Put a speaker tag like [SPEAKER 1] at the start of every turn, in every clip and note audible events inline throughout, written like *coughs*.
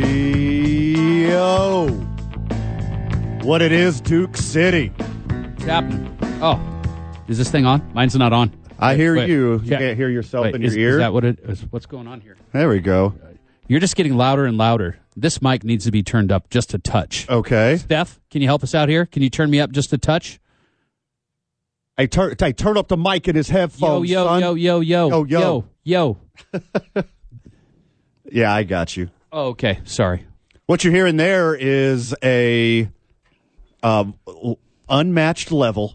[SPEAKER 1] Hey, yo. What it is, Duke City.
[SPEAKER 2] What's happening? Oh, is this thing on? Mine's not on.
[SPEAKER 1] I hear
[SPEAKER 2] Wait,
[SPEAKER 1] you. You
[SPEAKER 2] check.
[SPEAKER 1] can't hear yourself
[SPEAKER 2] Wait,
[SPEAKER 1] in
[SPEAKER 2] is,
[SPEAKER 1] your ear.
[SPEAKER 2] Is that what it is? What's going on here?
[SPEAKER 1] there we go.
[SPEAKER 2] You're just getting louder and louder. This mic needs to be turned up just a touch.
[SPEAKER 1] Oh. Okay.
[SPEAKER 2] Steph, can you help us out here? Can you turn me up just a touch?
[SPEAKER 1] I turn I turn up the mic in his headphones.
[SPEAKER 2] yo, yo,
[SPEAKER 1] son.
[SPEAKER 2] yo, yo, yo,
[SPEAKER 1] Yo, yo.
[SPEAKER 2] yo, yo.
[SPEAKER 1] Yeah, I got you.
[SPEAKER 2] Oh, okay, sorry.
[SPEAKER 1] What you're hearing there is a um, unmatched level.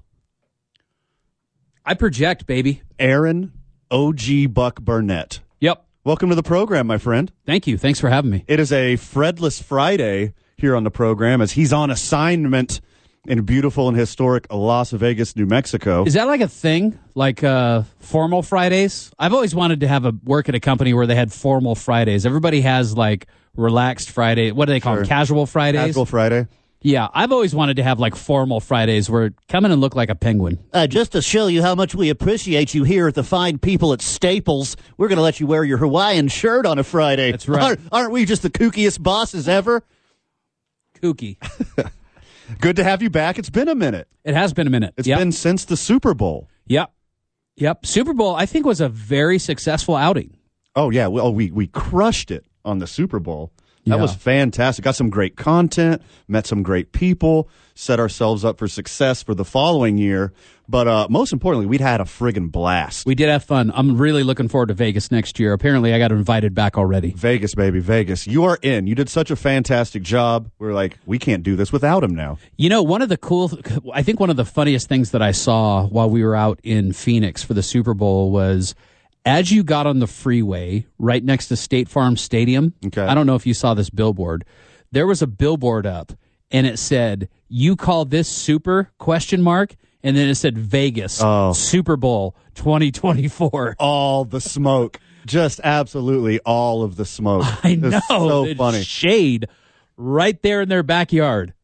[SPEAKER 2] I project, baby.
[SPEAKER 1] Aaron OG Buck Burnett.
[SPEAKER 2] Yep.
[SPEAKER 1] Welcome to the program, my friend.
[SPEAKER 2] Thank you. Thanks for having me.
[SPEAKER 1] It is a Fredless Friday here on the program as he's on assignment in beautiful and historic Las Vegas, New Mexico.
[SPEAKER 2] Is that like a thing? Like uh, formal Fridays? I've always wanted to have a work at a company where they had formal Fridays. Everybody has like relaxed Friday. What do they call them? Casual Fridays.
[SPEAKER 1] Casual Friday.
[SPEAKER 2] Yeah, I've always wanted to have like formal Fridays where come in and look like a penguin.
[SPEAKER 3] Uh, just to show you how much we appreciate you here at the fine people at Staples, we're going to let you wear your Hawaiian shirt on a Friday.
[SPEAKER 2] That's right.
[SPEAKER 3] Aren't, aren't we just the kookiest bosses ever?
[SPEAKER 2] Kooky.
[SPEAKER 1] Good to have you back. It's been a minute.
[SPEAKER 2] It has been a minute.
[SPEAKER 1] It's
[SPEAKER 2] yep.
[SPEAKER 1] been since the Super Bowl.
[SPEAKER 2] Yep. Yep. Super Bowl, I think, was a very successful outing.
[SPEAKER 1] Oh yeah, well we we crushed it on the Super Bowl. That
[SPEAKER 2] Yeah.
[SPEAKER 1] was fantastic. Got some great content, met some great people, set ourselves up for success for the following year. But uh, most importantly, we'd had a friggin' blast.
[SPEAKER 2] We did have fun. I'm really looking forward to Vegas next year. Apparently, I got invited back already.
[SPEAKER 1] Vegas, baby, Vegas. You are in. You did such a fantastic job. We're like, we can't do this without him now.
[SPEAKER 2] You know, one of the cool, I think one of the funniest things that I saw while we were out in Phoenix for the Super Bowl was as you got on the freeway right next to State Farm Stadium.
[SPEAKER 1] Okay.
[SPEAKER 2] I don't know if you saw this billboard. There was a billboard up and it said, you call this super question mark. And then it said Vegas
[SPEAKER 1] Oh.
[SPEAKER 2] Super Bowl 2024.
[SPEAKER 1] All the smoke, just absolutely all of the *laughs* smoke.
[SPEAKER 2] I
[SPEAKER 1] It was
[SPEAKER 2] know.
[SPEAKER 1] so
[SPEAKER 2] the
[SPEAKER 1] funny.
[SPEAKER 2] Shade right there in their backyard.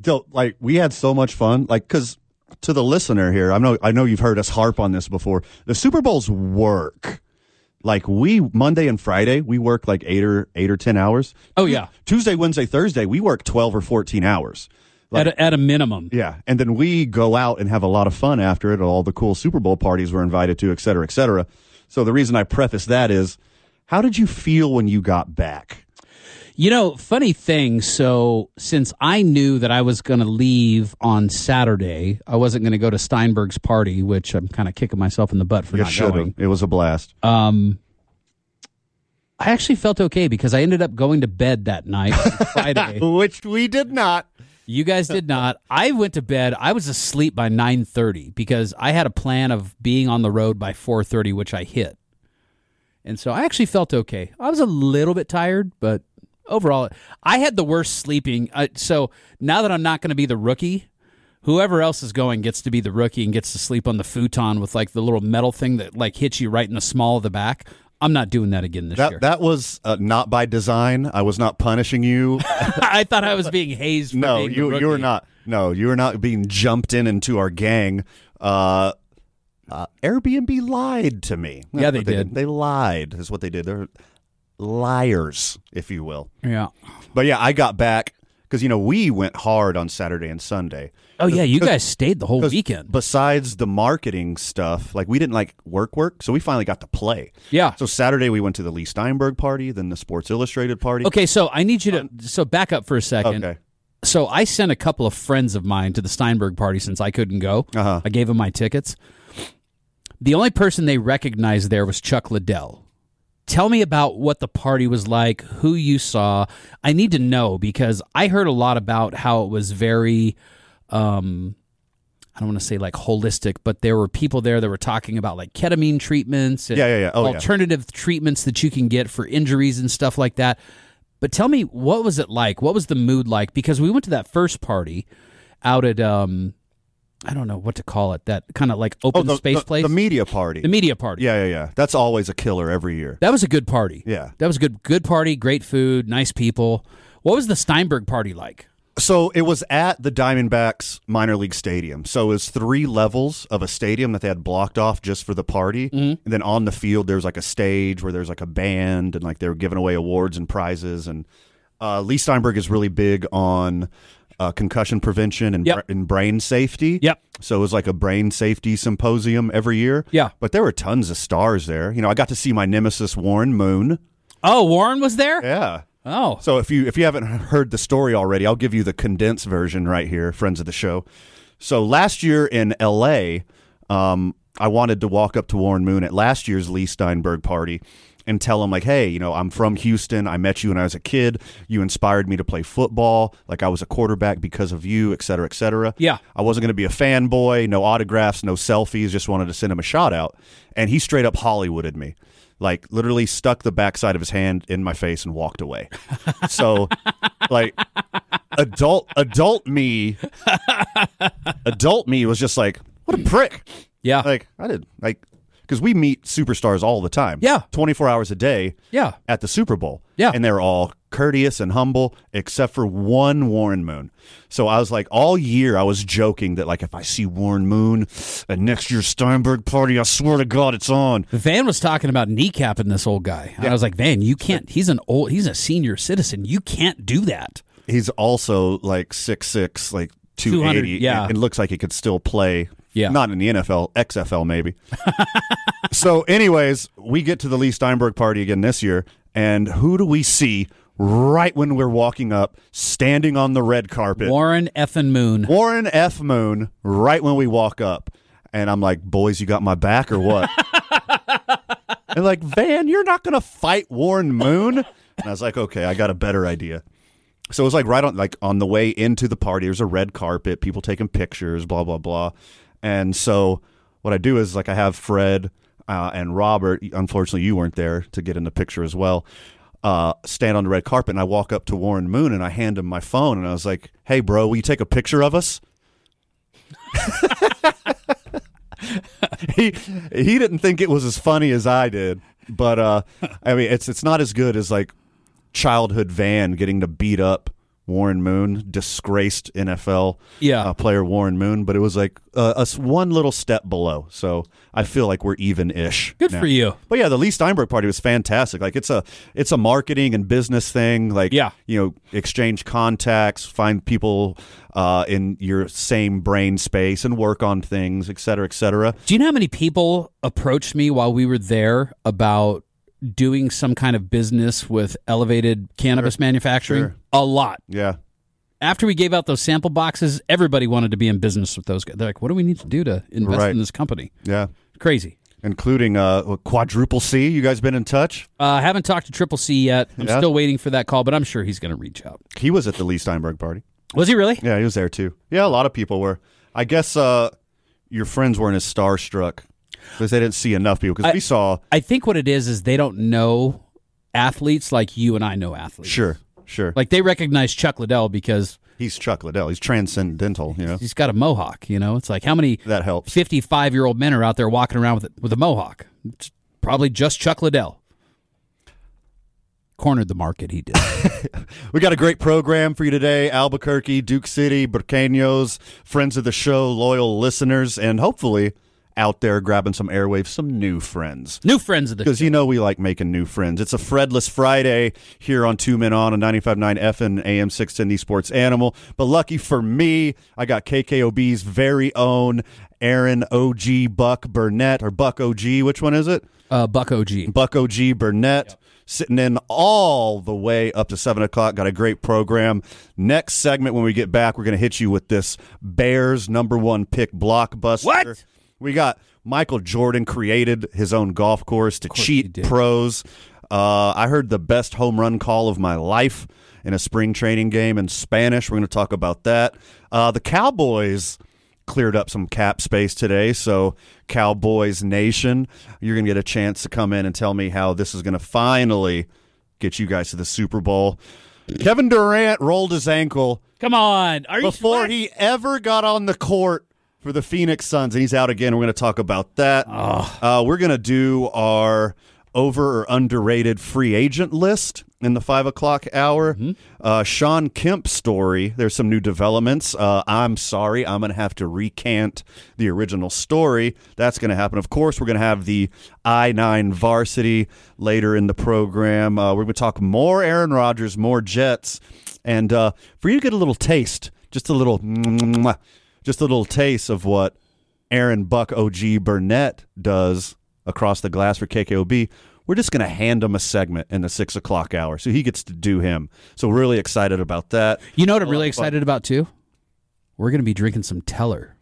[SPEAKER 1] Dude, like we had so much fun like because to the listener here i know i know you've heard us harp on this before the super bowls work like we monday and friday we work like eight or eight or ten hours
[SPEAKER 2] Oh, yeah.
[SPEAKER 1] tuesday wednesday thursday we work 12 or 14 hours
[SPEAKER 2] At a, at a minimum.
[SPEAKER 1] yeah and then we go out and have a lot of fun after it at all the cool super bowl parties we're invited to et cetera et cetera so the reason i preface that is how did you feel when you got back
[SPEAKER 2] You know, funny thing. So, since I knew that I was going to leave on Saturday, I wasn't going to go to Steinberg's party, which I'm kind of kicking myself in the butt for
[SPEAKER 1] You
[SPEAKER 2] not
[SPEAKER 1] should've.
[SPEAKER 2] going.
[SPEAKER 1] it was a blast
[SPEAKER 2] Um, I actually felt okay because I ended up going to bed that night *laughs* on Friday.
[SPEAKER 1] which we did not
[SPEAKER 2] You guys did not.
[SPEAKER 1] *laughs*
[SPEAKER 2] I went to bed. I was asleep by 9:30 because I had a plan of being on the road by 4:30 which I hit. And so I actually felt okay. I was a little bit tired, but overall I had the worst sleeping. Uh, so now that I'm not going to be the rookie, whoever else is going gets to be the rookie and gets to sleep on the futon with like the little metal thing that like hits you right in the small of the back. I'm not doing that again this
[SPEAKER 1] That
[SPEAKER 2] year.
[SPEAKER 1] that was uh, not by design. I was not punishing
[SPEAKER 2] *laughs*
[SPEAKER 1] you.
[SPEAKER 2] *laughs* I thought I was being hazed. For
[SPEAKER 1] no,
[SPEAKER 2] being the
[SPEAKER 1] you you were
[SPEAKER 2] rookie.
[SPEAKER 1] not. No, you were not being jumped in into our gang. Uh, uh, Airbnb lied to me. That's
[SPEAKER 2] Yeah, they
[SPEAKER 1] what
[SPEAKER 2] did.
[SPEAKER 1] They lied. Is what they did. They're liars, if you will.
[SPEAKER 2] Yeah.
[SPEAKER 1] But yeah, I got back because you know we went hard on Saturday and Sunday.
[SPEAKER 2] Oh yeah, you guys stayed the whole
[SPEAKER 1] 'Cause
[SPEAKER 2] weekend.
[SPEAKER 1] Besides the marketing stuff, like we didn't like work work, so we finally got to play.
[SPEAKER 2] Yeah.
[SPEAKER 1] So Saturday we went to the Lee Steinberg party, then the Sports Illustrated party.
[SPEAKER 2] Okay, so I need you to so back up for a second.
[SPEAKER 1] Okay.
[SPEAKER 2] So I sent a couple of friends of mine to the Steinberg party since I couldn't go.
[SPEAKER 1] Uh-huh.
[SPEAKER 2] I gave them my tickets. The only person they recognized there was Chuck Liddell. Tell me about what the party was like, who you saw. I need to know because I heard a lot about how it was very um I don't want to say like holistic, but there were people there that were talking about like ketamine treatments and
[SPEAKER 1] Yeah, yeah, yeah. Oh, yeah.
[SPEAKER 2] alternative treatments that you can get for injuries and stuff like that. But tell me, what was it like? What was the mood like? Because we went to that first party out at um, I don't know what to call it. That kind of like open
[SPEAKER 1] Oh, the,
[SPEAKER 2] space
[SPEAKER 1] the,
[SPEAKER 2] place,
[SPEAKER 1] the media party.
[SPEAKER 2] The media party.
[SPEAKER 1] yeah, yeah, yeah. That's always a killer every year.
[SPEAKER 2] That was a good party.
[SPEAKER 1] Yeah.
[SPEAKER 2] That was a good good party, great food, nice people. What was the Steinberg party like?
[SPEAKER 1] So it was at the Diamondbacks minor league stadium. So it was three levels of a stadium that they had blocked off just for the party.
[SPEAKER 2] Mm-hmm.
[SPEAKER 1] And then on the field there was like a stage where there's like a band and like they were giving away awards and prizes. And uh, Lee Steinberg is really big on uh, concussion prevention and,
[SPEAKER 2] Yep.
[SPEAKER 1] bra- and brain safety.
[SPEAKER 2] Yep.
[SPEAKER 1] So it was like a brain safety symposium every year.
[SPEAKER 2] Yeah.
[SPEAKER 1] But there were tons of stars there. You know, I got to see my nemesis Warren Moon.
[SPEAKER 2] Oh, Warren was there?
[SPEAKER 1] Yeah.
[SPEAKER 2] Oh.
[SPEAKER 1] So if you if you haven't heard the story already, I'll give you the condensed version right here, friends of the show. So last year in L.A., um, I wanted to walk up to Warren Moon at last year's Lee Steinberg party and tell him like, hey, you know, I'm from Houston. I met you when I was a kid. You inspired me to play football. Like I was a quarterback because of you, et cetera, et cetera.
[SPEAKER 2] Yeah.
[SPEAKER 1] I wasn't going to be a fanboy, no autographs, no selfies, just wanted to send him a shout out. And he straight up Hollywooded me. Like literally stuck the backside of his hand in my face and walked away.
[SPEAKER 2] *laughs*
[SPEAKER 1] So like adult adult me adult me was just like, what a prick.
[SPEAKER 2] Yeah.
[SPEAKER 1] Like I did like because we meet superstars all the time.
[SPEAKER 2] Yeah.
[SPEAKER 1] 24 hours a day
[SPEAKER 2] yeah.
[SPEAKER 1] at the Super Bowl.
[SPEAKER 2] Yeah.
[SPEAKER 1] And they're all courteous and humble, except for one Warren Moon. So I was like, all year I was joking that like if I see Warren Moon at next year's Steinberg party, I swear to God it's on.
[SPEAKER 2] Van was talking about kneecapping this old guy. And I was like, Van, you can't he's an old he's a senior citizen. You can't do that.
[SPEAKER 1] He's also like six six, like
[SPEAKER 2] 200,
[SPEAKER 1] 280.
[SPEAKER 2] yeah.
[SPEAKER 1] And, and looks like he could still play.
[SPEAKER 2] Yeah.
[SPEAKER 1] Not in the NFL, XFL maybe. *laughs* so, anyways, we get to the Lee Steinberg party again this year, and who do we see right when we're walking up, standing on the red carpet?
[SPEAKER 2] Warren effing Moon.
[SPEAKER 1] Warren F. Moon right when we walk up. And I'm like, boys, you got my back or what? and like, Van, you're not going to fight Warren Moon? And I was like, okay, I got a better idea. So it was like right on like on the way into the party, there's a red carpet, people taking pictures, blah, blah, blah. And so what I do is like I have Fred uh, and Robert, unfortunately you weren't there to get in the picture as well, uh, stand on the red carpet and I walk up to Warren Moon and I hand him my phone and I was like, Hey bro, will you take a picture of us? he he didn't think it was as funny as I did, but uh, I mean it's it's not as good as like childhood Van getting to beat up Warren Moon, disgraced NFL
[SPEAKER 2] Yeah.
[SPEAKER 1] uh, player Warren Moon, but it was like uh, us one little step below. So I feel like we're even ish.
[SPEAKER 2] Good for you.
[SPEAKER 1] But yeah, the Lee Steinberg party was fantastic. Like it's a it's a marketing and business thing. Like
[SPEAKER 2] Yeah.
[SPEAKER 1] you know, exchange contacts, find people uh, in your same brain space, and work on things, et cetera, et cetera.
[SPEAKER 2] Do you know how many people approached me while we were there about doing some kind of business with elevated cannabis manufacturing?
[SPEAKER 1] Sure.
[SPEAKER 2] A lot.
[SPEAKER 1] Yeah,
[SPEAKER 2] After we gave out those sample boxes, everybody wanted to be in business with those guys. They're like, what do we need to do to invest
[SPEAKER 1] Right.
[SPEAKER 2] in this company?
[SPEAKER 1] yeah,
[SPEAKER 2] Crazy.
[SPEAKER 1] including uh, quadruple C. You guys been in touch?
[SPEAKER 2] Uh, I haven't talked to Triple C yet. I'm
[SPEAKER 1] Yeah.
[SPEAKER 2] still waiting for that call, but I'm sure he's going to reach out.
[SPEAKER 1] He was at the Lee Steinberg party.
[SPEAKER 2] Was he really?
[SPEAKER 1] Yeah, he was there too. Yeah, a lot of people were. I guess uh, your friends weren't as starstruck because they didn't see enough people. Because
[SPEAKER 2] I-
[SPEAKER 1] we saw,
[SPEAKER 2] I think what it is is they don't know athletes like you and I know athletes.
[SPEAKER 1] sure, sure.
[SPEAKER 2] Like they recognize Chuck Liddell because
[SPEAKER 1] he's Chuck Liddell. He's transcendental. You know
[SPEAKER 2] he's got a mohawk. You know, it's like how many
[SPEAKER 1] that helps.
[SPEAKER 2] fifty-five-year-old men are out there walking around with with a mohawk? It's probably just Chuck Liddell. Cornered the market. He did.
[SPEAKER 1] We got a great program for you today. Albuquerque, Duke City, Burqueños, friends of the show, loyal listeners, and hopefully out there grabbing some airwaves, some new friends.
[SPEAKER 2] *laughs* New friends of the
[SPEAKER 1] Because you know we like making new friends. It's a Fredless Friday here on Two Men On on 95.9 F and AM 610 The Sports Animal. But lucky for me, I got KKOB's very own Aaron OG Buck Burnett, or Buck OG. Which one is it?
[SPEAKER 2] uh, Buck OG.
[SPEAKER 1] Buck OG Burnett sitting in all the way up to seven o'clock. Got a great program. Next segment, when we get back, we're going to hit you with this Bears number one pick blockbuster.
[SPEAKER 2] What?
[SPEAKER 1] We got Michael Jordan created his own golf course to cheat pros. Uh, I heard the best home run call of my life in a spring training game in Spanish. We're going to talk about that. Uh, the Cowboys cleared up some cap space today. So, Cowboys Nation, you're going to get a chance to come in and tell me how this is going to finally get you guys to the Super Bowl. Kevin Durant rolled his ankle
[SPEAKER 2] Come on. Are you
[SPEAKER 1] before
[SPEAKER 2] what?
[SPEAKER 1] he ever got on the court for the Phoenix Suns, and he's out again. We're going to talk about that. Uh, we're going to do our over or underrated free agent list in the five o'clock hour.
[SPEAKER 2] Mm-hmm.
[SPEAKER 1] Uh, Sean Kemp story. There's some new developments. Uh, I'm sorry, I'm going to have to recant the original story. That's going to happen. Of course, we're going to have the I nine varsity later in the program. Uh, we're going to talk more Aaron Rodgers, more Jets, and uh, for you to get a little taste, just a little just a little taste of what Aaron Buck OG Burnett does across the glass for KKOB. We're just going to hand him a segment in the six o'clock hour, so he gets to do him. So really excited about that.
[SPEAKER 2] You know what I'm really excited about too? We're going to be drinking some Teller.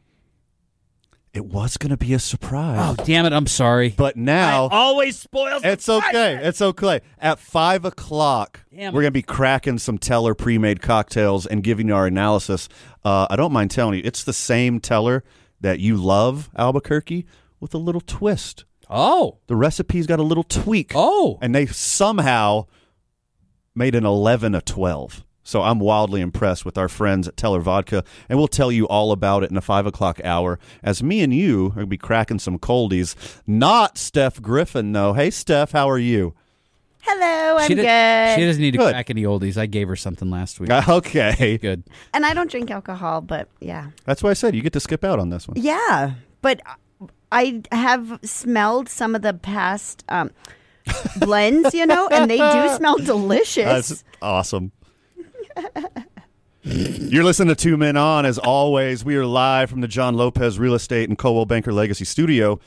[SPEAKER 1] It was going to be a surprise,
[SPEAKER 2] Oh, damn it. I'm sorry.
[SPEAKER 1] but now
[SPEAKER 2] always spoils
[SPEAKER 1] it's okay. It's okay. At five o'clock,
[SPEAKER 2] Damn
[SPEAKER 1] we're
[SPEAKER 2] it.
[SPEAKER 1] going to be cracking some Teller pre-made cocktails and giving you our analysis. Uh, I don't mind telling you, it's the same Teller that you love, Albuquerque, with a little twist.
[SPEAKER 2] Oh.
[SPEAKER 1] The recipe's got a little tweak.
[SPEAKER 2] Oh.
[SPEAKER 1] And they somehow made an 11 a 12. So I'm wildly impressed with our friends at Teller Vodka, and we'll tell you all about it in the five o'clock hour as me and you are going to be cracking some coldies. Not Steph Griffin, though. Hey, Steph, how are you? *laughs*
[SPEAKER 4] Hello, I'm
[SPEAKER 2] she,
[SPEAKER 4] good.
[SPEAKER 2] she doesn't need to
[SPEAKER 1] Good.
[SPEAKER 2] crack any oldies. I gave her something last week.
[SPEAKER 1] Okay.
[SPEAKER 2] Good.
[SPEAKER 4] and I don't drink alcohol, but yeah.
[SPEAKER 1] That's why I said you get to skip out on this one.
[SPEAKER 4] Yeah, but I have smelled some of the past
[SPEAKER 2] *laughs*
[SPEAKER 4] um, blends, you know, and they do smell delicious.
[SPEAKER 1] That's awesome. You're listening to Two Men On. As always, we are live from the John Lopez Real Estate and Coldwell Banker Legacy Studio.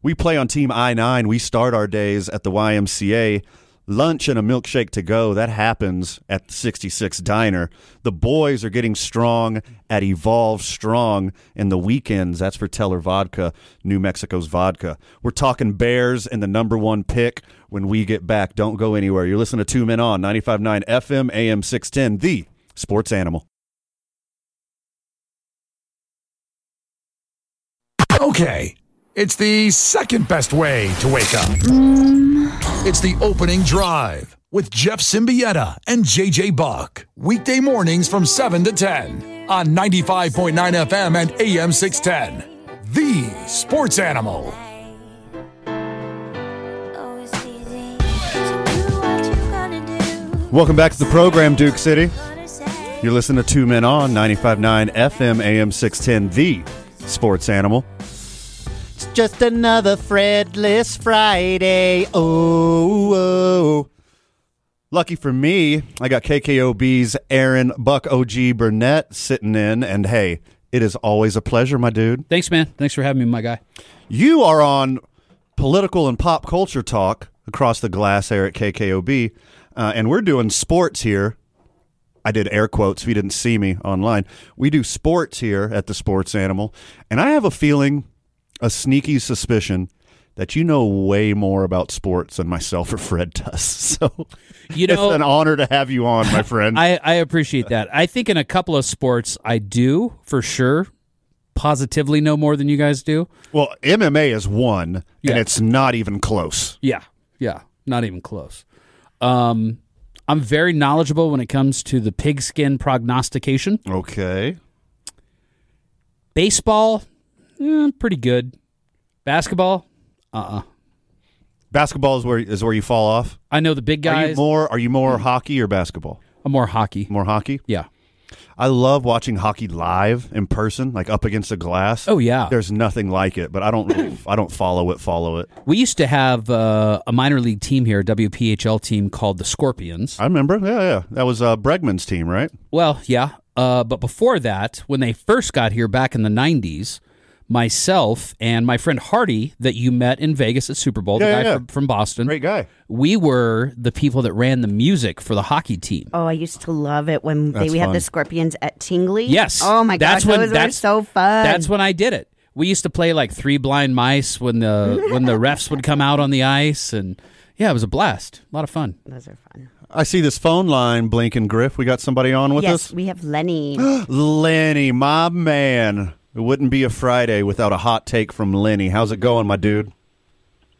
[SPEAKER 1] We play on Team I 9. We start our days at the YMCA. Lunch and a milkshake to go. That happens at the 66 Diner. The boys are getting strong at Evolve Strong in the weekends. That's for Teller Vodka, New Mexico's vodka. We're talking Bears and the number one pick when we get back. Don't go anywhere. You're listening to Two Men On 95.9 FM, AM 610, the sports animal.
[SPEAKER 5] Okay. It's the second best way to wake up. It's the opening drive with Jeff Symbieta and JJ Buck. Weekday mornings from 7 to 10 on 95.9 FM and AM 610. The sports animal.
[SPEAKER 1] Welcome back to the program, Duke City. You're listening to Two Men On 95.9 FM AM 610, the sports animal.
[SPEAKER 3] It's just another Fredless Friday.
[SPEAKER 1] Oh, oh. Lucky for me, I got KKOB's Aaron Buck OG Burnett sitting in, and hey, it is always a pleasure, my dude.
[SPEAKER 2] Thanks, man. Thanks for having me, my guy.
[SPEAKER 1] You are on political and pop culture talk across the glass here at KKOB, uh, and we're doing sports here. I did air quotes if you didn't see me online. We do sports here at the Sports Animal, and I have a feeling, a sneaky suspicion, that you know way more about sports than myself *laughs* or Fred does. So
[SPEAKER 2] You know,
[SPEAKER 1] it's an honor to have you on,
[SPEAKER 2] *laughs*
[SPEAKER 1] my friend.
[SPEAKER 2] I, I appreciate that. I think in a couple of sports, I do for sure positively know more than you guys do.
[SPEAKER 1] well, MMA is one,
[SPEAKER 2] Yeah.
[SPEAKER 1] and it's not even close.
[SPEAKER 2] Yeah. Yeah. Not even close. Um, I'm very knowledgeable when it comes to the pigskin prognostication.
[SPEAKER 1] Okay.
[SPEAKER 2] Baseball, eh, pretty good. Basketball,
[SPEAKER 1] Basketball is where is where you fall off.
[SPEAKER 2] I know the big
[SPEAKER 1] Are
[SPEAKER 2] guys. Hmm.
[SPEAKER 1] you more are you more hockey or basketball?
[SPEAKER 2] I'm more hockey.
[SPEAKER 1] More hockey.
[SPEAKER 2] Yeah.
[SPEAKER 1] I love watching hockey live in person, like up against the glass.
[SPEAKER 2] Oh, yeah.
[SPEAKER 1] There's nothing like it, but I don't
[SPEAKER 2] *clears throat*
[SPEAKER 1] really, I don't follow it, follow it.
[SPEAKER 2] We used to have uh, a minor league team here, a WPHL team called the Scorpions.
[SPEAKER 1] I remember. Yeah, yeah. That was uh, Bregman's team, right?
[SPEAKER 2] Well, yeah. Uh, but before that, when they first got here back in the 90s, myself and my friend Hardy, that you met in Vegas at Super Bowl,
[SPEAKER 1] Yeah,
[SPEAKER 2] the
[SPEAKER 1] yeah,
[SPEAKER 2] guy
[SPEAKER 1] yeah.
[SPEAKER 2] From, from Boston,
[SPEAKER 1] Great guy.
[SPEAKER 2] we were the people that ran the music for the hockey team.
[SPEAKER 4] Oh, I used to love it when they,
[SPEAKER 1] That's
[SPEAKER 4] we had
[SPEAKER 1] fun.
[SPEAKER 4] the scorpions at Tingley.
[SPEAKER 2] Yes.
[SPEAKER 4] Oh my
[SPEAKER 2] that's
[SPEAKER 4] gosh,
[SPEAKER 2] when,
[SPEAKER 4] those
[SPEAKER 2] that's,
[SPEAKER 4] were so fun.
[SPEAKER 2] That's when I did it. We used to play like Three Blind Mice when the when the
[SPEAKER 4] *laughs*
[SPEAKER 2] refs would come out on the ice, and yeah, it was a blast, a lot of fun.
[SPEAKER 4] those are fun.
[SPEAKER 1] I see this phone line blinking. Griff, we got somebody on with
[SPEAKER 4] yes,
[SPEAKER 1] us.
[SPEAKER 4] we have Lenny.
[SPEAKER 2] *gasps*
[SPEAKER 1] Lenny, my man. It wouldn't be a Friday without a hot take from Lenny. How's it going, my dude?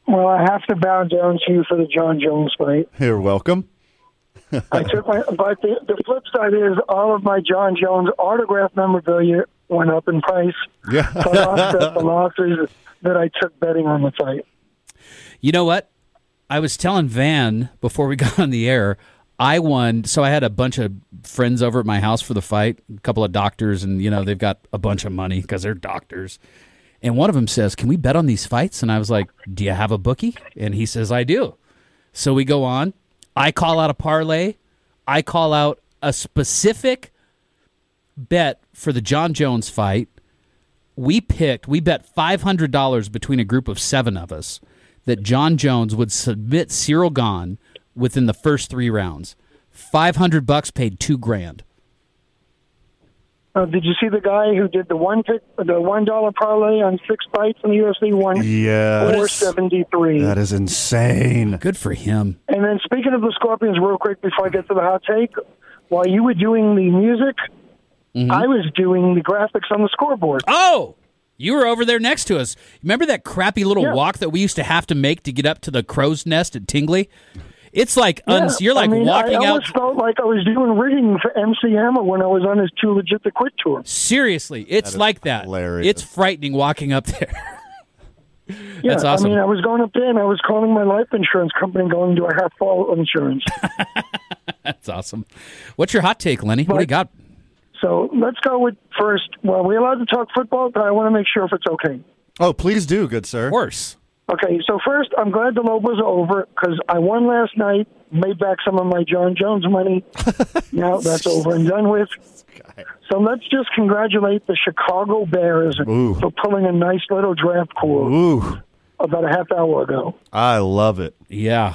[SPEAKER 6] Well, I have to bow down to you for the John Jones fight.
[SPEAKER 1] Here, welcome.
[SPEAKER 6] I took my, but the, the flip side is all of my John Jones autograph memorabilia went up in price.
[SPEAKER 1] Yeah.
[SPEAKER 6] So I offset the losses that I took betting on the fight.
[SPEAKER 2] You know what? I was telling Van before we *laughs* got on the air, I won. So I had a bunch of friends over at my house for the fight, a couple of doctors, and, you know, they've got a bunch of money because they're doctors. And one of them says, Can we bet on these fights? And I was like, Do you have a bookie? And he says, I do. So we go on. I call out a parlay. I call out a specific bet for the John Jones fight we picked, we bet $500 between a group of seven of us that John Jones would submit Cyril Gahn within the first three rounds. 500 bucks paid two grand.
[SPEAKER 6] Uh, did you see the guy who did the one pick, the one dollar parlay on six fights in the UFC? One
[SPEAKER 1] Yes.
[SPEAKER 6] four seventy three.
[SPEAKER 1] That is insane.
[SPEAKER 2] Good for him.
[SPEAKER 6] And then speaking of the Scorpions, real quick before I get to the hot take, while you were doing the music, I was doing the graphics on the scoreboard.
[SPEAKER 2] Oh, you were over there next to us. Remember that crappy little
[SPEAKER 6] Yeah.
[SPEAKER 2] walk that we used to have to make to get up to the crow's nest at Tingley? It's like, uns-
[SPEAKER 6] Yeah,
[SPEAKER 2] you're like
[SPEAKER 6] I mean,
[SPEAKER 2] walking
[SPEAKER 6] I
[SPEAKER 2] out.
[SPEAKER 6] almost felt like I was doing rigging for MC Hammer when I was on his Too Legit to Quit tour.
[SPEAKER 2] Seriously, it's like that.
[SPEAKER 1] hilarious.
[SPEAKER 2] It's frightening walking up there. *laughs*
[SPEAKER 6] Yeah,
[SPEAKER 2] That's awesome.
[SPEAKER 6] I mean, I was going up there and I was calling my life insurance company, going, "Do I have fall
[SPEAKER 2] *laughs*
[SPEAKER 6] insurance?"
[SPEAKER 2] That's awesome. What's your hot take, Lenny? What do you
[SPEAKER 6] Right.
[SPEAKER 2] got?
[SPEAKER 6] so let's go with first. Well, we're allowed to talk football, but I want to make sure if it's okay.
[SPEAKER 1] Oh, please do, good sir.
[SPEAKER 2] Worse.
[SPEAKER 6] Okay, so first, I'm glad the Lobos are over because I won last night, made back some of my John Jones
[SPEAKER 2] *laughs*
[SPEAKER 6] money. now that's over and done with. So let's just congratulate the Chicago Bears
[SPEAKER 1] Ooh.
[SPEAKER 6] for pulling a nice little draft core
[SPEAKER 1] Ooh,
[SPEAKER 6] about a half hour ago.
[SPEAKER 1] I love it.
[SPEAKER 2] Yeah.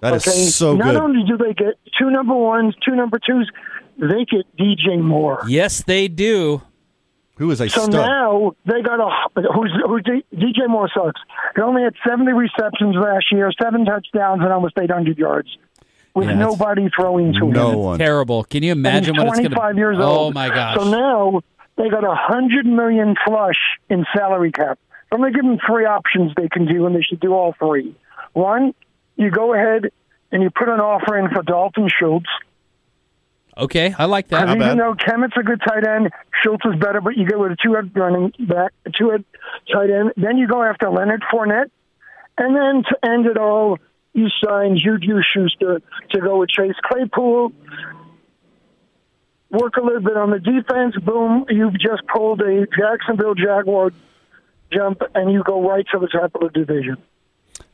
[SPEAKER 1] That is
[SPEAKER 6] Okay,
[SPEAKER 1] so
[SPEAKER 6] not
[SPEAKER 1] good.
[SPEAKER 6] only do they get two number ones, two number twos, they get DJ Moore.
[SPEAKER 2] Yes, they do.
[SPEAKER 1] Who is a
[SPEAKER 6] So
[SPEAKER 1] stud?
[SPEAKER 6] now they got a who's who D- DJ Moore sucks. He only had seventy receptions last year, seven touchdowns, and almost eight hundred yards, with
[SPEAKER 2] Yeah, that's-
[SPEAKER 6] nobody throwing to
[SPEAKER 1] no
[SPEAKER 6] him.
[SPEAKER 1] one.
[SPEAKER 2] Terrible. Can you
[SPEAKER 6] And
[SPEAKER 2] imagine
[SPEAKER 6] he's
[SPEAKER 2] what it's going to
[SPEAKER 6] twenty-five years
[SPEAKER 2] Oh
[SPEAKER 6] old.
[SPEAKER 2] my gosh.
[SPEAKER 6] So now they got a hundred million flush in salary cap. So I'm going to give them three options they can do, and they should do all three. One, you go ahead and you put an offer in for Dalton Schultz.
[SPEAKER 2] okay, I like that.
[SPEAKER 6] Because
[SPEAKER 1] bad.
[SPEAKER 6] even though Kemet's a good tight end, Schultz is better, but you go with a two-head running back, a two-head tight end. Then you go after Leonard Fournette, and then to end it all, you sign Juju Schuster to go with Chase Claypool. Work a little bit on the defense. Boom! You've just pulled a Jacksonville Jaguar jump, and you go right to the top of the division.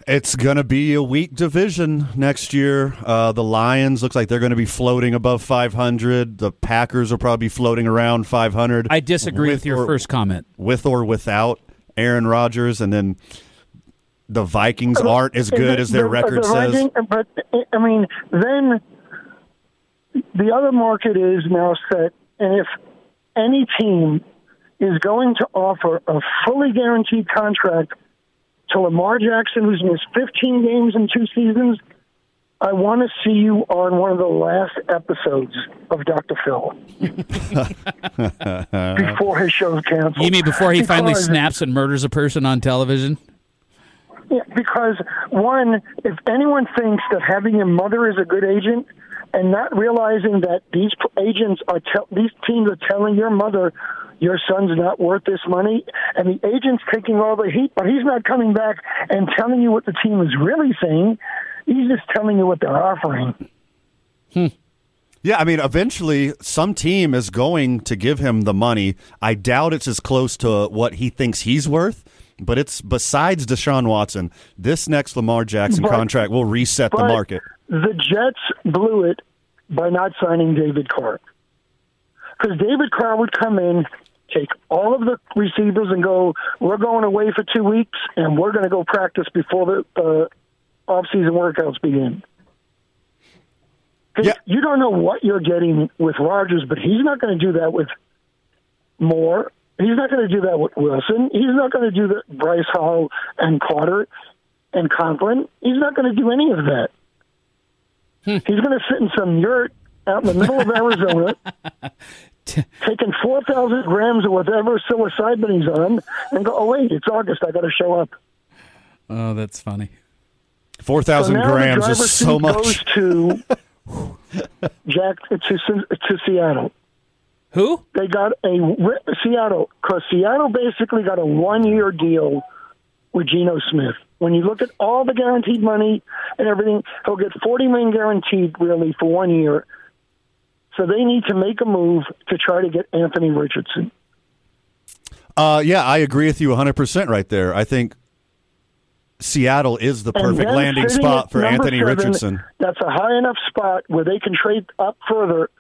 [SPEAKER 1] It's gonna be a weak division next year. Uh, the Lions looks like they're gonna be floating above 500. The Packers will probably be floating around 500.
[SPEAKER 2] I disagree with, your
[SPEAKER 1] or-
[SPEAKER 2] first comment.
[SPEAKER 1] with or without Aaron Rodgers, and then the Vikings aren't as good as their
[SPEAKER 6] The- uh,
[SPEAKER 1] record
[SPEAKER 6] the
[SPEAKER 1] says.
[SPEAKER 6] Vikings- But I mean, then the other market is now set, and if any team is going to offer a fully guaranteed contract to Lamar Jackson, who's missed 15 games in two seasons, I want to see you on one of the last episodes of Dr.
[SPEAKER 1] *laughs*
[SPEAKER 6] Phil before his show's canceled.
[SPEAKER 2] You mean before he finally
[SPEAKER 6] Because-
[SPEAKER 2] snaps and murders a person on television?
[SPEAKER 6] Yeah, because one, if anyone thinks that having your mother is a good agent, and not realizing that these p- agents are tell these teams are telling your mother your son's not worth this money, and the agent's taking all the heat, but he's not coming back and telling you what the team is really saying. He's just telling you what they're offering.
[SPEAKER 1] Yeah, I mean, eventually some team is going to give him the money. I doubt it's as close to what he thinks he's worth, but it's besides Deshaun Watson, this next Lamar Jackson
[SPEAKER 6] But-
[SPEAKER 1] contract will reset the
[SPEAKER 6] But
[SPEAKER 1] market.
[SPEAKER 6] The Jets blew it by not signing David Carr. Because David Carr would come in, take all of the receivers, and go, we're going away for two weeks, and we're going to go practice before the uh, off-season workouts begin. 'Cause
[SPEAKER 1] Yeah.
[SPEAKER 6] You don't know what you're getting with Rodgers, but he's not going to do that with Moore. He's not going to do that with Wilson. He's not going to do that Bryce Hall and Carter and Conklin. He's not going to do any of that. He's going to sit in some yurt out in the middle of Arizona, taking 4,000 grams of whatever psilocybin he's on, and go, oh, wait, it's August. I got to show up.
[SPEAKER 2] Oh, that's funny.
[SPEAKER 1] Four thousand
[SPEAKER 6] now the
[SPEAKER 1] grams
[SPEAKER 6] driver's
[SPEAKER 1] is so
[SPEAKER 6] seat
[SPEAKER 1] much. *laughs*
[SPEAKER 6] Goes to Jack to to Seattle.
[SPEAKER 2] Who?
[SPEAKER 6] They got a re- Seattle because Seattle basically got a one-year deal with Geno Smith. When you look at all the guaranteed money and everything, he'll get forty million guaranteed really for one year. So they need to make a move to try to get Anthony Richardson.
[SPEAKER 1] Uh, yeah, I agree with you 100% right there. I think Seattle is the
[SPEAKER 6] And
[SPEAKER 1] perfect
[SPEAKER 6] then
[SPEAKER 1] landing
[SPEAKER 6] sitting
[SPEAKER 1] spot
[SPEAKER 6] at
[SPEAKER 1] for
[SPEAKER 6] number
[SPEAKER 1] Anthony
[SPEAKER 6] seven,
[SPEAKER 1] Richardson.
[SPEAKER 6] That's a high enough spot where they can trade up further,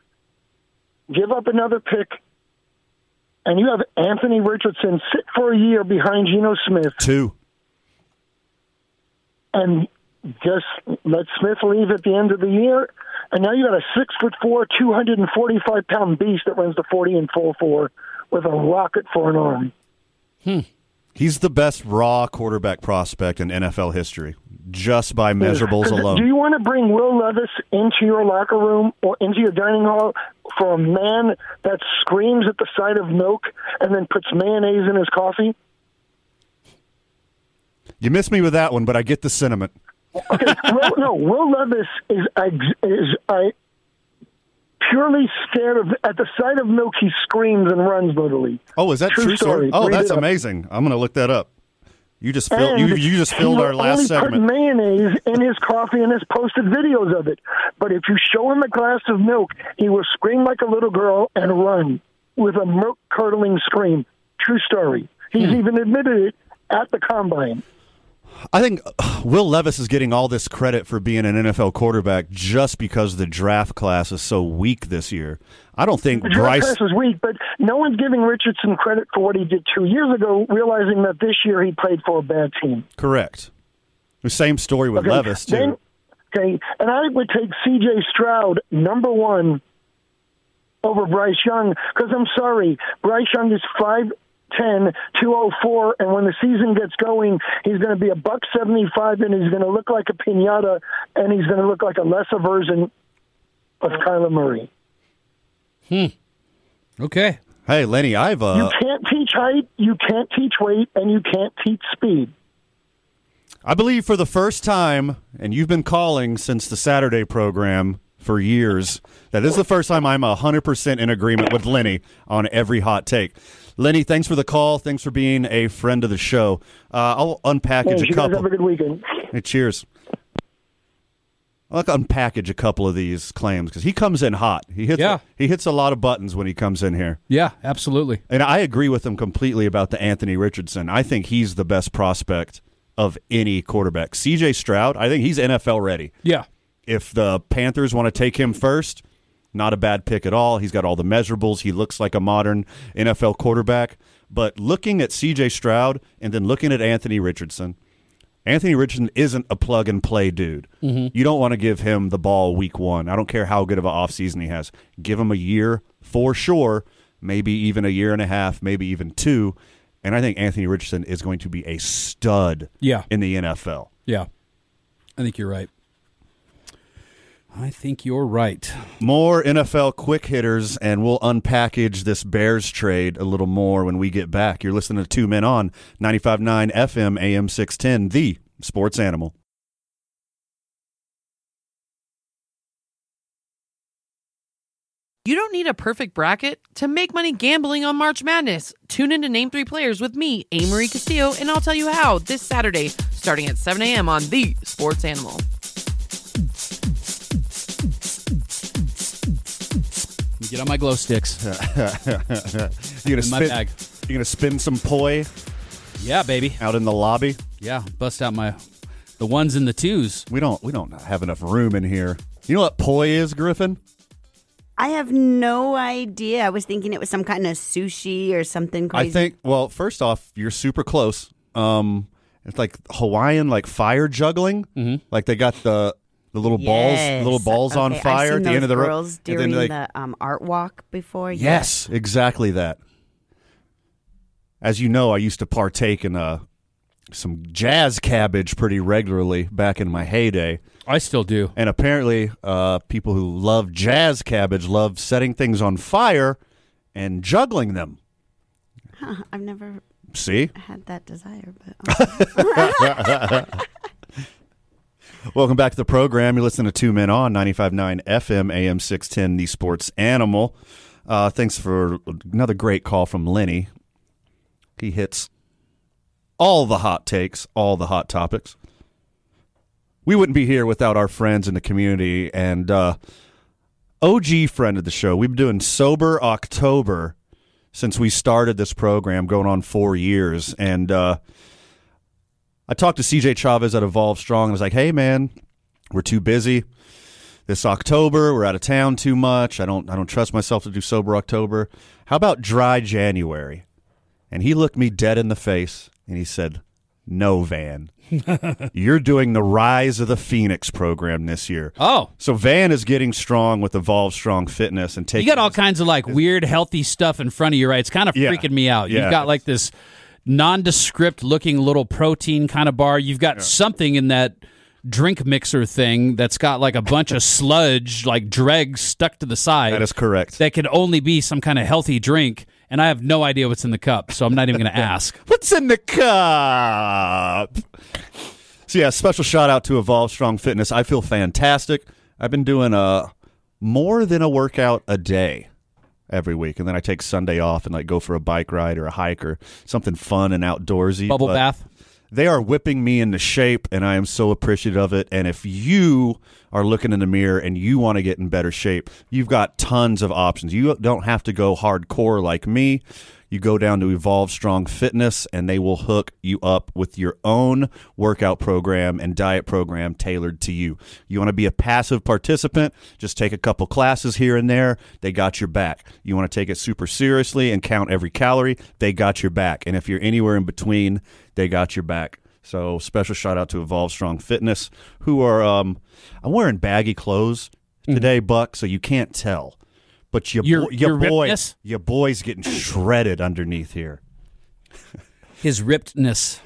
[SPEAKER 6] give up another pick, and you have Anthony Richardson sit for a year behind Geno Smith
[SPEAKER 1] Two.
[SPEAKER 6] and just let Smith leave at the end of the year. And now you got a six foot four, two hundred and forty five pound beast that runs the forty and full four with a rocket for an arm.
[SPEAKER 1] He's the best raw quarterback prospect in NFL history, just by measurables
[SPEAKER 6] Do
[SPEAKER 1] alone.
[SPEAKER 6] you want to bring Will Levis into your locker room or into your dining hall for a man that screams at the sight of milk and then puts mayonnaise in his coffee?
[SPEAKER 1] You missed me with that one, but I get the sentiment.
[SPEAKER 6] Okay, Will, no, Will Levis is is I purely scared of at the sight of milk. He screams and runs literally.
[SPEAKER 1] Oh, is that
[SPEAKER 6] True
[SPEAKER 1] true, story?
[SPEAKER 6] story.
[SPEAKER 1] Oh,
[SPEAKER 6] Read
[SPEAKER 1] that's
[SPEAKER 6] it up.
[SPEAKER 1] amazing. I'm going to look that up. You just filled, you,
[SPEAKER 6] And
[SPEAKER 1] you just
[SPEAKER 6] he
[SPEAKER 1] filled
[SPEAKER 6] will
[SPEAKER 1] our last
[SPEAKER 6] only Put
[SPEAKER 1] segment.
[SPEAKER 6] mayonnaise in his coffee and has posted videos of it. But if you show him a glass of milk, he will scream like a little girl and run with a milk curdling scream. True story. He's
[SPEAKER 1] Hmm.
[SPEAKER 6] even admitted it at the combine.
[SPEAKER 1] I think uh, Will Levis is getting all this credit for being an NFL quarterback just because the draft class is so weak this year. I don't think
[SPEAKER 6] The draft
[SPEAKER 1] Bryce.
[SPEAKER 6] class is weak, but no one's giving Richardson credit for what he did two years ago, realizing that this year he played for a bad team.
[SPEAKER 1] Correct. The same story with
[SPEAKER 6] Okay,
[SPEAKER 1] Levis too.
[SPEAKER 6] then- okay, and I would take C.J. Stroud number one over Bryce Young because I'm sorry, Bryce Young is five. 204, and when the season gets going, he's going to be a buck 75, and he's going to look like a pinata, and he's going to look like a lesser version of Kyler Murray.
[SPEAKER 2] Okay.
[SPEAKER 1] hey, Lenny, I've uh,
[SPEAKER 6] you can't teach height, you can't teach weight, and you can't teach speed.
[SPEAKER 1] I believe for the first time, and you've been calling since the Saturday program for years, that this is the first time I'm 100% in agreement with Lenny on every hot take. Lenny, thanks for the call. Thanks for being a friend of the show. Uh, I'll unpackage
[SPEAKER 6] Thanks.
[SPEAKER 1] a
[SPEAKER 6] You guys
[SPEAKER 1] couple.
[SPEAKER 6] have a good weekend.
[SPEAKER 1] Hey, cheers. I'll unpackage a couple of these claims because he comes in hot. He hits,
[SPEAKER 2] Yeah.
[SPEAKER 1] he hits a lot of buttons when he comes in here.
[SPEAKER 2] Yeah, absolutely.
[SPEAKER 1] And I agree with him completely about the Anthony Richardson. I think he's the best prospect of any quarterback. CJ Stroud, I think he's NFL ready.
[SPEAKER 2] Yeah.
[SPEAKER 1] If the Panthers want to take him first, not a bad pick at all. He's got all the measurables. He looks like a modern NFL quarterback. But looking at CJ Stroud and then looking at Anthony Richardson, Anthony Richardson isn't a plug and play dude. You don't want to give him the ball week one. I don't care how good of an offseason he has. Give him a year for sure, maybe even a year and a half, maybe even two. And I think Anthony Richardson is going to be a stud
[SPEAKER 2] Yeah.
[SPEAKER 1] in the NFL.
[SPEAKER 2] Yeah. I think you're right. I think you're right.
[SPEAKER 1] More NFL quick hitters, and we'll unpackage this Bears trade a little more when we get back. You're listening to Two Men on 95.9 FM AM 610, the sports animal.
[SPEAKER 7] You don't need a perfect bracket to make money gambling on March Madness. Tune in to Name Three Players with me, Amory Castillo, and I'll tell you how this Saturday, starting at 7 a.m. on The Sports Animal.
[SPEAKER 2] Get on my glow sticks.
[SPEAKER 1] You're gonna
[SPEAKER 2] In my
[SPEAKER 1] spin,
[SPEAKER 2] bag.
[SPEAKER 1] You're gonna spin some poi
[SPEAKER 2] yeah, baby.
[SPEAKER 1] out in the lobby.
[SPEAKER 2] Yeah, bust out my the ones and the twos.
[SPEAKER 1] We don't we don't have enough room in here. You know what poi is, Griffin?
[SPEAKER 4] I have no idea. I was thinking it was some kind of sushi or something crazy.
[SPEAKER 1] I think. Well, first off, you're super close. Um, it's like Hawaiian, like fire juggling. Mm-hmm. Like they got the the little balls,
[SPEAKER 4] Yes.
[SPEAKER 1] little balls on
[SPEAKER 4] Okay, I've
[SPEAKER 1] fire
[SPEAKER 4] seen
[SPEAKER 1] at the end
[SPEAKER 4] those
[SPEAKER 1] of the rope,
[SPEAKER 4] girls
[SPEAKER 1] and then
[SPEAKER 4] during
[SPEAKER 1] they-
[SPEAKER 4] the um, art walk before. yeah.
[SPEAKER 1] Yes, exactly that. As you know, I used to partake in uh, some jazz cabbage pretty regularly back in my heyday.
[SPEAKER 2] I still do.
[SPEAKER 1] And apparently, uh, people who love jazz cabbage love setting things on fire and juggling them.
[SPEAKER 4] Huh, *laughs* I've never
[SPEAKER 1] See? *laughs*
[SPEAKER 4] um, had that desire, but okay.
[SPEAKER 1] Welcome back to the program. You're listening to Two Men on 95.9 FM, AM 610, the sports animal. Uh, thanks for another great call from Lenny. He hits all the hot takes, all the hot topics. We wouldn't be here without our friends in the community and uh, OG friend of the show. We've been doing Sober October since we started this program, going on four years. And uh, I talked to CJ Chavez at Evolve Strong. I was like, hey, man, we're too busy this October. We're out of town too much. I don't, I don't trust myself to do Sober October. How about Dry January? And he looked me dead in the face and he said, no, Van. You're doing the Rise of the Phoenix program this year.
[SPEAKER 2] Oh,
[SPEAKER 1] So Van is getting strong with Evolve Strong Fitness and
[SPEAKER 2] you
[SPEAKER 1] taking
[SPEAKER 2] got all kinds of like weird healthy stuff in front of you, right? It's kind of
[SPEAKER 1] Yeah.
[SPEAKER 2] freaking me out.
[SPEAKER 1] Yeah.
[SPEAKER 2] You've got like this nondescript looking little protein kind of bar. You've got something in that drink mixer thing that's got like a bunch of sludge, like dregs stuck to the side.
[SPEAKER 1] That is correct.
[SPEAKER 2] that could only be some kind of healthy drink, and I have no idea what's in the cup, so I'm
[SPEAKER 1] *laughs*
[SPEAKER 2] not even going to ask.
[SPEAKER 1] What's in the cup? So yeah, special shout out to Evolve Strong Fitness. I feel fantastic. I've been doing a more than a workout a day every week, and then I take Sunday off and like go for a bike ride or a hike or something fun and outdoorsy.
[SPEAKER 2] Bubble
[SPEAKER 1] But
[SPEAKER 2] bath.
[SPEAKER 1] They are whipping me into shape, and I am so appreciative of it. And if you are looking in the mirror and you want to get in better shape, you've got tons of options. You don't have to go hardcore like me. You go down to Evolve Strong Fitness, and they will hook you up with your own workout program and diet program tailored to you. You want to be a passive participant? Just take a couple classes here and there. They got your back. You want to take it super seriously and count every calorie? They got your back. And if you're anywhere in between, they got your back. So special shout out to Evolve Strong Fitness, who are um, I'm wearing baggy clothes today, Buck, so you can't tell. But Mm-hmm. your bo-
[SPEAKER 2] Your-
[SPEAKER 1] your,
[SPEAKER 2] your
[SPEAKER 1] boy,
[SPEAKER 2] rippedness?
[SPEAKER 1] your boy's getting shredded underneath here.
[SPEAKER 2] His rippedness.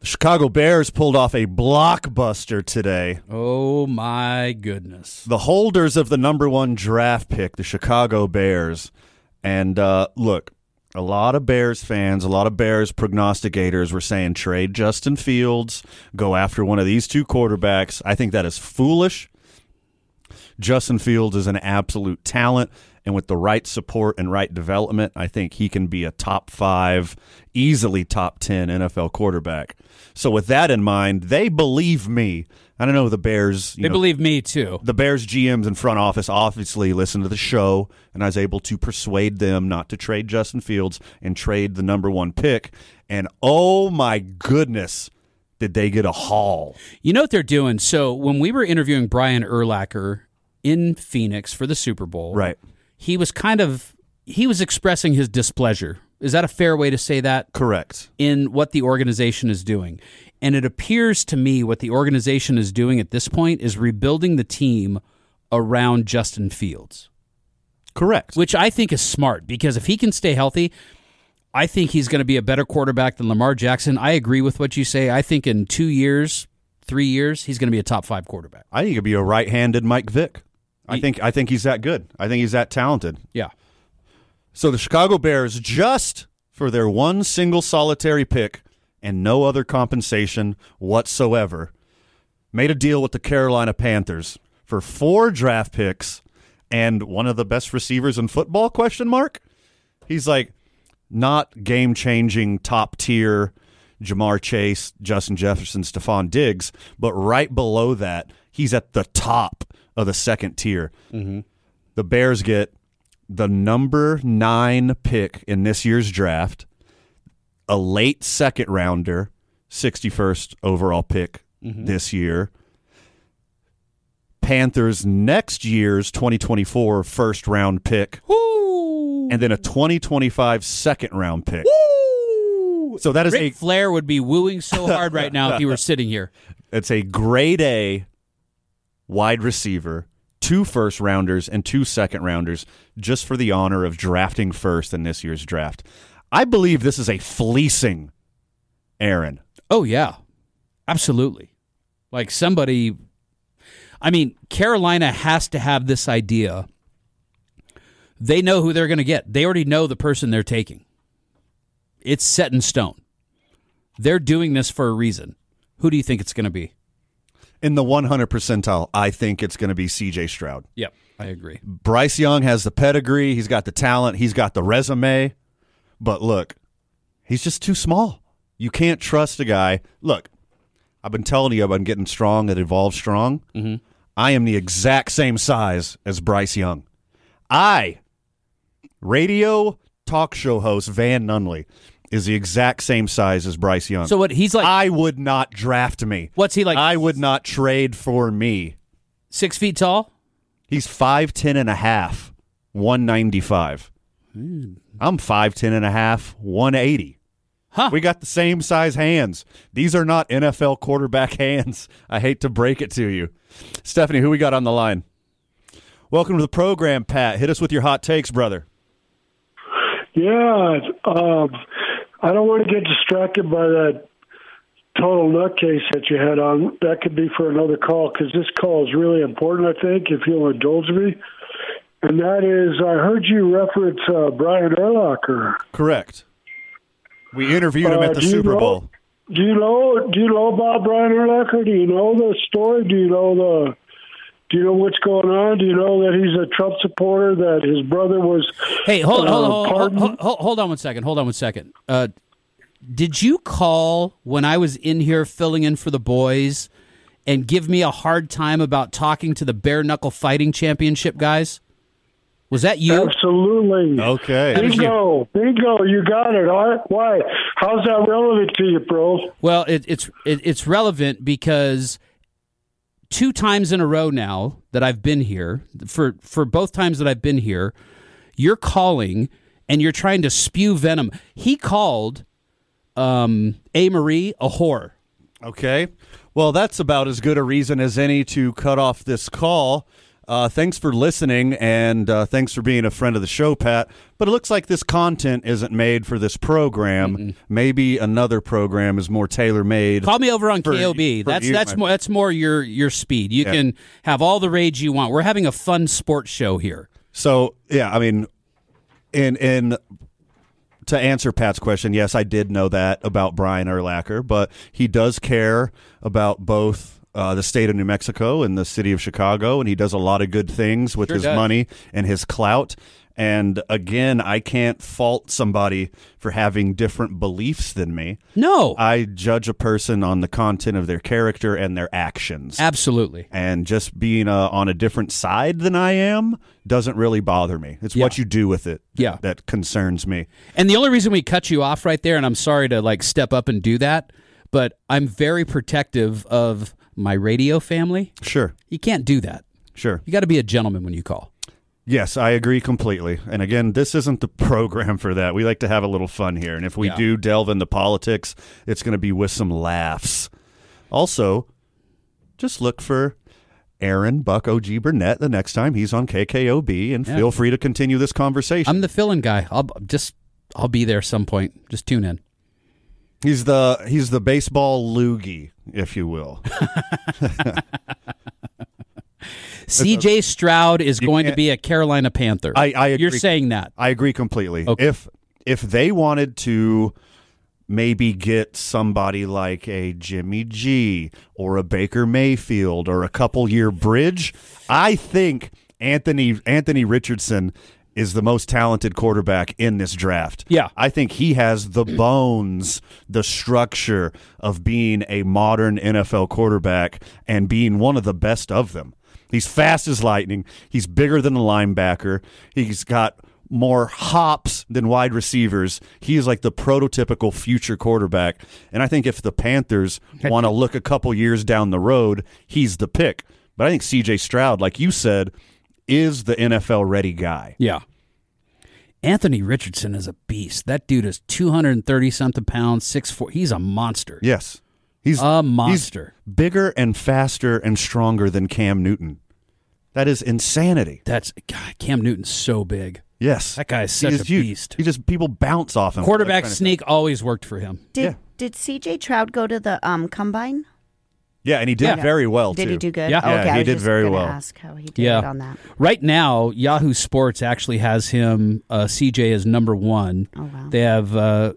[SPEAKER 1] The Chicago Bears pulled off a blockbuster today.
[SPEAKER 2] Oh my goodness.
[SPEAKER 1] the holders of the number one draft pick, the Chicago Bears. And uh, look, a lot of Bears fans, a lot of Bears prognosticators were saying trade Justin Fields, go after one of these two quarterbacks. I think that is foolish. Justin Fields is an absolute talent. And with the right support and right development, I think he can be a top five, easily top 10 NFL quarterback. So, with that in mind, they believe me. I don't know the Bears. You
[SPEAKER 2] They
[SPEAKER 1] know,
[SPEAKER 2] believe me too.
[SPEAKER 1] the Bears GMs and front office obviously listened to the show, and I was able to persuade them not to trade Justin Fields and trade the number one pick. And oh my goodness, did they get a haul?
[SPEAKER 2] You know what they're doing? So when we were interviewing Brian Erlacher in Phoenix for the Super Bowl,
[SPEAKER 1] Right.
[SPEAKER 2] he was kind of he was expressing his displeasure. Is that a fair way to say that?
[SPEAKER 1] Correct.
[SPEAKER 2] in what the organization is doing. And it appears to me what the organization is doing at this point is rebuilding the team around Justin Fields,
[SPEAKER 1] Correct.
[SPEAKER 2] which I think is smart because if he can stay healthy, I think he's going to be a better quarterback than Lamar Jackson. I agree with what you say. I think in two years, three years, he's going to be a top five quarterback.
[SPEAKER 1] I think it'd be a right-handed Mike Vick. I think I think he's that good. I think he's that talented.
[SPEAKER 2] Yeah.
[SPEAKER 1] So the Chicago Bears, just for their one single solitary pick and no other compensation whatsoever, made a deal with the Carolina Panthers for four draft picks and one of the best receivers in football question mark. He's like not game changing top tier Jamar Chase, Justin Jefferson, Stephon Diggs, but right below that, he's at the top of the second tier. The Bears get the number nine pick in this year's draft, a late second rounder, 61st overall pick this year. Panthers next year's 2024 first round pick, and then a 2025 second round pick. So that is
[SPEAKER 2] Ric
[SPEAKER 1] a
[SPEAKER 2] Flair would be wooing so hard right now
[SPEAKER 1] *laughs*
[SPEAKER 2] if he were sitting here.
[SPEAKER 1] it's a grade A wide receiver, two first rounders and two second rounders, just for the honor of drafting first in this year's draft. I believe this is a fleecing, Aaron.
[SPEAKER 2] Oh yeah, absolutely. Like somebody, I mean, Carolina has to have this idea. They know who they're going to get. They already know the person they're taking. It's set in stone. They're doing this for a reason. Who do you think it's going to be?
[SPEAKER 1] In the 100 percentile, I think it's going to be C.J. Stroud.
[SPEAKER 2] Yep, I agree.
[SPEAKER 1] Bryce Young has the pedigree. He's got the talent. He's got the resume. But look, he's just too small. You can't trust a guy. Look, I've been telling you I've been getting strong at Evolve Strong. Mm-hmm. I am the exact same size as Bryce Young. I, radio talk show host Van Nunley, is the exact same size as Bryce Young.
[SPEAKER 2] So what? He's like
[SPEAKER 1] I would not draft me.
[SPEAKER 2] What's he like?
[SPEAKER 1] I would not trade for me.
[SPEAKER 2] six feet tall.
[SPEAKER 1] He's 5'10 and a half, 195. I'm 5'10 and a half, 180.
[SPEAKER 2] Huh.
[SPEAKER 1] We got the same size hands. These are not NFL quarterback *laughs* hands. I hate to break it to you. Stephanie, who we got on the line? Welcome to the program, Pat. Hit us with your hot takes, brother.
[SPEAKER 6] Yeah, um, I don't want to get distracted by that total nutcase that you had on. That could be for another call because this call is really important, I think, if you'll indulge me. And that is, I heard you reference uh, Brian Urlacher.
[SPEAKER 1] Correct. We interviewed him
[SPEAKER 6] Uh,
[SPEAKER 1] at the
[SPEAKER 6] do you
[SPEAKER 1] Super
[SPEAKER 6] know-
[SPEAKER 1] Bowl.
[SPEAKER 6] Do you know? Do you know about Brian Urlacher? Do you know the story? Do you know the? Do you know what's going on? Do you know that he's a Trump supporter? That his brother was.
[SPEAKER 2] Hey, hold, hold,
[SPEAKER 6] uh,
[SPEAKER 2] hold, hold,
[SPEAKER 6] pardoned?
[SPEAKER 2] hold, hold, hold on one second. Hold on one second. Uh, did you call when I was in here filling in for the boys and give me a hard time about talking to the bare knuckle fighting championship guys? Was that you?
[SPEAKER 6] Absolutely.
[SPEAKER 1] Okay.
[SPEAKER 6] Bingo, bingo, you got it. All right. Why? How's that relevant to you, bro?
[SPEAKER 2] Well, it, it's it, it's relevant because two times in a row now that I've been here for for both times that I've been here, you're calling and you're trying to spew venom. He called um, A Marie a whore.
[SPEAKER 1] Okay. Well, that's about as good a reason as any to cut off this call. Uh, thanks for listening and uh, thanks for being a friend of the show, Pat. But it looks like this content isn't made for this program. Maybe another program is more tailor made.
[SPEAKER 2] Call me over on
[SPEAKER 1] For-
[SPEAKER 2] KOB.
[SPEAKER 1] for
[SPEAKER 2] that's
[SPEAKER 1] you,
[SPEAKER 2] that's
[SPEAKER 1] my
[SPEAKER 2] more that's more your your speed. You can have all the rage you want. We're having a fun sports show here.
[SPEAKER 1] So, yeah, I mean, in, in to answer Pat's question, yes, I did know that about Brian Erlacher, but he does care about both uh, the state of New Mexico and the city of Chicago, and he does a lot of good things with
[SPEAKER 2] Sure
[SPEAKER 1] his
[SPEAKER 2] does.
[SPEAKER 1] money and his clout. And again, I can't fault somebody for having different beliefs than me.
[SPEAKER 2] No,
[SPEAKER 1] I judge a person on the content of their character and their actions.
[SPEAKER 2] absolutely.
[SPEAKER 1] and just being uh, on a different side than I am doesn't really bother me. It's what you do with it
[SPEAKER 2] Yeah.
[SPEAKER 1] that concerns me.
[SPEAKER 2] And the only reason we cut you off right there, and I'm sorry to like step up and do that, but I'm very protective of my radio family.
[SPEAKER 1] Sure,
[SPEAKER 2] You can't do that.
[SPEAKER 1] sure.
[SPEAKER 2] You got to be a gentleman when you call.
[SPEAKER 1] Yes, I agree completely. And again, this isn't the *laughs* program for that. We like to have a little fun here. And if we
[SPEAKER 2] Yeah.
[SPEAKER 1] do delve into politics, it's going to be with some laughs. Also, just look for Aaron Buck OG Burnett the next time he's on KKOB and
[SPEAKER 2] Yeah.
[SPEAKER 1] feel free to continue this conversation.
[SPEAKER 2] I'm the fill-in guy. I'll just I'll be there some point. Just tune in.
[SPEAKER 1] He's the he's the baseball loogie, if you will.
[SPEAKER 2] CJ Stroud is going to
[SPEAKER 1] can't-
[SPEAKER 2] be a Carolina Panther.
[SPEAKER 1] I- I
[SPEAKER 2] You're
[SPEAKER 1] agree.
[SPEAKER 2] saying that.
[SPEAKER 1] I agree completely.
[SPEAKER 2] Okay.
[SPEAKER 1] If if they wanted to maybe get somebody like a Jimmy G or a Baker Mayfield or a couple year bridge, I think Anthony Anthony Richardson is the most talented quarterback in this draft.
[SPEAKER 2] Yeah.
[SPEAKER 1] I think he has the bones, the structure of being a modern NFL quarterback and being one of the best of them. He's fast as lightning. He's bigger than a linebacker. He's got more hops than wide receivers. He is like the prototypical future quarterback. And I think if the Panthers want to look a couple years down the road, he's the pick. But I think CJ Stroud, like you said, is the NFL ready guy.
[SPEAKER 2] Yeah. Anthony Richardson is a beast. That dude is 230 something pounds, six four. He's a monster.
[SPEAKER 1] Yes. He's
[SPEAKER 2] A monster.
[SPEAKER 1] he's bigger and faster and stronger than Cam Newton. That is insanity.
[SPEAKER 2] That's God, Cam Newton's so big.
[SPEAKER 1] Yes.
[SPEAKER 2] That guy is
[SPEAKER 1] He
[SPEAKER 2] such a
[SPEAKER 1] huge.
[SPEAKER 2] beast.
[SPEAKER 1] He just people bounce off him.
[SPEAKER 2] Quarterback
[SPEAKER 1] That kind of
[SPEAKER 2] sneak always worked for him.
[SPEAKER 4] Did
[SPEAKER 1] Yeah.
[SPEAKER 4] did C.J. Stroud go to the um combine?
[SPEAKER 1] thing. Yeah, and he did
[SPEAKER 2] Yeah.
[SPEAKER 1] very well
[SPEAKER 4] Did
[SPEAKER 1] too.
[SPEAKER 4] he do good?
[SPEAKER 2] Yeah.
[SPEAKER 4] okay,
[SPEAKER 1] Yeah,
[SPEAKER 4] I
[SPEAKER 1] he
[SPEAKER 4] was
[SPEAKER 1] did
[SPEAKER 4] just
[SPEAKER 1] very
[SPEAKER 4] gonna
[SPEAKER 1] well.
[SPEAKER 4] Ask how he did
[SPEAKER 2] Yeah.
[SPEAKER 4] on that.
[SPEAKER 2] Right now, Yahoo Sports actually has him uh, CJ as number one.
[SPEAKER 4] Oh wow.
[SPEAKER 2] They have uh,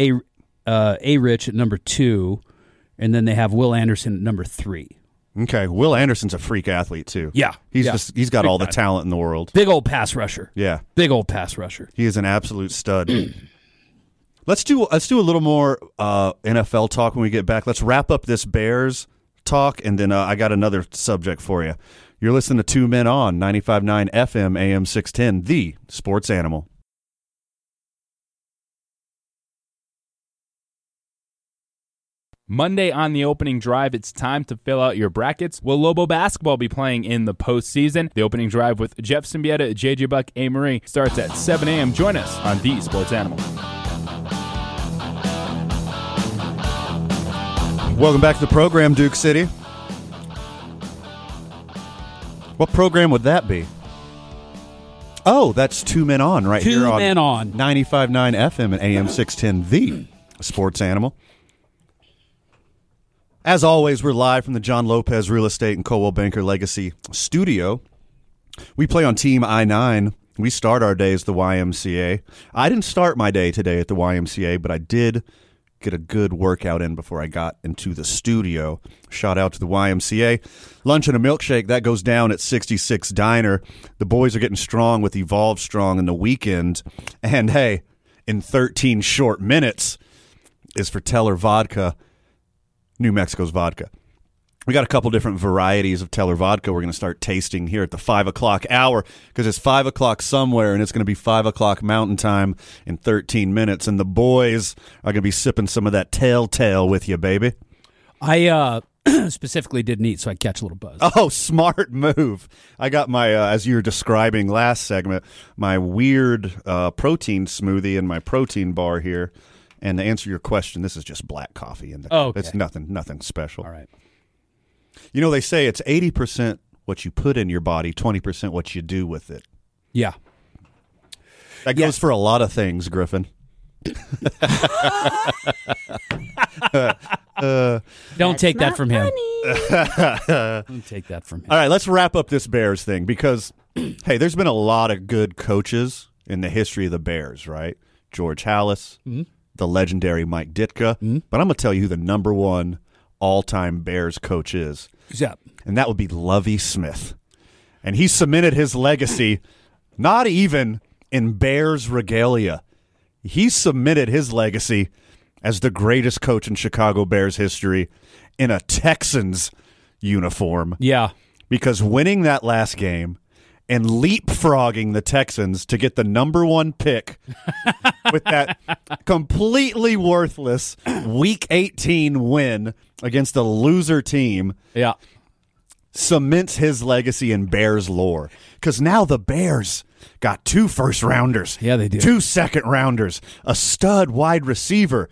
[SPEAKER 2] a uh, a Rich at number two, and then they have Will Anderson at number three.
[SPEAKER 1] Okay, Will Anderson's a freak athlete too.
[SPEAKER 2] Yeah,
[SPEAKER 1] he's
[SPEAKER 2] yeah.
[SPEAKER 1] just he's got all the talent in the world.
[SPEAKER 2] Big old pass rusher.
[SPEAKER 1] Yeah,
[SPEAKER 2] Big old pass rusher.
[SPEAKER 1] he is an absolute stud. *clears throat* let's do let's do a little more uh, NFL talk when we get back. Let's wrap up this Bears talk, and then uh, I got another subject for you. You're listening to Two Men on 95.9 FM AM 610, the sports animal.
[SPEAKER 8] Monday on the opening drive, it's time to fill out your brackets. Will Lobo basketball be playing in the postseason? The opening drive with Jeff Symbieta, JJ Buck, A. Marie starts at 7 a.m. Join us on The Sports Animal.
[SPEAKER 1] Welcome back to the program, Duke City. What program would that be? Oh, that's Two Men On right
[SPEAKER 2] Two
[SPEAKER 1] here on
[SPEAKER 2] Men On.
[SPEAKER 1] 95.9 FM and AM 610, the sports animal. As always, we're live from the John Lopez Real Estate and Coldwell Banker Legacy Studio. We play on Team I 9. We start our days at the YMCA. I didn't start my day today at the YMCA, but I did get a good workout in before I got into the studio. Shout out to the YMCA. Lunch and a milkshake, that goes down at 66 Diner. The boys are getting strong with Evolve Strong in the weekend. And hey, in 13 short minutes is for Teller Vodka, New Mexico's vodka. We got a couple different varieties of Teller vodka. We're going to start tasting here at the five o'clock hour because it's five o'clock somewhere and it's going to be five o'clock mountain time in 13 minutes. And the boys are going to be sipping some of that telltale with you, baby. *laughs*
[SPEAKER 2] I uh, *clears throat* specifically didn't eat, so I catch a little buzz.
[SPEAKER 1] Oh, smart move. I got my, uh, as you were describing last segment, my weird uh, protein smoothie and my protein bar here. And to answer your question, this is just black coffee. And
[SPEAKER 2] Oh, okay.
[SPEAKER 1] it's nothing, nothing special.
[SPEAKER 2] All right.
[SPEAKER 1] You know, they say it's 80% what you put in your body, 20% what you do with it.
[SPEAKER 2] Yeah.
[SPEAKER 1] That
[SPEAKER 2] Yeah.
[SPEAKER 1] goes for a lot of things, Griffin.
[SPEAKER 2] Don't take that
[SPEAKER 4] not
[SPEAKER 2] from him.
[SPEAKER 4] funny.
[SPEAKER 2] Don't take that from him.
[SPEAKER 1] All right, let's wrap up this Bears thing because, *clears throat* hey, there's been a lot of good coaches in the history of the Bears, right? George Hallis, the legendary Mike Ditka. But I'm going to tell you who the number one all time Bears coach is,
[SPEAKER 2] Who's up?
[SPEAKER 1] and that would be Lovey Smith. And he cemented his legacy not even in Bears regalia. He submitted his legacy as the greatest coach in Chicago Bears history in a Texans uniform
[SPEAKER 2] Yeah.
[SPEAKER 1] because winning that last game and leapfrogging the Texans to get the number one pick with
[SPEAKER 2] *laughs*
[SPEAKER 1] that completely worthless Week 18 win against a loser team
[SPEAKER 2] Yeah.
[SPEAKER 1] cements his legacy in Bears lore. Because now the Bears got two first rounders.
[SPEAKER 2] Yeah, they do.
[SPEAKER 1] Two second rounders, a stud wide receiver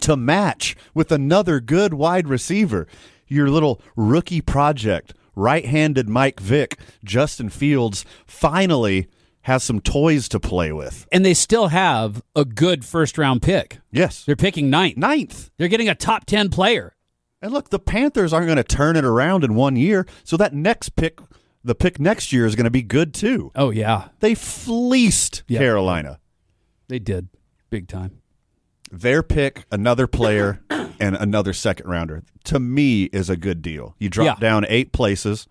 [SPEAKER 1] to match with another good wide receiver. Your little rookie project, right handed Mike Vick, Justin Fields, finally has some toys to play with.
[SPEAKER 2] And they still have a good first round pick.
[SPEAKER 1] Yes.
[SPEAKER 2] They're picking ninth.
[SPEAKER 1] Ninth.
[SPEAKER 2] They're getting a top 10 player.
[SPEAKER 1] And look, the Panthers aren't going to turn it around in one year. So that next pick, the pick next year, is going to be good too.
[SPEAKER 2] Oh, yeah.
[SPEAKER 1] They fleeced
[SPEAKER 2] Yeah.
[SPEAKER 1] Carolina.
[SPEAKER 2] They did. Big time.
[SPEAKER 1] Their pick, another
[SPEAKER 2] *clears throat*
[SPEAKER 1] player, and another second rounder, to me, is a good deal. You drop
[SPEAKER 2] Yeah. Mm-hmm.
[SPEAKER 1] down eight places,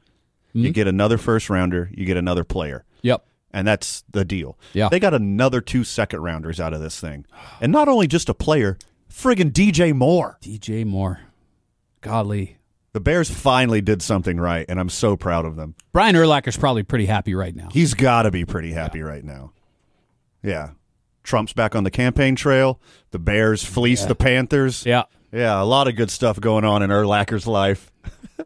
[SPEAKER 1] you get another first rounder, you get another player.
[SPEAKER 2] Yep.
[SPEAKER 1] And that's the deal.
[SPEAKER 2] Yeah.
[SPEAKER 1] They got another two second rounders out of this thing. And not only just a player, friggin' DJ Moore.
[SPEAKER 2] DJ Moore. Golly.
[SPEAKER 1] The Bears finally did something right, and I'm so proud of them.
[SPEAKER 2] Brian Urlacher's probably pretty happy right now.
[SPEAKER 1] He's got to be pretty happy right now. Yeah. Trump's back on the campaign trail. The Bears fleece the Panthers.
[SPEAKER 2] Yeah.
[SPEAKER 1] Yeah, a lot of good stuff going on in Erlacher's life.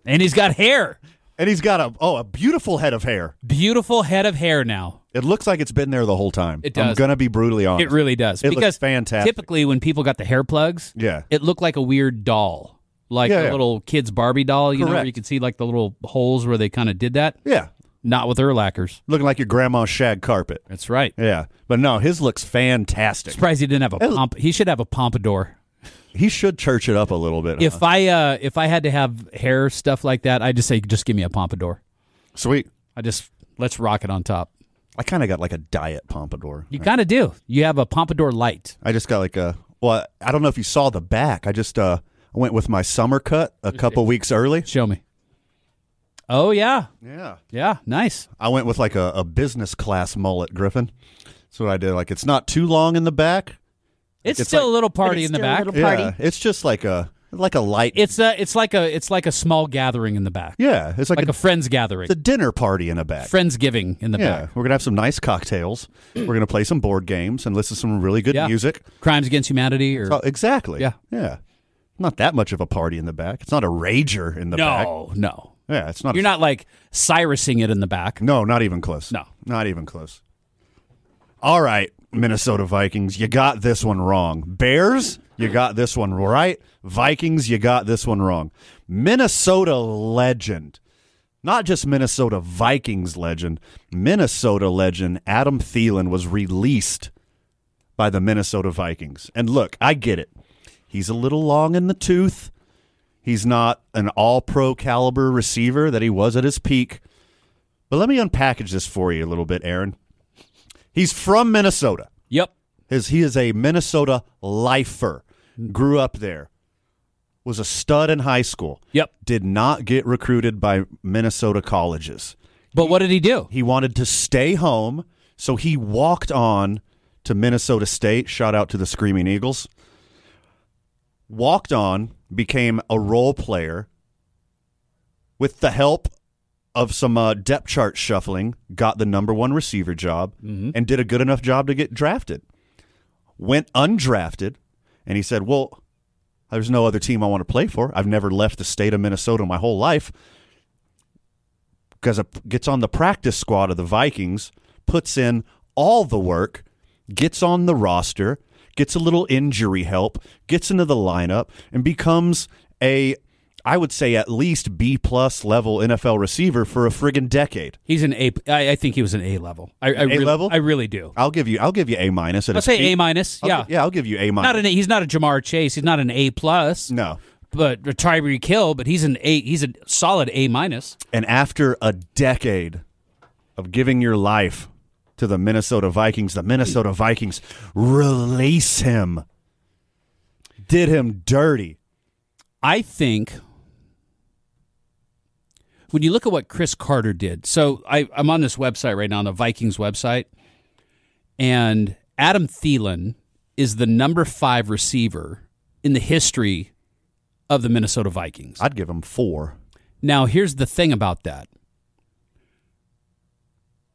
[SPEAKER 2] And he's got hair.
[SPEAKER 1] And he's got a oh, a beautiful head of hair.
[SPEAKER 2] Beautiful head of hair now.
[SPEAKER 1] It looks like it's been there the whole time.
[SPEAKER 2] It
[SPEAKER 1] I'm
[SPEAKER 2] does.
[SPEAKER 1] gonna be brutally honest.
[SPEAKER 2] It really does.
[SPEAKER 1] It looks
[SPEAKER 2] because
[SPEAKER 1] fantastic.
[SPEAKER 2] Typically, when people got the hair plugs,
[SPEAKER 1] Yeah.
[SPEAKER 2] it looked like a weird doll, like
[SPEAKER 1] Yeah,
[SPEAKER 2] a
[SPEAKER 1] yeah.
[SPEAKER 2] little kid's Barbie doll. You know, where
[SPEAKER 1] Correct.
[SPEAKER 2] you could see like the little holes where they kind of did that.
[SPEAKER 1] yeah.
[SPEAKER 2] Not with Urlachers.
[SPEAKER 1] Looking like your grandma's shag carpet.
[SPEAKER 2] That's right.
[SPEAKER 1] Yeah. But no, his looks fantastic.
[SPEAKER 2] Surprised he didn't have a
[SPEAKER 1] It-
[SPEAKER 2] pomp. He should have a pompadour.
[SPEAKER 1] He should church it up a little bit. huh?
[SPEAKER 2] If I uh, if I had to have hair stuff like that, I'd just say just give me a pompadour.
[SPEAKER 1] Sweet.
[SPEAKER 2] I just let's rock it on top.
[SPEAKER 1] I kinda got like a diet pompadour.
[SPEAKER 2] You kind of do. You have a pompadour light.
[SPEAKER 1] I just got like a well, I don't know if you saw the back. I just uh I went with my summer cut
[SPEAKER 2] *laughs*
[SPEAKER 1] a couple weeks early.
[SPEAKER 2] Show me. Oh yeah,
[SPEAKER 1] Yeah.
[SPEAKER 2] yeah, nice.
[SPEAKER 1] I went with like a, a business class mullet, Griffin. That's what I did. Like it's not too long in the back.
[SPEAKER 2] It's,
[SPEAKER 1] It's
[SPEAKER 2] still a
[SPEAKER 1] like-
[SPEAKER 2] little party
[SPEAKER 4] it's
[SPEAKER 2] in the
[SPEAKER 4] still a
[SPEAKER 2] back.
[SPEAKER 4] little- Party.
[SPEAKER 1] Yeah. It's just like a like a light.
[SPEAKER 2] It's a, it's like a, it's like a small gathering in the back,
[SPEAKER 1] yeah. It's like,
[SPEAKER 2] like
[SPEAKER 1] a,
[SPEAKER 2] a friends gathering,
[SPEAKER 1] it's a dinner party in the back.
[SPEAKER 2] friends giving in the
[SPEAKER 1] yeah.
[SPEAKER 2] back.
[SPEAKER 1] We're gonna have some nice
[SPEAKER 2] *clears throat*
[SPEAKER 1] cocktails. We're gonna play some board games and listen to some really good
[SPEAKER 2] Yeah.
[SPEAKER 1] music.
[SPEAKER 2] Crimes against humanity, or
[SPEAKER 1] Oh, exactly.
[SPEAKER 2] Yeah.
[SPEAKER 1] Yeah. Not that much of a party in the back. It's not a rager in the back.
[SPEAKER 2] no, no,
[SPEAKER 1] Yeah, it's not.
[SPEAKER 2] you're not like Cyrusing it in the back.
[SPEAKER 1] No, not even close.
[SPEAKER 2] No.
[SPEAKER 1] Not even close. All right, Minnesota Vikings, you got this one wrong. Bears, you got this one right. Vikings, you got this one wrong. Minnesota legend. Not just Minnesota Vikings legend, Minnesota legend Adam Thielen was released by the Minnesota Vikings. And look, I get it. He's a little long in the tooth. He's not an all pro caliber receiver that he was at his peak. But let me unpackage this for you a little bit, Aaron. He's from Minnesota.
[SPEAKER 2] Yep,
[SPEAKER 1] His, he is a Minnesota lifer. Grew up there. Was a stud in high school.
[SPEAKER 2] Yep.
[SPEAKER 1] Did not get recruited by Minnesota colleges.
[SPEAKER 2] but what did he do?
[SPEAKER 1] He wanted to stay home, so he walked on to Minnesota State. Shout out to the Screaming Eagles. Walked on, became a role player with the help of some uh, depth chart shuffling, got the number one receiver job, and did a good enough job to get drafted. Went undrafted, and he said, Well, there's no other team I want to play for. I've never left the state of Minnesota my whole life because gets on the practice squad of the Vikings, puts in all the work, gets on the roster, gets a little injury help, gets into the lineup, and becomes a, I would say at least B plus level NFL receiver for a friggin' decade.
[SPEAKER 2] He's an A. I, I think he was an A level. I, I
[SPEAKER 1] A
[SPEAKER 2] really,
[SPEAKER 1] level?
[SPEAKER 2] I really do.
[SPEAKER 1] I'll give you, I'll give you a minus. at
[SPEAKER 2] I'll
[SPEAKER 1] his
[SPEAKER 2] say
[SPEAKER 1] peak.
[SPEAKER 2] A minus.
[SPEAKER 1] I'll
[SPEAKER 2] Yeah,
[SPEAKER 1] gi- yeah, I'll give you a minus.
[SPEAKER 2] Not an A. He's not a Jamar Chase. He's not an A plus.
[SPEAKER 1] no.
[SPEAKER 2] But or Tyreek Hill. But he's an A. He's a solid A minus.
[SPEAKER 1] And after a decade of giving your life to the Minnesota Vikings, the Minnesota Vikings release him. Did him dirty.
[SPEAKER 2] I think when you look at what Chris Carter did, so I, I'm on this website right now, the Vikings website, and Adam Thielen is the number five receiver in the history of the Minnesota Vikings.
[SPEAKER 1] I'd give him four.
[SPEAKER 2] Now, here's the thing about that.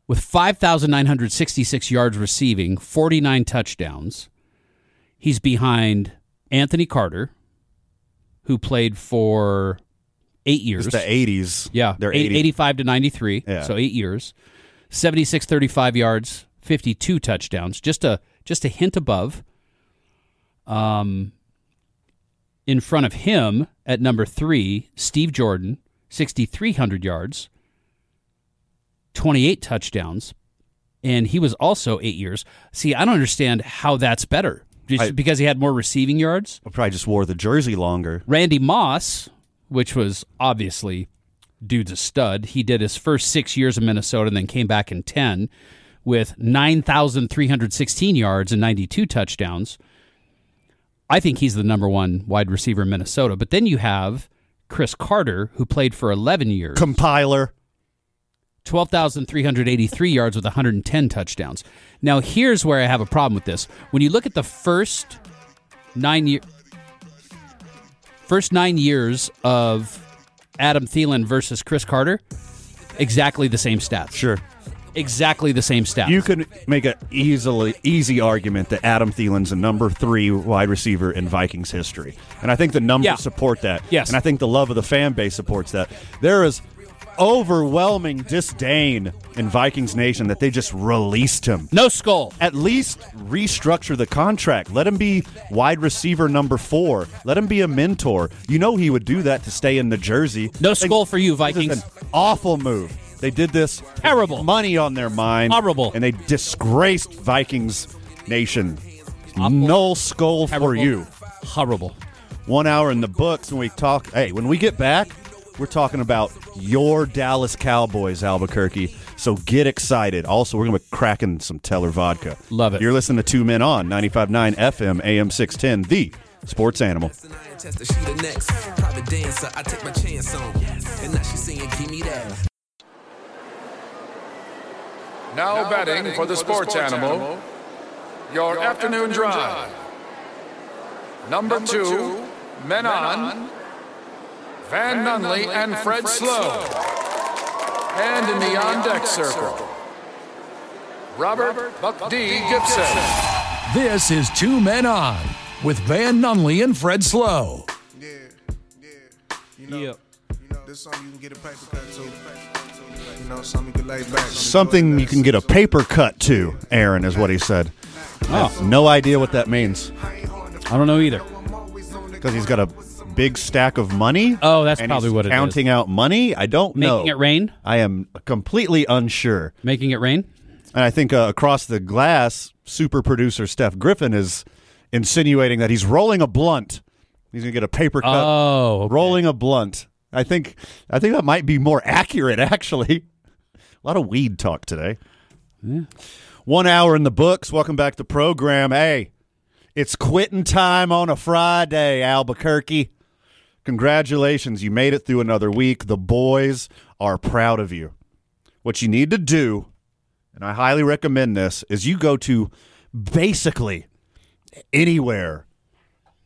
[SPEAKER 2] With 5,966 yards receiving, 49 touchdowns, he's behind Anthony Carter, who played for eight years.
[SPEAKER 1] It's the eighties.
[SPEAKER 2] yeah,
[SPEAKER 1] they're
[SPEAKER 2] eight-
[SPEAKER 1] 80.
[SPEAKER 2] 85 to 93,
[SPEAKER 1] Yeah.
[SPEAKER 2] so eight years. 76, 35 yards, 52 touchdowns, just a just a hint above. Um, in front of him at number three, Steve Jordan, 6,300 yards, 28 touchdowns, and he was also eight years. See, I don't understand how that's better. Just
[SPEAKER 1] I-
[SPEAKER 2] because he had more receiving yards?
[SPEAKER 1] I probably just wore the jersey longer.
[SPEAKER 2] Randy Moss, which was obviously dude's a stud, he did his first six years in Minnesota and then came back in 10 with 9,316 yards and 92 touchdowns. I think he's the number one wide receiver in Minnesota. But then you have Chris Carter, who played for 11 years,
[SPEAKER 1] Compiler.
[SPEAKER 2] 12,383 yards with 110 touchdowns. Now, here's where I have a problem with this. When you look at the first nine year first nine years of Adam Thielen versus Chris Carter, exactly the same stats.
[SPEAKER 1] Sure.
[SPEAKER 2] Exactly the same stats.
[SPEAKER 1] You could make an easily easy argument that Adam Thielen's a number three wide receiver in Vikings history. And I think the numbers
[SPEAKER 2] Yeah.
[SPEAKER 1] support that.
[SPEAKER 2] Yes.
[SPEAKER 1] And I think the love of the fan base supports that. There is overwhelming disdain in Vikings Nation that they just released him.
[SPEAKER 2] no skull.
[SPEAKER 1] at least restructure the contract. Let him be wide receiver number four. Let him be a mentor. You know he would do that to stay in the jersey.
[SPEAKER 2] No
[SPEAKER 1] They-
[SPEAKER 2] skull for you,
[SPEAKER 1] This is
[SPEAKER 2] Vikings.
[SPEAKER 1] an awful move. They did this with
[SPEAKER 2] Terrible.
[SPEAKER 1] money on their mind.
[SPEAKER 2] Horrible.
[SPEAKER 1] And they disgraced Vikings Nation. No skull for
[SPEAKER 2] Horrible.
[SPEAKER 1] you.
[SPEAKER 2] Horrible.
[SPEAKER 1] One hour in the books when we talk hey, when we get back, we're talking about your Dallas Cowboys, Albuquerque. So get excited. Also, we're gonna be cracking some Teller vodka.
[SPEAKER 2] Love it.
[SPEAKER 1] You're listening to Two Men on 95.9 FM AM six ten, the Sports Animal.
[SPEAKER 9] Chester, she the next private dancer. I take my chance on. And now she singing, give me that.
[SPEAKER 10] Now, batting, for the sports, animal, your, afternoon, drive. Number, two, Menon, Van, Nunley, and Fred, Slow. And in the on deck circle, Robert, Buck D. Gibson.
[SPEAKER 5] This is Two Men On with Van Nunley and Fred Slow.
[SPEAKER 11] You know, this song you can get a paper cut to. You know, something you can lay back.
[SPEAKER 1] Something you can get a paper cut to, Aaron, is what he said.
[SPEAKER 2] Oh.
[SPEAKER 1] I have no idea what that means.
[SPEAKER 2] I don't know either.
[SPEAKER 1] Because he's got a big stack of money.
[SPEAKER 2] Oh, that's
[SPEAKER 1] and
[SPEAKER 2] probably
[SPEAKER 1] he's
[SPEAKER 2] what it is.
[SPEAKER 1] counting out money. I don't know.
[SPEAKER 2] Making it rain?
[SPEAKER 1] I am completely unsure.
[SPEAKER 2] Making it rain?
[SPEAKER 1] And I think uh, across the glass, super producer Steph Griffin is insinuating that he's rolling a blunt. He's gonna get a paper cut.
[SPEAKER 2] Oh,
[SPEAKER 1] rolling a blunt. I think I think that might be more *laughs* accurate. Actually, a lot of weed talk today. One hour in the books. Welcome back to the program. Hey, it's quitting time on a Friday, Albuquerque. Congratulations, you made it through another week. The boys are proud of you. What you need to do and I highly recommend this, is you go to basically anywhere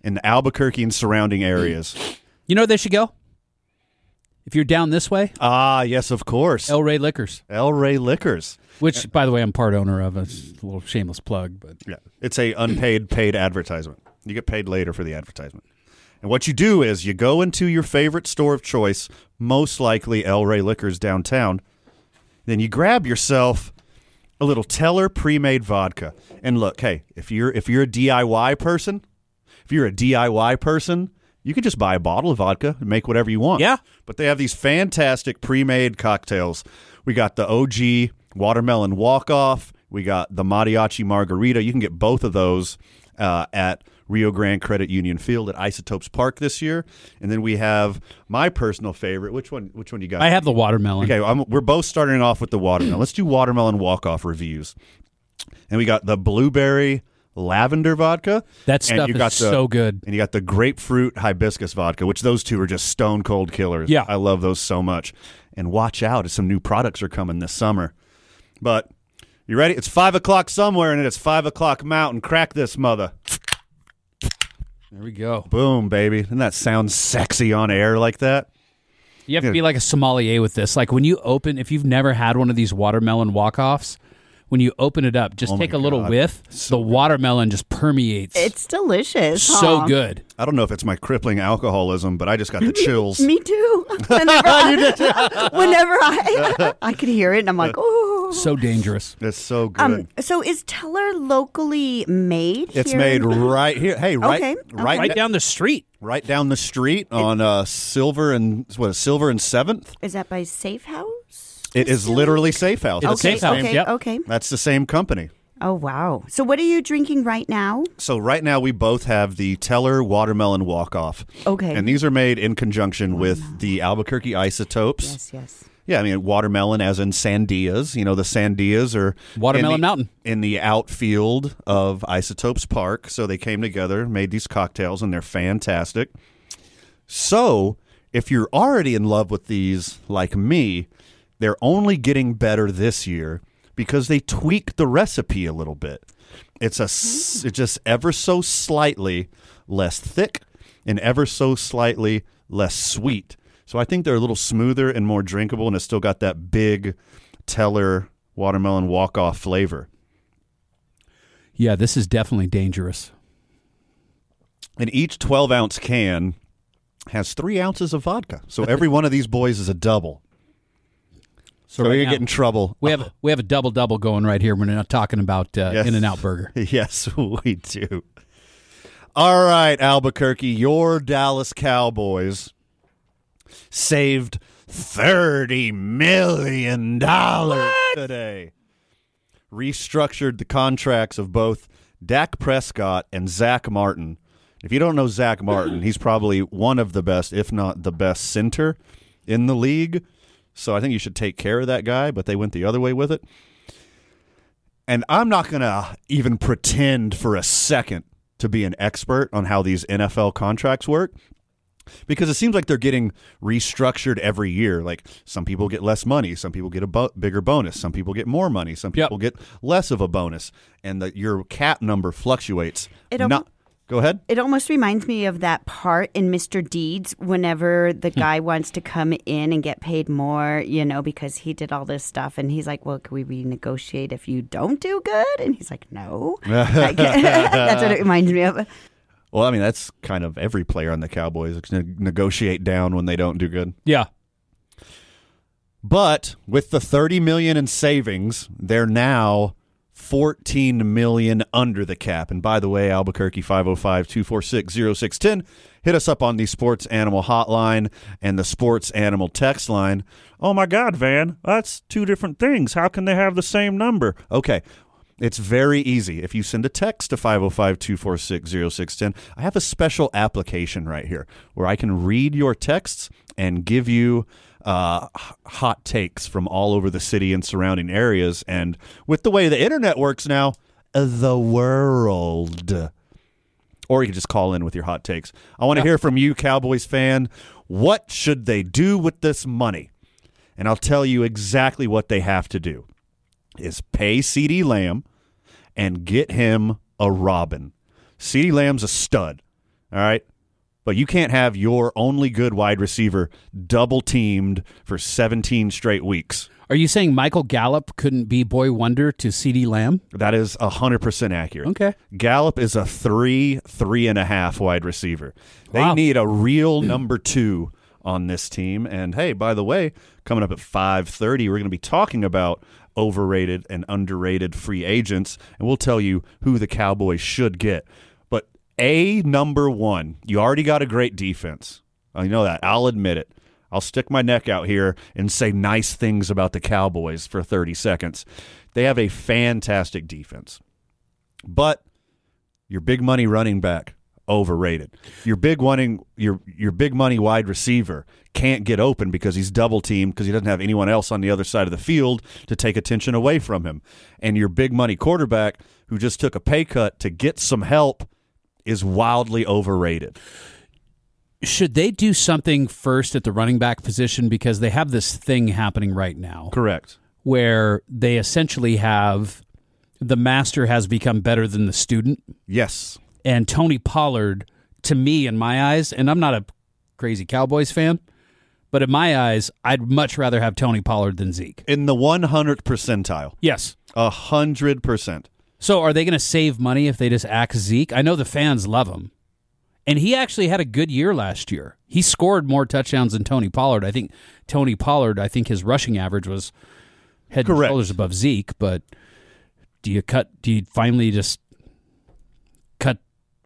[SPEAKER 1] in the Albuquerque and surrounding areas.
[SPEAKER 2] You know where they should go? If you're down this way,
[SPEAKER 1] ah, yes, of course. El,
[SPEAKER 2] El Rey Liquors,
[SPEAKER 1] Rey Liquors.
[SPEAKER 2] which, by the way, I'm part owner of. It's a little shameless plug, but
[SPEAKER 1] Yeah. It's a unpaid paid advertisement. You get paid later for the advertisement. And what you do is you go into your favorite store of choice, most likely El Rey Liquors downtown, then you grab yourself a little Teller pre-made vodka. And look, hey, if you're if you're a DIY person, if you're a DIY person, you can just buy a bottle of vodka and make whatever you want.
[SPEAKER 2] Yeah.
[SPEAKER 1] But they have these fantastic pre-made cocktails. We got the OG watermelon walk-off. We got the mariachi margarita. You can get both of those uh, at Rio Grande Credit Union Field at Isotopes Park this year. And then we have my personal favorite. Which one? Which one you got?
[SPEAKER 2] I have the watermelon.
[SPEAKER 1] Okay, I'm, we're both starting off with the watermelon. Let's do watermelon walk off reviews. And we got the blueberry lavender vodka.
[SPEAKER 2] That
[SPEAKER 1] and
[SPEAKER 2] stuff
[SPEAKER 1] you
[SPEAKER 2] is
[SPEAKER 1] got the-
[SPEAKER 2] so good.
[SPEAKER 1] And you got the grapefruit hibiscus vodka, which those two are just stone cold killers.
[SPEAKER 2] Yeah.
[SPEAKER 1] I love those so much. And watch out, as some new products are coming this summer. But you ready? It's five o'clock somewhere, and it is five o'clock mountain. Crack this mother.
[SPEAKER 2] There we go.
[SPEAKER 1] Boom, baby. Doesn't that sound sexy on air like that?
[SPEAKER 2] You have to be like a sommelier with this. Like when you open, if you've never had one of these watermelon walk offs, when you open it up, just
[SPEAKER 1] Oh my
[SPEAKER 2] take a little
[SPEAKER 1] God.
[SPEAKER 2] whiff. the watermelon just permeates.
[SPEAKER 4] It's delicious.
[SPEAKER 2] so
[SPEAKER 4] huh?
[SPEAKER 2] good.
[SPEAKER 1] I don't know if it's my crippling alcoholism, but I just got the chills.
[SPEAKER 4] *laughs*
[SPEAKER 1] *laughs*
[SPEAKER 4] Me too. *laughs* Whenever I, *laughs* whenever I, *laughs* I could hear it, and
[SPEAKER 1] *laughs*
[SPEAKER 4] I'm like, oh.
[SPEAKER 2] So dangerous.
[SPEAKER 1] It's so good.
[SPEAKER 4] Um, so is Teller locally made?
[SPEAKER 1] It's
[SPEAKER 4] here
[SPEAKER 1] made
[SPEAKER 4] in-
[SPEAKER 1] right here. Hey, right,
[SPEAKER 4] Okay,
[SPEAKER 1] right,
[SPEAKER 2] Right down the street.
[SPEAKER 1] right down the street on uh, Silver and what? Silver and Seventh.
[SPEAKER 4] Is that by Safe House?
[SPEAKER 1] It is literally Safe House.
[SPEAKER 2] It's
[SPEAKER 1] That's
[SPEAKER 4] okay,
[SPEAKER 2] Safe House,
[SPEAKER 4] Okay,
[SPEAKER 2] yep.
[SPEAKER 4] okay.
[SPEAKER 1] That's the same company.
[SPEAKER 4] Oh wow. So what are you drinking right now?
[SPEAKER 1] So right now we both have the Teller Watermelon Walk Off.
[SPEAKER 4] Okay.
[SPEAKER 1] And these are made in conjunction with the Albuquerque Isotopes.
[SPEAKER 4] Yes, yes.
[SPEAKER 1] Yeah, I mean watermelon, as in sandias. You know, the sandias are
[SPEAKER 2] Watermelon
[SPEAKER 1] in the-
[SPEAKER 2] Mountain.
[SPEAKER 1] in the outfield of Isotopes Park. So they came together, made these cocktails, and they're fantastic. So if you're already in love with these, like me, they're only getting better this year because they tweaked the recipe a little bit. It's a
[SPEAKER 2] Mm.
[SPEAKER 1] s- it's just ever so slightly less thick and ever so slightly less sweet. So I think they're a little smoother and more drinkable, and it's still got that big teller watermelon walk off flavor.
[SPEAKER 2] Yeah, this is definitely dangerous.
[SPEAKER 1] And each 12 ounce can has three ounces of vodka. So
[SPEAKER 2] *laughs*
[SPEAKER 1] every one of these boys is a double. So,
[SPEAKER 2] right
[SPEAKER 1] we're going
[SPEAKER 2] now-
[SPEAKER 1] to get in trouble.
[SPEAKER 2] We have we have a double double going right here. We're not talking about uh,
[SPEAKER 1] Yes.
[SPEAKER 2] In and Out Burger.
[SPEAKER 1] *laughs* Yes, we do. All right, Albuquerque, your Dallas Cowboys saved $30 million today. Restructured the contracts of both Dak Prescott and Zach Martin. If you don't know Zach Martin, he's probably one of the best, if not the best, center in the league. So I think you should take care of that guy, but they went the other way with it. And I'm not going to even pretend for a second to be an expert on how these NFL contracts work because it seems like they're getting restructured every year. Like some people get less money, some people get a bo- bigger bonus, some people get more money, some people get less of a bonus, and that your cap number fluctuates.
[SPEAKER 4] It al-
[SPEAKER 1] Not- go ahead.
[SPEAKER 4] It almost reminds me of that part in Mr. Deeds whenever the guy wants to come in and get paid more, you know, because he did all this stuff. And he's like, Well, can we renegotiate if you don't do good? And he's like, *laughs* No. Like, that's what it reminds me of.
[SPEAKER 1] Well, I mean that's kind of every player on the Cowboys They can negotiate down when they don't do good.
[SPEAKER 2] Yeah.
[SPEAKER 1] But with the 30 million in savings, they're now 14 million under the cap. And by the way, Albuquerque 505-246-0610, hit us up on the Sports Animal hotline and the Sports Animal text line. Oh my god, Van, that's two different things. How can they have the same number? Okay. It's very easy. If you send a text to 505 246 0610, I have a special application right here where I can read your texts and give you uh, h- hot takes from all over the city and surrounding areas. And with the way the internet works now, uh, the world. Or you can just call in with your hot takes. I want to hear from you, Cowboys fan. What should they do with this money? And I'll tell you exactly what they have to do is pay CD Lamb and get him a Robin. CD Lamb's a stud. All right. But you can't have your only good wide receiver double teamed for 17 straight weeks.
[SPEAKER 2] Are you saying Michael Gallup couldn't be boy wonder to CD Lamb?
[SPEAKER 1] That is 100% accurate.
[SPEAKER 2] Okay.
[SPEAKER 1] Gallup is a three, three and a half wide receiver. They need a real number two on this team. And hey, by the way, coming up at 5.30, we're going to be talking about overrated and underrated free agents, and we'll tell you who the Cowboys should get. But A number one, you already got a great defense. I know that. I'll admit it. I'll stick my neck out here and say nice things about the Cowboys for 30 seconds. They have a fantastic defense. But your big money running back overrated. Your big wanting your your big money wide receiver can't get open because he's double teamed because he doesn't have anyone else on the other side of the field to take attention away from him. And your big money quarterback who just took a pay cut to get some help is wildly overrated.
[SPEAKER 2] Should they do something first at the running back position because they have this thing happening right now
[SPEAKER 1] Correct.
[SPEAKER 2] where they essentially have the master has become better than the student
[SPEAKER 1] Yes.
[SPEAKER 2] and Tony Pollard to me in my eyes and I'm not a crazy Cowboys fan but in my eyes I'd much rather have Tony Pollard than Zeke.
[SPEAKER 1] In the 100th percentile.
[SPEAKER 2] Yes.
[SPEAKER 1] A 100%.
[SPEAKER 2] So are they going to save money if they just axe Zeke? I know the fans love him. And he actually had a good year last year. He scored more touchdowns than Tony Pollard. I think Tony Pollard, I think his rushing average was head and
[SPEAKER 1] Correct.
[SPEAKER 2] shoulders above Zeke, but do you cut do you finally just cut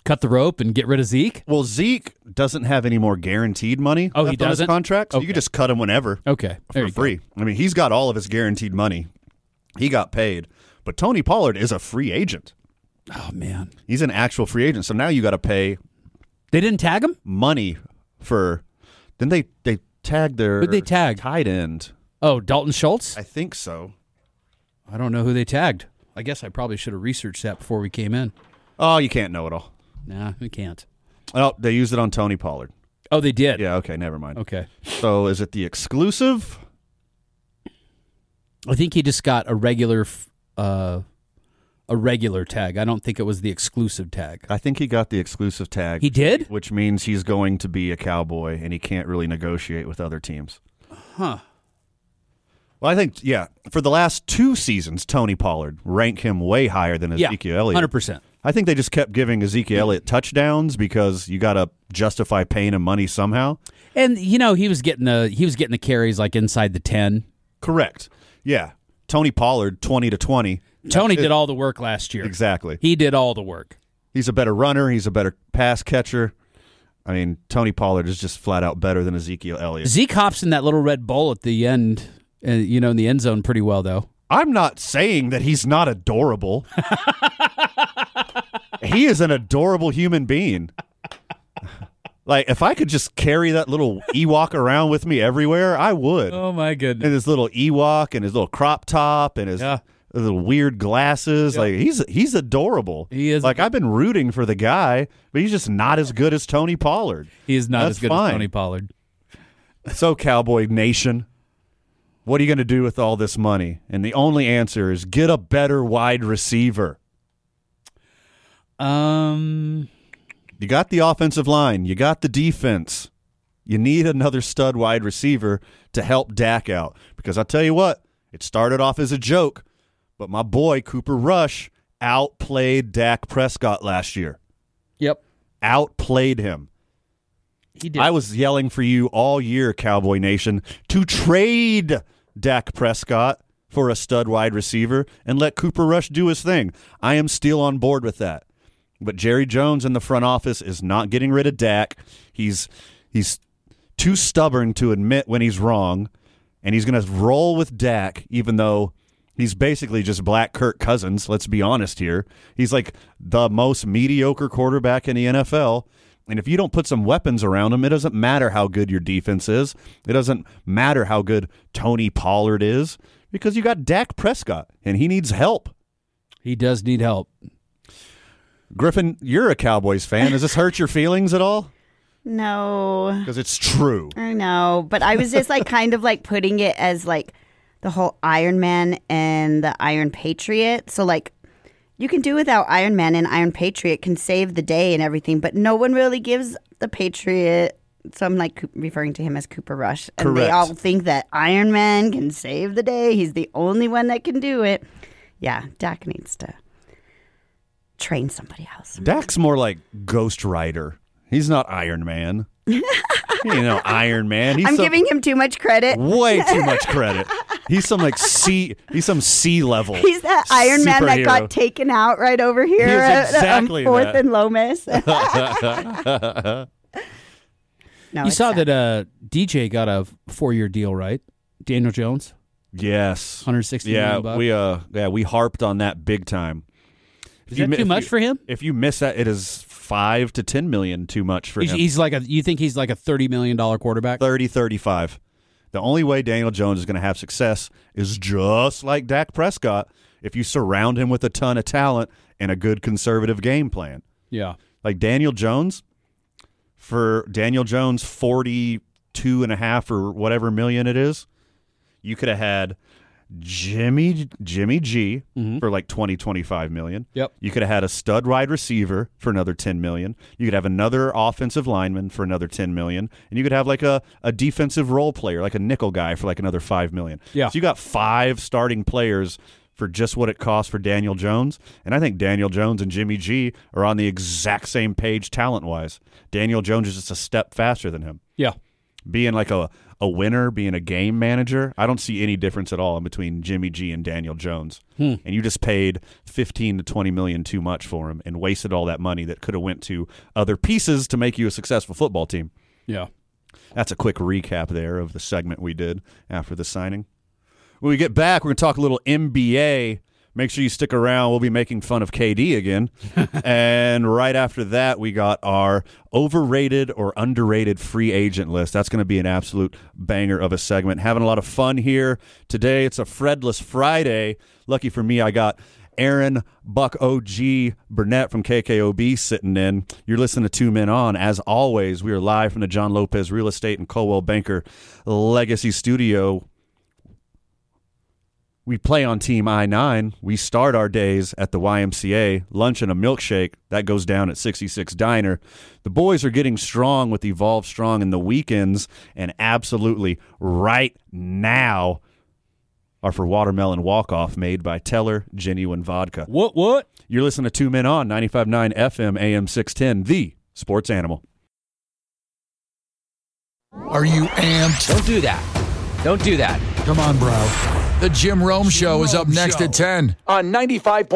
[SPEAKER 2] cut the rope and get rid of Zeke?
[SPEAKER 1] Well, Zeke doesn't have any more guaranteed money.
[SPEAKER 2] Oh, he
[SPEAKER 1] left on his
[SPEAKER 2] doesn't?
[SPEAKER 1] contract. So You
[SPEAKER 2] Okay.
[SPEAKER 1] can just cut him whenever.
[SPEAKER 2] Okay.
[SPEAKER 1] for
[SPEAKER 2] There you go.
[SPEAKER 1] free. I mean, he's got all of his guaranteed money. He got paid. But Tony Pollard is a free agent.
[SPEAKER 2] Oh man.
[SPEAKER 1] He's an actual free agent. So now you got to pay
[SPEAKER 2] They didn't tag him?
[SPEAKER 1] money for. Then they they tagged their
[SPEAKER 2] Who'd they tag?
[SPEAKER 1] tight end.
[SPEAKER 2] Oh, Dalton Schultz?
[SPEAKER 1] I think so.
[SPEAKER 2] I don't know who they tagged. I guess I probably should have researched that before we came in.
[SPEAKER 1] Oh, you can't know it all.
[SPEAKER 2] Nah, we can't.
[SPEAKER 1] Oh, they used it on Tony Pollard.
[SPEAKER 2] Oh, they did.
[SPEAKER 1] Yeah. Okay. Never mind.
[SPEAKER 2] Okay.
[SPEAKER 1] So is it the exclusive?
[SPEAKER 2] I think he just got a regular, f- uh, a regular tag. I don't think it was the exclusive tag.
[SPEAKER 1] I think he got the exclusive tag.
[SPEAKER 2] He did?
[SPEAKER 1] which means he's going to be a cowboy and he can't really negotiate with other teams.
[SPEAKER 2] Huh.
[SPEAKER 1] Well, I think yeah, for the last two seasons, Tony Pollard rank him way higher than
[SPEAKER 2] Yeah.
[SPEAKER 1] Ezekiel Elliott.
[SPEAKER 2] Hundred percent.
[SPEAKER 1] I think they just kept giving Ezekiel Elliott touchdowns because you got to justify paying him money somehow.
[SPEAKER 2] And you know he was getting the he was getting the carries like inside the ten.
[SPEAKER 1] Correct. Yeah. Tony Pollard 20 to 20.
[SPEAKER 2] Tony did all the work last year.
[SPEAKER 1] Exactly.
[SPEAKER 2] He did all the work.
[SPEAKER 1] He's a better runner, he's a better pass catcher. I mean, Tony Pollard is just flat out better than Ezekiel Elliott.
[SPEAKER 2] Zeke hops in that little red bowl at the end, uh, you know, in the end zone pretty well though.
[SPEAKER 1] I'm not saying that he's not
[SPEAKER 2] *laughs*
[SPEAKER 1] adorable. he is an adorable human being. Like if I could just carry that little Ewok around with me everywhere, I would.
[SPEAKER 2] Oh. my goodness.
[SPEAKER 1] And his little Ewok and his little crop top and his
[SPEAKER 2] Yeah.
[SPEAKER 1] the weird glasses. Like he's he's adorable. He is. Like I've been rooting for the guy, but he's just not as good as Tony Pollard.
[SPEAKER 2] He is not
[SPEAKER 1] That's
[SPEAKER 2] as good
[SPEAKER 1] fine.
[SPEAKER 2] as Tony Pollard.
[SPEAKER 1] So Cowboy Nation, what are you going to do with all this money? And the only answer is get a better wide receiver.
[SPEAKER 2] Um,
[SPEAKER 1] you got the offensive line, you got the defense. You need another stud wide receiver to help Dak out because I tell you what, it started off as a joke, but my boy Cooper Rush outplayed Dak Prescott last year.
[SPEAKER 2] Yep.
[SPEAKER 1] Outplayed him.
[SPEAKER 2] He did.
[SPEAKER 1] I was yelling for you all year, Cowboy Nation, to trade Dak Prescott for a stud wide receiver and let Cooper Rush do his thing. I am still on board with that. But Jerry Jones in the front office is not getting rid of Dak. He's he's too stubborn to admit when he's wrong, and he's going to roll with Dak even though he's basically just black Kirk Cousins, let's be honest here. He's like the most mediocre quarterback in the NFL. And if you don't put some weapons around him, it doesn't matter how good your defense is. It doesn't matter how good Tony Pollard is because you got Dak Prescott and he needs help.
[SPEAKER 2] He does need help.
[SPEAKER 1] Griffin, you're a Cowboys fan. Does this hurt your feelings at all?
[SPEAKER 4] No.
[SPEAKER 1] Because it's true.
[SPEAKER 4] I know, but I was just like kind of like putting it as like the whole Iron Man and the Iron Patriot. So like you can do without Iron Man and Iron Patriot can save the day and everything, but no one really gives the Patriot. So I'm like Coop- referring to him as Cooper Rush, and they
[SPEAKER 12] Correct.
[SPEAKER 4] all think that Iron Man can save the day. He's the only one that can do it. Yeah, Dak needs to train somebody else.
[SPEAKER 1] Dak's more like Ghost Rider. He's not Iron Man. you know, Iron Man. He's
[SPEAKER 4] I'm
[SPEAKER 1] some-
[SPEAKER 4] giving him too much credit.
[SPEAKER 1] way too much credit. He's some like sea. He's some sea level.
[SPEAKER 4] He's that Iron Man that
[SPEAKER 1] superhero.
[SPEAKER 4] got taken out right over here
[SPEAKER 1] He is
[SPEAKER 4] at, um,
[SPEAKER 1] exactly
[SPEAKER 4] Fourth
[SPEAKER 1] that.
[SPEAKER 4] and
[SPEAKER 1] *laughs*
[SPEAKER 4] Lomas.
[SPEAKER 2] you
[SPEAKER 4] it's
[SPEAKER 2] saw that uh, DJ got a four-year deal, right? Daniel Jones.
[SPEAKER 1] Yes,
[SPEAKER 2] 160
[SPEAKER 1] yeah,
[SPEAKER 2] million bucks.
[SPEAKER 1] we uh, yeah, we harped on that big time. If
[SPEAKER 2] Is that
[SPEAKER 1] mi-
[SPEAKER 2] too
[SPEAKER 1] if
[SPEAKER 2] much
[SPEAKER 1] you-
[SPEAKER 2] for him?
[SPEAKER 1] If you miss that, it is five to ten million too much for
[SPEAKER 2] He's,
[SPEAKER 1] him.
[SPEAKER 2] he's like a. You think he's like a thirty million dollar quarterback?
[SPEAKER 1] 30 35. The only way Daniel Jones is going to have success is just like Dak Prescott if you surround him with a ton of talent and a good conservative game plan.
[SPEAKER 2] Yeah.
[SPEAKER 1] Like Daniel Jones, for Daniel Jones, 42 and a half or whatever million it is, you could have had Jimmy Jimmy G for like 20 25 million.
[SPEAKER 2] Mm-hmm. Yep.
[SPEAKER 1] You could have had a stud wide receiver for another 10 million. You could have another offensive lineman for another 10 million, and you could have like a a defensive role player, like a nickel guy for like another 5 million.
[SPEAKER 2] Yeah.
[SPEAKER 1] So you got five starting players for just what it costs for Daniel Jones, and I think Daniel Jones and Jimmy G are on the exact same page talent-wise. Daniel Jones is just a step faster than him
[SPEAKER 2] Yeah.
[SPEAKER 1] being like a, a winner, being a game manager, I don't see any difference at all in between Jimmy G and Daniel Jones.
[SPEAKER 2] Hmm.
[SPEAKER 1] And you just paid 15 to 20 million too much for him and wasted all that money that could have went to other pieces to make you a successful football team.
[SPEAKER 2] Yeah.
[SPEAKER 1] That's a quick recap there of the segment we did after the signing. When we get back, we're going to talk a little NBA. Make sure you stick around. We'll be making fun of KD again. and right after that, we got our overrated or underrated free agent list. That's going to be an absolute banger of a segment. Having a lot of fun here today. It's a Fredless Friday. Lucky for me, I got Aaron Buck OG Burnett from KKOB sitting in. You're listening to Two Men On. As always, we are live from the John Lopez Real Estate and Colwell Banker Legacy Studio. We play on Team I 9. We start our days at the YMCA, lunch and a milkshake. That goes down at 66 Diner. The boys are getting strong with Evolve Strong in the weekends, and absolutely right now are for Watermelon Walk Off made by Teller Genuine Vodka.
[SPEAKER 2] What, what?
[SPEAKER 1] You're listening to Two Men On 95.9 FM AM 610, the sports animal.
[SPEAKER 5] Are you amped? Don't do that. Don't do that. Come on, bro. The Jim Rome Show is up next at 10 on 95.9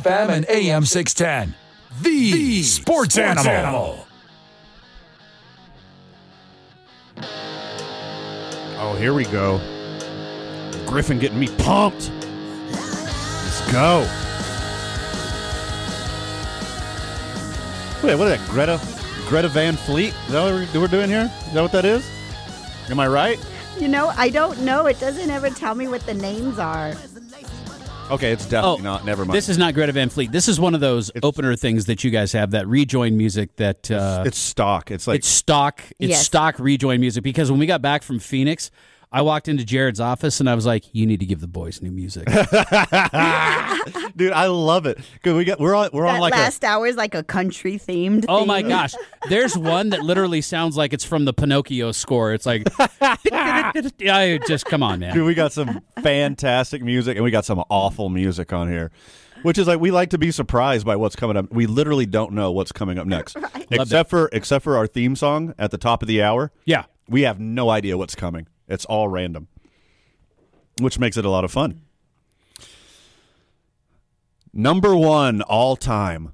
[SPEAKER 5] FM and AM 610. The, sports, animal.
[SPEAKER 1] Oh, here we go. Griffin getting me pumped. Let's go. Wait, what is that? Greta, Greta Van Fleet? Is that what we're- we're doing here? Is that what that is? Am I right?
[SPEAKER 4] You know, I don't know. It doesn't ever tell me what the names are.
[SPEAKER 1] Okay, it's definitely not. Never mind.
[SPEAKER 2] Oh, This is not Greta Van Fleet. This is one of those opener things that you guys have that rejoin music that uh,
[SPEAKER 1] it's stock. It's like
[SPEAKER 2] it's stock. It's
[SPEAKER 4] Yes.
[SPEAKER 2] stock rejoin music because when we got back from Phoenix, I walked into Jared's office and I was like, "You need to give the boys new music."
[SPEAKER 1] dude, I love it. Cause we got we're on we're on
[SPEAKER 4] that
[SPEAKER 1] like a,
[SPEAKER 4] last hour is like a country themed.
[SPEAKER 2] oh my gosh, there's one that literally sounds like it's from the Pinocchio score. It's like, *laughs* I just come on, man.
[SPEAKER 1] Dude, we got some fantastic music and we got some awful music on here. Which is like we like to be surprised by what's coming up. We literally don't know what's coming up next. Except for except for our theme song at the top of the hour.
[SPEAKER 2] Yeah.
[SPEAKER 1] We have no idea what's coming. It's all random. Which makes it a lot of fun. Number 1 all time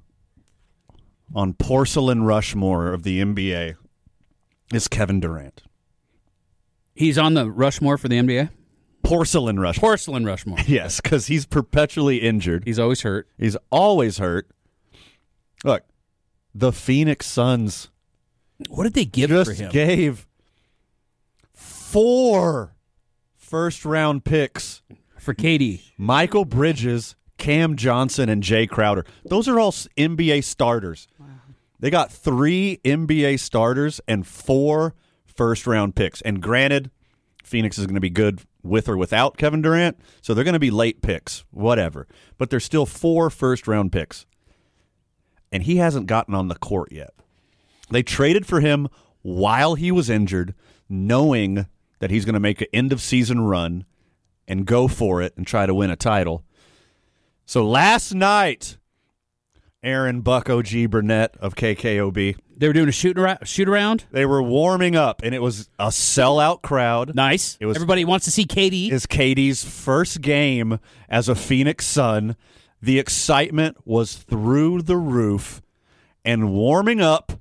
[SPEAKER 1] on Porcelain Rushmore of the NBA is Kevin Durant.
[SPEAKER 2] He's on the Rushmore for the NBA.
[SPEAKER 1] Porcelain Rushmore.
[SPEAKER 2] Porcelain Rushmore.
[SPEAKER 1] *laughs* Yes, because he's perpetually injured.
[SPEAKER 2] He's always hurt.
[SPEAKER 1] He's always hurt. Look, the Phoenix Suns
[SPEAKER 2] What did they give for
[SPEAKER 1] just
[SPEAKER 2] him?
[SPEAKER 1] gave four first round picks
[SPEAKER 2] for Katie.
[SPEAKER 1] Michael Bridges, Cam Johnson, and Jay Crowder. Those are all s- NBA starters. They got three NBA starters and four first round picks. And granted, Phoenix is going to be good with or without Kevin Durant, so they're going to be late picks, whatever. But there's still four first round picks. And he hasn't gotten on the court yet. They traded for him while he was injured, knowing that he's going to make an end of season run and go for it and try to win a title. So last night, Aaron Buck OG Burnett of KKOB,
[SPEAKER 2] They were doing a shoot around. Shoot around.
[SPEAKER 1] they were warming up and it was a sellout crowd.
[SPEAKER 2] Nice.
[SPEAKER 1] It was-
[SPEAKER 2] Everybody wants to see Katie.
[SPEAKER 1] Is Katie's first game as a Phoenix Sun. The excitement was through the roof and warming up,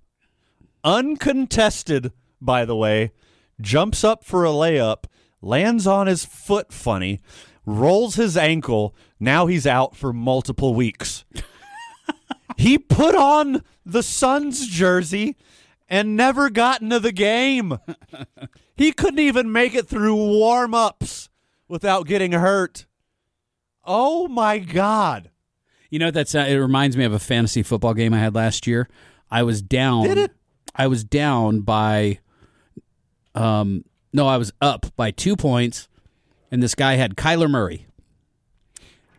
[SPEAKER 1] uncontested, by the way, jumps up for a layup, lands on his foot funny, rolls his ankle. Now he's out for multiple weeks. he put on the Suns jersey and never got into the game. He couldn't even make it through warm ups without getting hurt. Oh my God.
[SPEAKER 2] You know that's uh, it reminds me of a fantasy football game I had last year. I was down.
[SPEAKER 1] Did it?
[SPEAKER 2] I was down by um no, I was up by 2 points and this guy had Kyler Murray.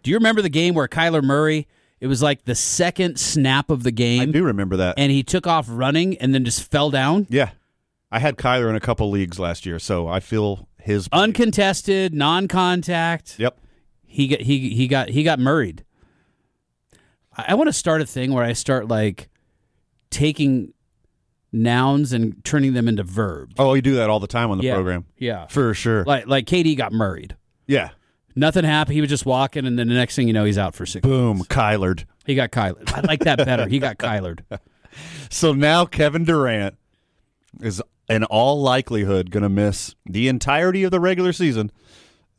[SPEAKER 2] Do you remember the game where Kyler Murray it was like the second snap of the game
[SPEAKER 1] I do remember that.
[SPEAKER 2] and he took off running and then just fell down?
[SPEAKER 1] yeah. I had Kyler in a couple leagues last year, so I feel his.
[SPEAKER 2] Uncontested, non-contact.
[SPEAKER 1] yep.
[SPEAKER 2] he got he he got he got murried. I, I want to start a thing where I start like taking nouns and turning them into verbs.
[SPEAKER 1] Oh, you do that all the time on the
[SPEAKER 2] yeah,
[SPEAKER 1] program.
[SPEAKER 2] Yeah.
[SPEAKER 1] For sure.
[SPEAKER 2] Like like Katie got murried.
[SPEAKER 1] yeah.
[SPEAKER 2] Nothing happened. He was just walking, and then the next thing you know, he's out for six.
[SPEAKER 1] Boom, Kylered.
[SPEAKER 2] He got Kylered. I like that better. He got
[SPEAKER 1] *laughs*
[SPEAKER 2] Kylered.
[SPEAKER 1] So now Kevin Durant is in all likelihood going to miss the entirety of the regular season.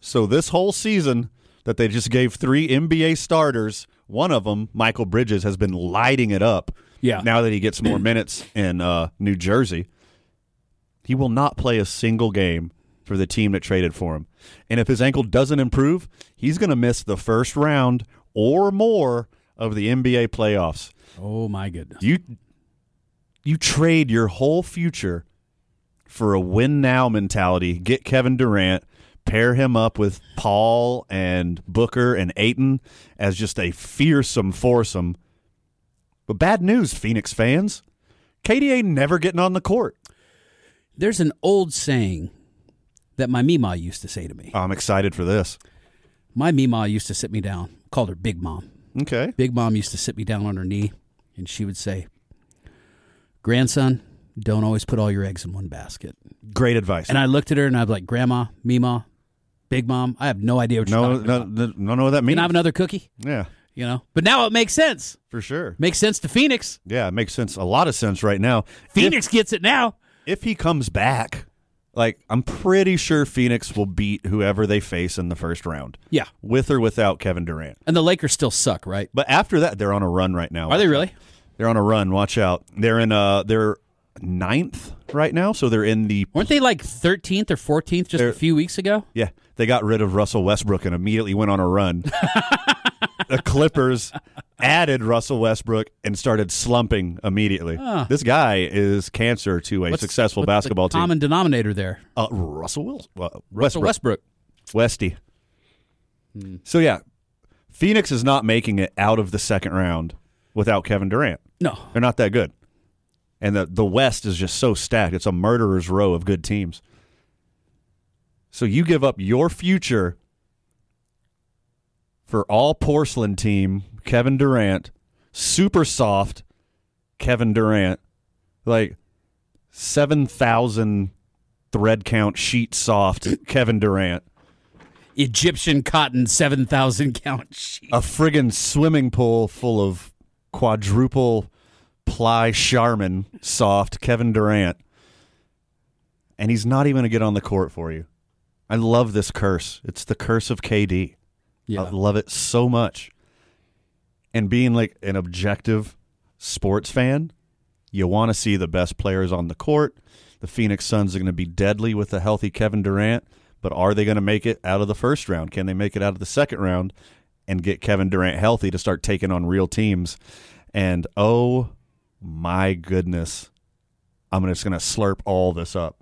[SPEAKER 1] So this whole season that they just gave three NBA starters, one of them, Michael Bridges, has been lighting it up.
[SPEAKER 2] Yeah.
[SPEAKER 1] Now that he gets more minutes in uh, New Jersey, he will not play a single game for the team that traded for him. And if his ankle doesn't improve, he's going to miss the first round or more of the NBA playoffs.
[SPEAKER 2] Oh my goodness.
[SPEAKER 1] You you trade your whole future for a win now mentality. Get Kevin Durant, pair him up with Paul and Booker and Aiton as just a fearsome foursome. But bad news, Phoenix fans. KDA never getting on the court.
[SPEAKER 2] There's an old saying that my Mima used to say to me.
[SPEAKER 1] I'm excited for this.
[SPEAKER 2] My Mima used to sit me down, called her Big Mom.
[SPEAKER 1] Okay.
[SPEAKER 2] Big Mom used to sit me down on her knee and she would say, Grandson, don't always put all your eggs in one basket.
[SPEAKER 1] Great advice.
[SPEAKER 2] And I looked at her and I was like, Grandma, Mima, Big Mom, I have no idea what you're
[SPEAKER 1] no,
[SPEAKER 2] talking
[SPEAKER 1] no,
[SPEAKER 2] about.
[SPEAKER 1] no, no, know what that means.
[SPEAKER 2] Can I have another cookie?
[SPEAKER 1] yeah,
[SPEAKER 2] You know? But now it makes sense.
[SPEAKER 1] for sure.
[SPEAKER 2] Makes sense to Phoenix.
[SPEAKER 1] Yeah, it makes sense. A lot of sense right now. If-
[SPEAKER 2] Phoenix gets it now.
[SPEAKER 1] if he comes back, like I'm pretty sure Phoenix will beat whoever they face in the first round,
[SPEAKER 2] Yeah.
[SPEAKER 1] with or without Kevin Durant.
[SPEAKER 2] And the Lakers still suck, right?
[SPEAKER 1] But after that, they're on a run right now.
[SPEAKER 2] Are they really?
[SPEAKER 1] They're on a run. Watch out. They're in uh they're ninth right now, so they're in the
[SPEAKER 2] weren't they like thirteenth or fourteenth just a few weeks ago?
[SPEAKER 1] Yeah, they got rid of Russell Westbrook and immediately went on a
[SPEAKER 2] *laughs*
[SPEAKER 1] run. the Clippers added Russell Westbrook and started slumping immediately.
[SPEAKER 2] Huh.
[SPEAKER 1] This guy is cancer to a
[SPEAKER 2] What's-
[SPEAKER 1] successful
[SPEAKER 2] what's the
[SPEAKER 1] basketball team.
[SPEAKER 2] Common denominator there.
[SPEAKER 1] Uh, Russell uh, Wilson. Well,
[SPEAKER 2] Russell Westbrook.
[SPEAKER 1] Westy. So yeah, Phoenix is not making it out of the second round without Kevin Durant.
[SPEAKER 2] No.
[SPEAKER 1] they're not that good, and the the West is just so stacked. It's a murderer's row of good teams. So you give up your future for all porcelain team Kevin Durant, super soft Kevin Durant, like seven thousand thread count sheet soft Kevin Durant.
[SPEAKER 2] Egyptian cotton seven thousand count. sheet.
[SPEAKER 1] a friggin' swimming pool full of quadruple ply Charmin soft Kevin Durant, and he's not even gonna get on the court for you. I love this curse. It's the curse of KD. I love it so much. And being like an objective sports fan, you want to see the best players on the court. The Phoenix Suns are going to be deadly with a healthy Kevin Durant, but are they going to make it out of the first round? Can they make it out of the second round and get Kevin Durant healthy to start taking on real teams? And oh my goodness, I'm just going to slurp all this up.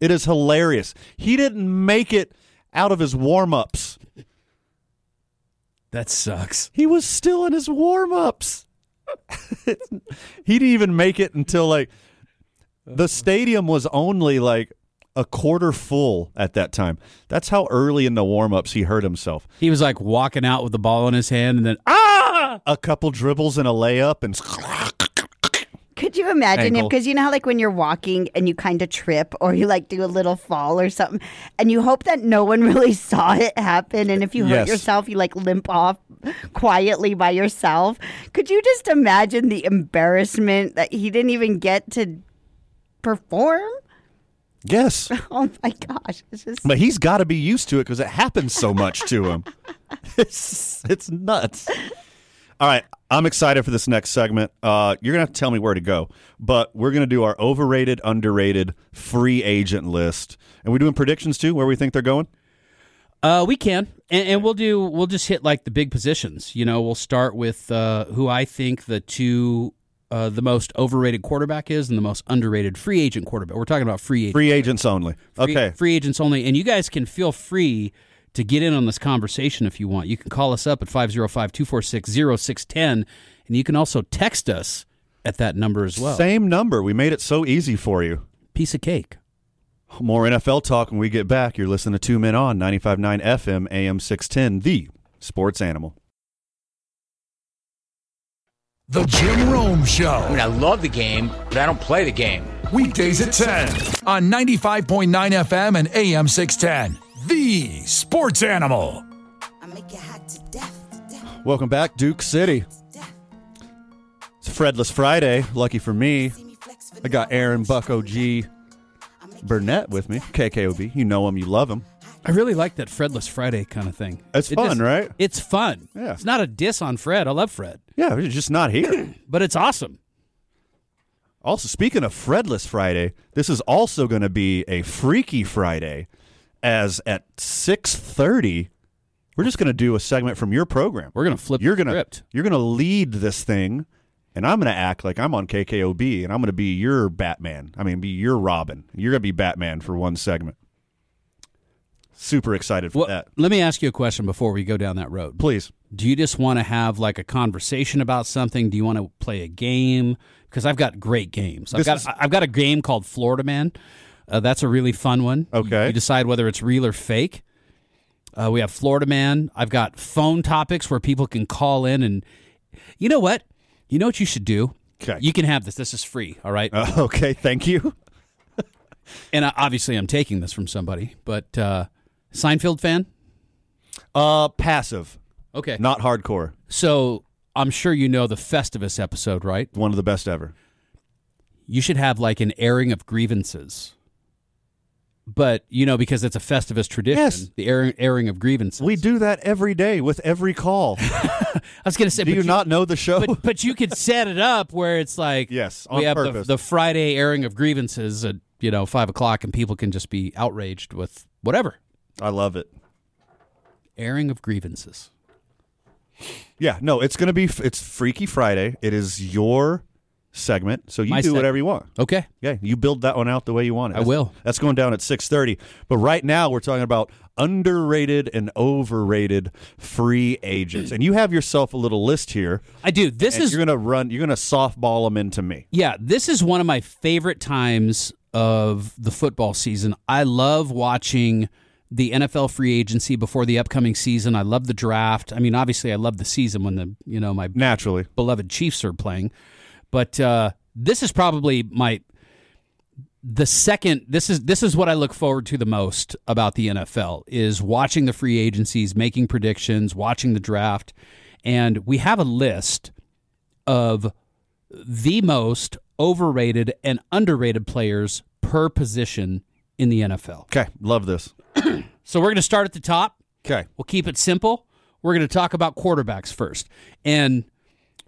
[SPEAKER 1] it is hilarious. He didn't make it out of his warm ups.
[SPEAKER 2] That sucks.
[SPEAKER 1] He was still in his warm ups. *laughs* he didn't even make it until like the stadium was only like a quarter full at that time. That's how early in the warm ups he hurt himself.
[SPEAKER 2] He was like walking out with the ball in his hand, and then ah,
[SPEAKER 1] A couple dribbles and a layup, and *laughs*
[SPEAKER 4] Could you imagine
[SPEAKER 1] Ankle.
[SPEAKER 4] if, because you know how, like, when you're walking and you kind of trip or you like do a little fall or something, and you hope that no one *laughs* really saw it happen. And if you
[SPEAKER 1] Yes.
[SPEAKER 4] hurt yourself, you like limp off quietly by yourself. Could you just imagine the embarrassment that he didn't even get to perform?
[SPEAKER 1] yes.
[SPEAKER 4] Oh my gosh. It's just,
[SPEAKER 1] But he's got to be used to it because it happens so much to
[SPEAKER 2] *laughs*
[SPEAKER 1] him. it's, it's nuts. All right, I'm excited for this next segment. Uh, you're gonna have to tell me where to go, but we're gonna do our overrated, underrated, free agent list, and we're doing predictions too, where we think they're going.
[SPEAKER 2] Uh, we can, and, and we'll do. We'll just hit like the big positions. You know, we'll start with uh, who I think the two, uh, the most overrated quarterback is, and the most underrated free agent quarterback. We're talking about free agents.
[SPEAKER 1] Free agents only.
[SPEAKER 2] Free-
[SPEAKER 1] Okay,
[SPEAKER 2] free agents only. And you guys can feel free to get in on this conversation if you want. You can call us up at 505 246 0610, and you can also text us at that number as well.
[SPEAKER 1] same number. We made it so easy for you.
[SPEAKER 2] Piece of cake.
[SPEAKER 1] More NFL talk when we get back. You're listening to Two Men on 95.9 FM, AM 610, the Sports Animal.
[SPEAKER 5] The Jim Rome Show. I mean,
[SPEAKER 12] I love the game, but I don't play the game.
[SPEAKER 5] Weekdays at 10 on 95.9 FM and AM 610. The Sports Animal.
[SPEAKER 1] Welcome back, Duke City. It's Fredless Friday. Lucky for me, I got Aaron Buck OG Burnett with me. KKOB. You know him, you love him.
[SPEAKER 2] I really like that Fredless Friday kind of thing.
[SPEAKER 1] It's fun, right?
[SPEAKER 2] It's fun.
[SPEAKER 1] Yeah.
[SPEAKER 2] It's not a diss on Fred. I love Fred,
[SPEAKER 1] Yeah, he's just not here. *clears throat*
[SPEAKER 2] but it's awesome.
[SPEAKER 1] also, speaking of Fredless Friday, this is also going to be a Freaky Friday, as at six thirty, we're just going to do a segment from your program.
[SPEAKER 2] We're going to flip
[SPEAKER 1] You're
[SPEAKER 2] the
[SPEAKER 1] gonna
[SPEAKER 2] script.
[SPEAKER 1] you're gonna lead this thing, and I'm gonna act like I'm on KKOB, and I'm gonna be your Batman. I mean, be your Robin. You're gonna be Batman for one segment. Super excited for
[SPEAKER 2] Well,
[SPEAKER 1] that.
[SPEAKER 2] let me ask you a question before we go down that road.
[SPEAKER 1] Please.
[SPEAKER 2] Do you just want to have like a conversation about something? Do you want to play a game? Because I've got great games. I've
[SPEAKER 1] This
[SPEAKER 2] got
[SPEAKER 1] is-
[SPEAKER 2] I've got a game called Florida Man. Uh, that's a really fun one. Okay, you, you decide whether it's real or fake. Uh, we have Florida Man. I've got phone topics where people can call in and you know what? You know what you should do?
[SPEAKER 1] Okay.
[SPEAKER 2] You can have this. This is free. All right.
[SPEAKER 1] *laughs* Uh, okay. Thank you.
[SPEAKER 2] and uh, obviously, I'm taking this from somebody, but uh, Seinfeld fan?
[SPEAKER 1] Uh, passive.
[SPEAKER 2] Okay.
[SPEAKER 1] Not hardcore.
[SPEAKER 2] So I'm sure you know the Festivus episode, right?
[SPEAKER 1] One of the best ever.
[SPEAKER 2] You should have like an airing of grievances. but you know because it's a Festivus tradition,
[SPEAKER 1] Yes.
[SPEAKER 2] the airing, airing of grievances.
[SPEAKER 1] We do that every day with every
[SPEAKER 2] *laughs*
[SPEAKER 1] call.
[SPEAKER 2] I was going to say,
[SPEAKER 1] do
[SPEAKER 2] but
[SPEAKER 1] you not know the show?
[SPEAKER 2] But, but you could set it up where it's
[SPEAKER 1] *laughs*
[SPEAKER 2] like,
[SPEAKER 1] yes, on
[SPEAKER 2] we have the,
[SPEAKER 1] purpose.
[SPEAKER 2] the Friday airing of grievances at you know five o'clock, and people can just be outraged with whatever.
[SPEAKER 1] I love it.
[SPEAKER 2] Airing of grievances.
[SPEAKER 1] Yeah, no, it's gonna be f- it's Freaky Friday. It is your segment, so you
[SPEAKER 2] My
[SPEAKER 1] do
[SPEAKER 2] seg-
[SPEAKER 1] whatever you want.
[SPEAKER 2] Okay.
[SPEAKER 1] Yeah, you build that one out the way you want it.
[SPEAKER 2] I will.
[SPEAKER 1] That's going down at six thirty. But right now we're talking about underrated and overrated free agents, and you have yourself a little list here.
[SPEAKER 2] I do. This
[SPEAKER 1] and
[SPEAKER 2] is-
[SPEAKER 1] you're gonna run. You're gonna softball them into me.
[SPEAKER 2] Yeah, this is one of my favorite times of the football season. I love watching the NFL free agency before the upcoming season. I love the draft. I mean, obviously, I love the season when the you know my
[SPEAKER 1] naturally
[SPEAKER 2] beloved Chiefs are playing, but uh, this is probably my the second. This is this is what I look forward to the most about the NFL is watching the free agencies, making predictions, watching the draft, and we have a list of the most overrated and underrated players per position in the NFL.
[SPEAKER 1] Okay, love this.
[SPEAKER 2] so we're going to start at the top.
[SPEAKER 1] Okay.
[SPEAKER 2] We'll keep it simple. We're going to talk about quarterbacks first. And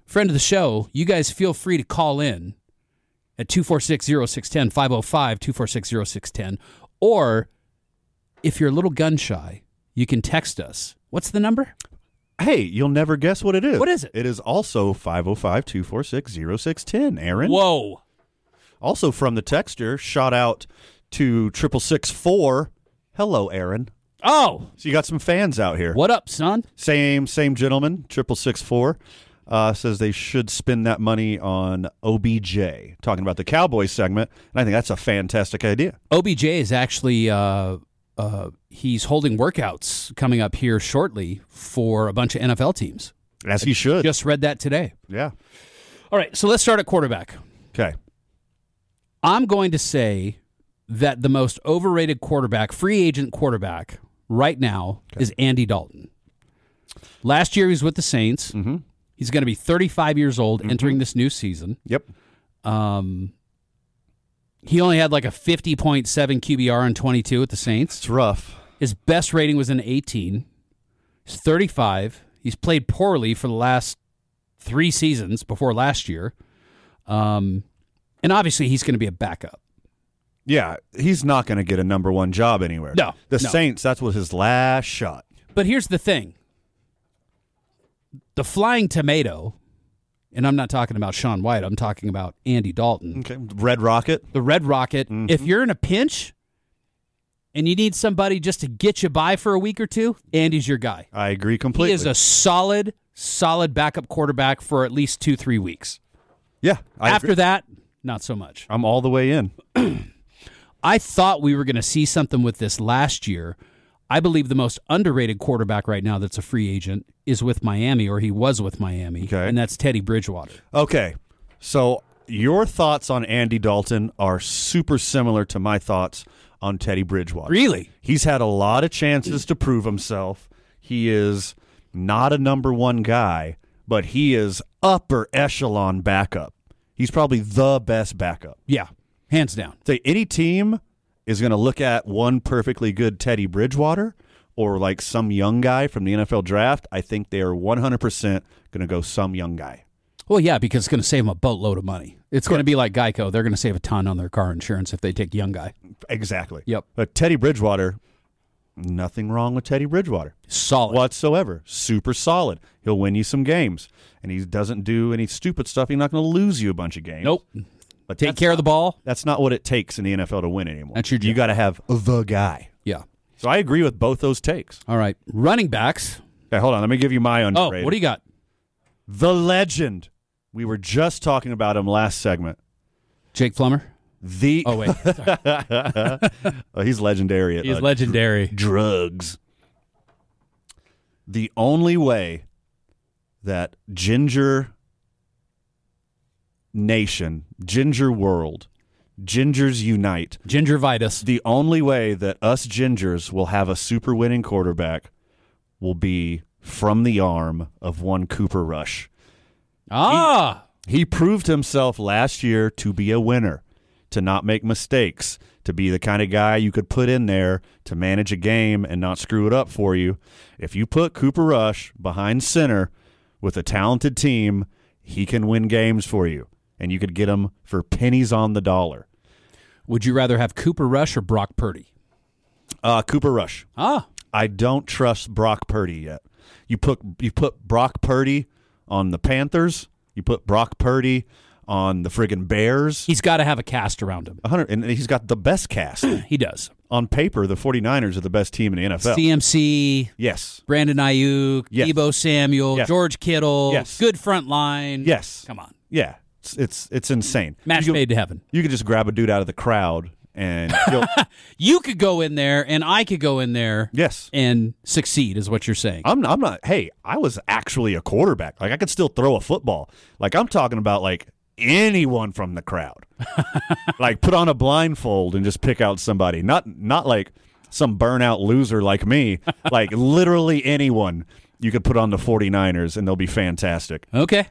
[SPEAKER 2] friend of the show, you guys feel free to call in at 246-0610, 505-246-0610 or if you're a little gun shy, you can text us. What's the number?
[SPEAKER 1] Hey, you'll never guess what it is.
[SPEAKER 2] What is it?
[SPEAKER 1] It is also 505 246 0610, Aaron.
[SPEAKER 2] Whoa.
[SPEAKER 1] Also from the texture, shout out to 6664. Hello, Aaron.
[SPEAKER 2] Oh.
[SPEAKER 1] So you got some fans out here.
[SPEAKER 2] What up, son?
[SPEAKER 1] Same, same gentleman, 6664. Uh, says they should spend that money on OBJ. Talking about the Cowboys segment, and I think that's a fantastic idea.
[SPEAKER 2] OBJ is actually uh, uh, he's holding workouts coming up here shortly for a bunch of NFL teams.
[SPEAKER 1] As he should.
[SPEAKER 2] Just read that today.
[SPEAKER 1] Yeah.
[SPEAKER 2] All right, so let's start at quarterback.
[SPEAKER 1] Okay.
[SPEAKER 2] I'm going to say that the most overrated quarterback, free agent quarterback right now is Andy Dalton. Last year he was with the Saints. He's going to be 35 years old entering this new season.
[SPEAKER 1] Yep.
[SPEAKER 2] Um, he only had like a 50.7 QBR in 22 at the Saints. It's
[SPEAKER 1] rough.
[SPEAKER 2] His best rating was an 18. He's 35. He's played poorly for the last three seasons before last year. Um, and obviously, he's going to be a backup.
[SPEAKER 1] Yeah, he's not going to get a number one job anywhere.
[SPEAKER 2] No,
[SPEAKER 1] The
[SPEAKER 2] no.
[SPEAKER 1] Saints, that was his last shot.
[SPEAKER 2] But here's the thing the flying tomato, and I'm not talking about Sean White, I'm talking about Andy Dalton.
[SPEAKER 1] Okay. Red Rocket.
[SPEAKER 2] The Red Rocket.
[SPEAKER 1] Mm-hmm.
[SPEAKER 2] If you're in a pinch and you need somebody just to get you by for a week or two, Andy's your guy.
[SPEAKER 1] I agree completely.
[SPEAKER 2] He is a solid, solid backup quarterback for at least two, three weeks.
[SPEAKER 1] Yeah. I
[SPEAKER 2] After
[SPEAKER 1] agree.
[SPEAKER 2] that, not so much.
[SPEAKER 1] I'm all the way in.
[SPEAKER 2] I thought we were going to see something with this last year. I believe the most underrated quarterback right now that's a free agent is with Miami, or he was with Miami, and that's Teddy Bridgewater.
[SPEAKER 1] Okay. So your thoughts on Andy Dalton are super similar to my thoughts on Teddy Bridgewater.
[SPEAKER 2] Really?
[SPEAKER 1] He's had a lot of chances to prove himself. He is not a number one guy, but he is upper echelon backup. He's probably the best backup.
[SPEAKER 2] Yeah, hands down.
[SPEAKER 1] Say any team is going to look at one perfectly good Teddy Bridgewater or like some young guy from the NFL draft. I think they are 100% going to go some young guy.
[SPEAKER 2] Well, yeah, because it's going to save him a boatload of money. It's going to be like Geico; they're going to save a ton on their car insurance if they take young guy.
[SPEAKER 1] Exactly.
[SPEAKER 2] Yep.
[SPEAKER 1] But Teddy Bridgewater, nothing wrong with Teddy Bridgewater.
[SPEAKER 2] Solid.
[SPEAKER 1] Whatsoever. Super solid. He'll win you some games. And he doesn't do any stupid stuff. He's not going to lose you a bunch of games.
[SPEAKER 2] Nope.
[SPEAKER 1] But
[SPEAKER 2] Take care of the ball.
[SPEAKER 1] That's not what it takes in the NFL to win anymore.
[SPEAKER 2] That's your
[SPEAKER 1] You
[SPEAKER 2] job.
[SPEAKER 1] got to have the guy.
[SPEAKER 2] Yeah.
[SPEAKER 1] So I agree with both those takes.
[SPEAKER 2] All right. Running backs.
[SPEAKER 1] Okay, hold on. Let me give you my
[SPEAKER 2] Oh,
[SPEAKER 1] underrated.
[SPEAKER 2] what do you got?
[SPEAKER 1] The legend. We were just talking about him last segment.
[SPEAKER 2] Jake Plummer.
[SPEAKER 1] The
[SPEAKER 2] Oh, wait.
[SPEAKER 1] *laughs* Oh, he's legendary. At,
[SPEAKER 2] *laughs* He's
[SPEAKER 1] uh, *laughs*
[SPEAKER 2] legendary.
[SPEAKER 1] dr- drugs. The only way that Ginger Nation, Ginger World, Gingers Unite,
[SPEAKER 2] Gingervitis.
[SPEAKER 1] The only way that us Gingers will have a super winning quarterback will be from the arm of one Cooper Rush.
[SPEAKER 2] Ah.
[SPEAKER 1] He proved himself last year to be a winner. to not make mistakes, to be the kind of guy you could put in there to manage a game and not screw it up for you. If you put Cooper Rush behind center with a talented team, he can win games for you, and you could get him for pennies on the dollar.
[SPEAKER 2] Would you rather have Cooper Rush or Brock Purdy?
[SPEAKER 1] Uh, Cooper Rush.
[SPEAKER 2] Ah,
[SPEAKER 1] I don't trust Brock Purdy yet. You put you put Brock Purdy on the Panthers. You put Brock Purdy on the friggin' Bears.
[SPEAKER 2] He's got to have a cast around him.
[SPEAKER 1] 100 and he's got the best cast.
[SPEAKER 2] he does.
[SPEAKER 1] On paper, the 49ers are the best team in the NFL.
[SPEAKER 2] CMC,
[SPEAKER 1] yes.
[SPEAKER 2] Brandon Ayuk,
[SPEAKER 1] Yes.
[SPEAKER 2] Debo Samuel,
[SPEAKER 1] Yes.
[SPEAKER 2] George Kittle,
[SPEAKER 1] Yes.
[SPEAKER 2] good front line.
[SPEAKER 1] Yes.
[SPEAKER 2] Come on.
[SPEAKER 1] Yeah. It's it's, it's insane.
[SPEAKER 2] Match
[SPEAKER 1] You can-
[SPEAKER 2] made to heaven.
[SPEAKER 1] You could just grab a dude out of the crowd and you'll-
[SPEAKER 2] You could go in there and I could go in there
[SPEAKER 1] yes. Uh
[SPEAKER 2] and succeed is what you're saying.
[SPEAKER 1] I'm I'm not. Hey, I was actually a quarterback. Like I could still throw a football. Like I'm talking about like anyone from the crowd. like put on a blindfold and just pick out somebody. Not not like some burnout loser like me. like literally anyone you could put on the 49ers and they'll be fantastic.
[SPEAKER 2] Okay.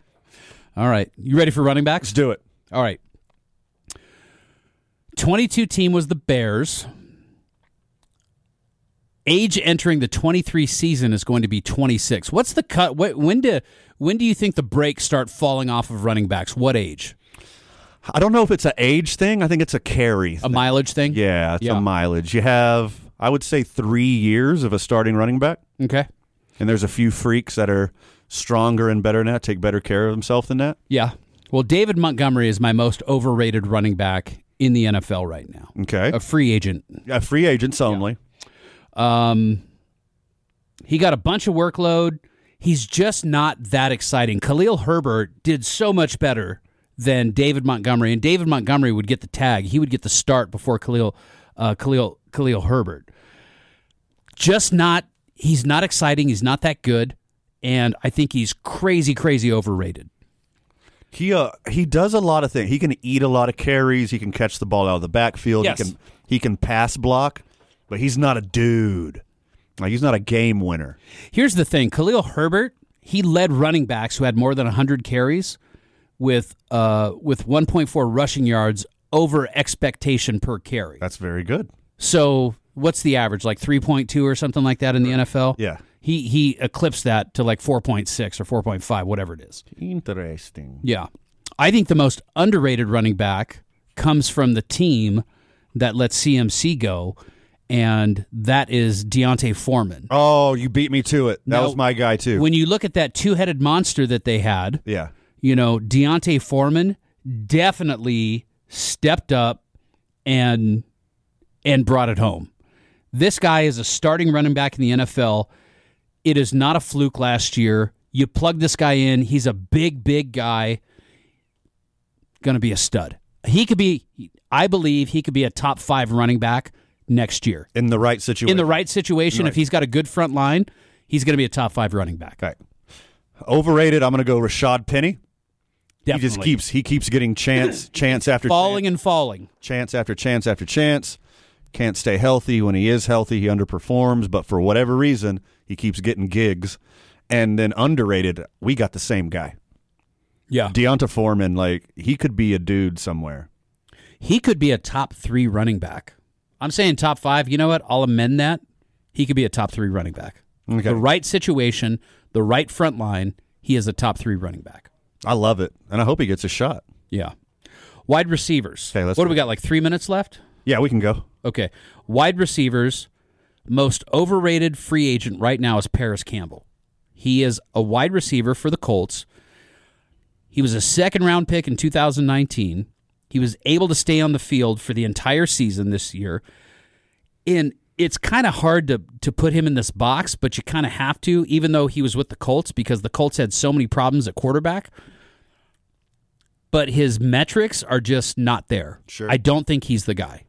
[SPEAKER 2] All right. You ready for running backs?
[SPEAKER 1] Let's do it.
[SPEAKER 2] All right. 22 team was the Bears. Age entering the 23 season is going to be 26. What's the cut? What, when do when do you think the breaks start falling off of running backs? What age?
[SPEAKER 1] I don't know if it's an age thing. I think it's a carry,
[SPEAKER 2] A mileage thing?
[SPEAKER 1] Yeah, it's
[SPEAKER 2] Yeah.
[SPEAKER 1] a mileage. You have, I would say, three years of a starting running back,
[SPEAKER 2] Okay.
[SPEAKER 1] and there's a few freaks that are stronger and better than that, take better care of themselves than that.
[SPEAKER 2] Yeah. Well, David Montgomery is my most overrated running back in the NFL right now.
[SPEAKER 1] Okay,
[SPEAKER 2] A free agent.
[SPEAKER 1] yeah, free agents only.
[SPEAKER 2] Um, he got a bunch of workload. He's just not that exciting. Khalil Herbert did so much better than David Montgomery, and David Montgomery would get the tag. He would get the start before Khalil, uh, Khalil, Khalil Herbert. Just not. He's not exciting. He's not that good, and I think he's crazy, crazy overrated.
[SPEAKER 1] He uh, he does a lot of things. He can eat a lot of carries. He can catch the ball out of the backfield.
[SPEAKER 2] Yes.
[SPEAKER 1] He can he can pass block, but he's not a dude. Like he's not a game winner.
[SPEAKER 2] Here's the thing Khalil Herbert, he led running backs who had more than 100 carries with, uh, with 1.4 rushing yards over expectation per carry.
[SPEAKER 1] That's very good.
[SPEAKER 2] So what's the average? Like 3.2 or something like that in the NFL?
[SPEAKER 1] Yeah.
[SPEAKER 2] He, he eclipsed that to like 4.6 or 4.5, whatever it is.
[SPEAKER 1] Interesting.
[SPEAKER 2] Yeah. I think the most underrated running back comes from the team that let CMC go, and that is Deontay Foreman.
[SPEAKER 1] Oh, you beat me to it. That
[SPEAKER 2] Now-
[SPEAKER 1] was my guy too.
[SPEAKER 2] When you look at that two headed monster that they had,
[SPEAKER 1] yeah.
[SPEAKER 2] you know, Deontay Foreman definitely stepped up and and brought it home. This guy is a starting running back in the NFL. It is not a fluke last year. You plug this guy in, he's a big, big guy. Gonna be a stud. He could be I believe he could be a top five running back next year.
[SPEAKER 1] In the right situation.
[SPEAKER 2] In the right situation, if
[SPEAKER 1] Right.
[SPEAKER 2] he's got a good front line, he's gonna be a top five running back.
[SPEAKER 1] Okay. Overrated. I'm going to go Rashad Penny.
[SPEAKER 2] Definitely.
[SPEAKER 1] He just keeps he keeps getting
[SPEAKER 2] *coughs*
[SPEAKER 1] chance chance after
[SPEAKER 2] falling and falling.
[SPEAKER 1] chance after chance after chance. Can't stay healthy. When he is healthy, he underperforms. But for whatever reason, he keeps getting gigs. And then underrated. We got the same guy,
[SPEAKER 2] Yeah.
[SPEAKER 1] Deonta Foreman. Like he could be a dude somewhere.
[SPEAKER 2] he could be a top three running back. I'm saying top five. You know what? I'll amend that. He could be a top three running back.
[SPEAKER 1] Okay.
[SPEAKER 2] The right situation, the right front line, he is a top three running back.
[SPEAKER 1] I love it, and I hope he gets a shot.
[SPEAKER 2] Yeah. Wide receivers.
[SPEAKER 1] Okay, let's
[SPEAKER 2] what do we got? Like three minutes left?
[SPEAKER 1] Yeah, we can go.
[SPEAKER 2] Okay. Wide receivers. Most overrated free agent right now is Paris Campbell. He is a wide receiver for the Colts. He was a second round pick in 2019. He was able to stay on the field for the entire season this year. And it's kind of hard to, to put him in this box, but you kind of have to, even though he was with the Colts, because the Colts had so many problems at quarterback. But his metrics are just not there.
[SPEAKER 1] Sure.
[SPEAKER 2] I don't think he's the guy.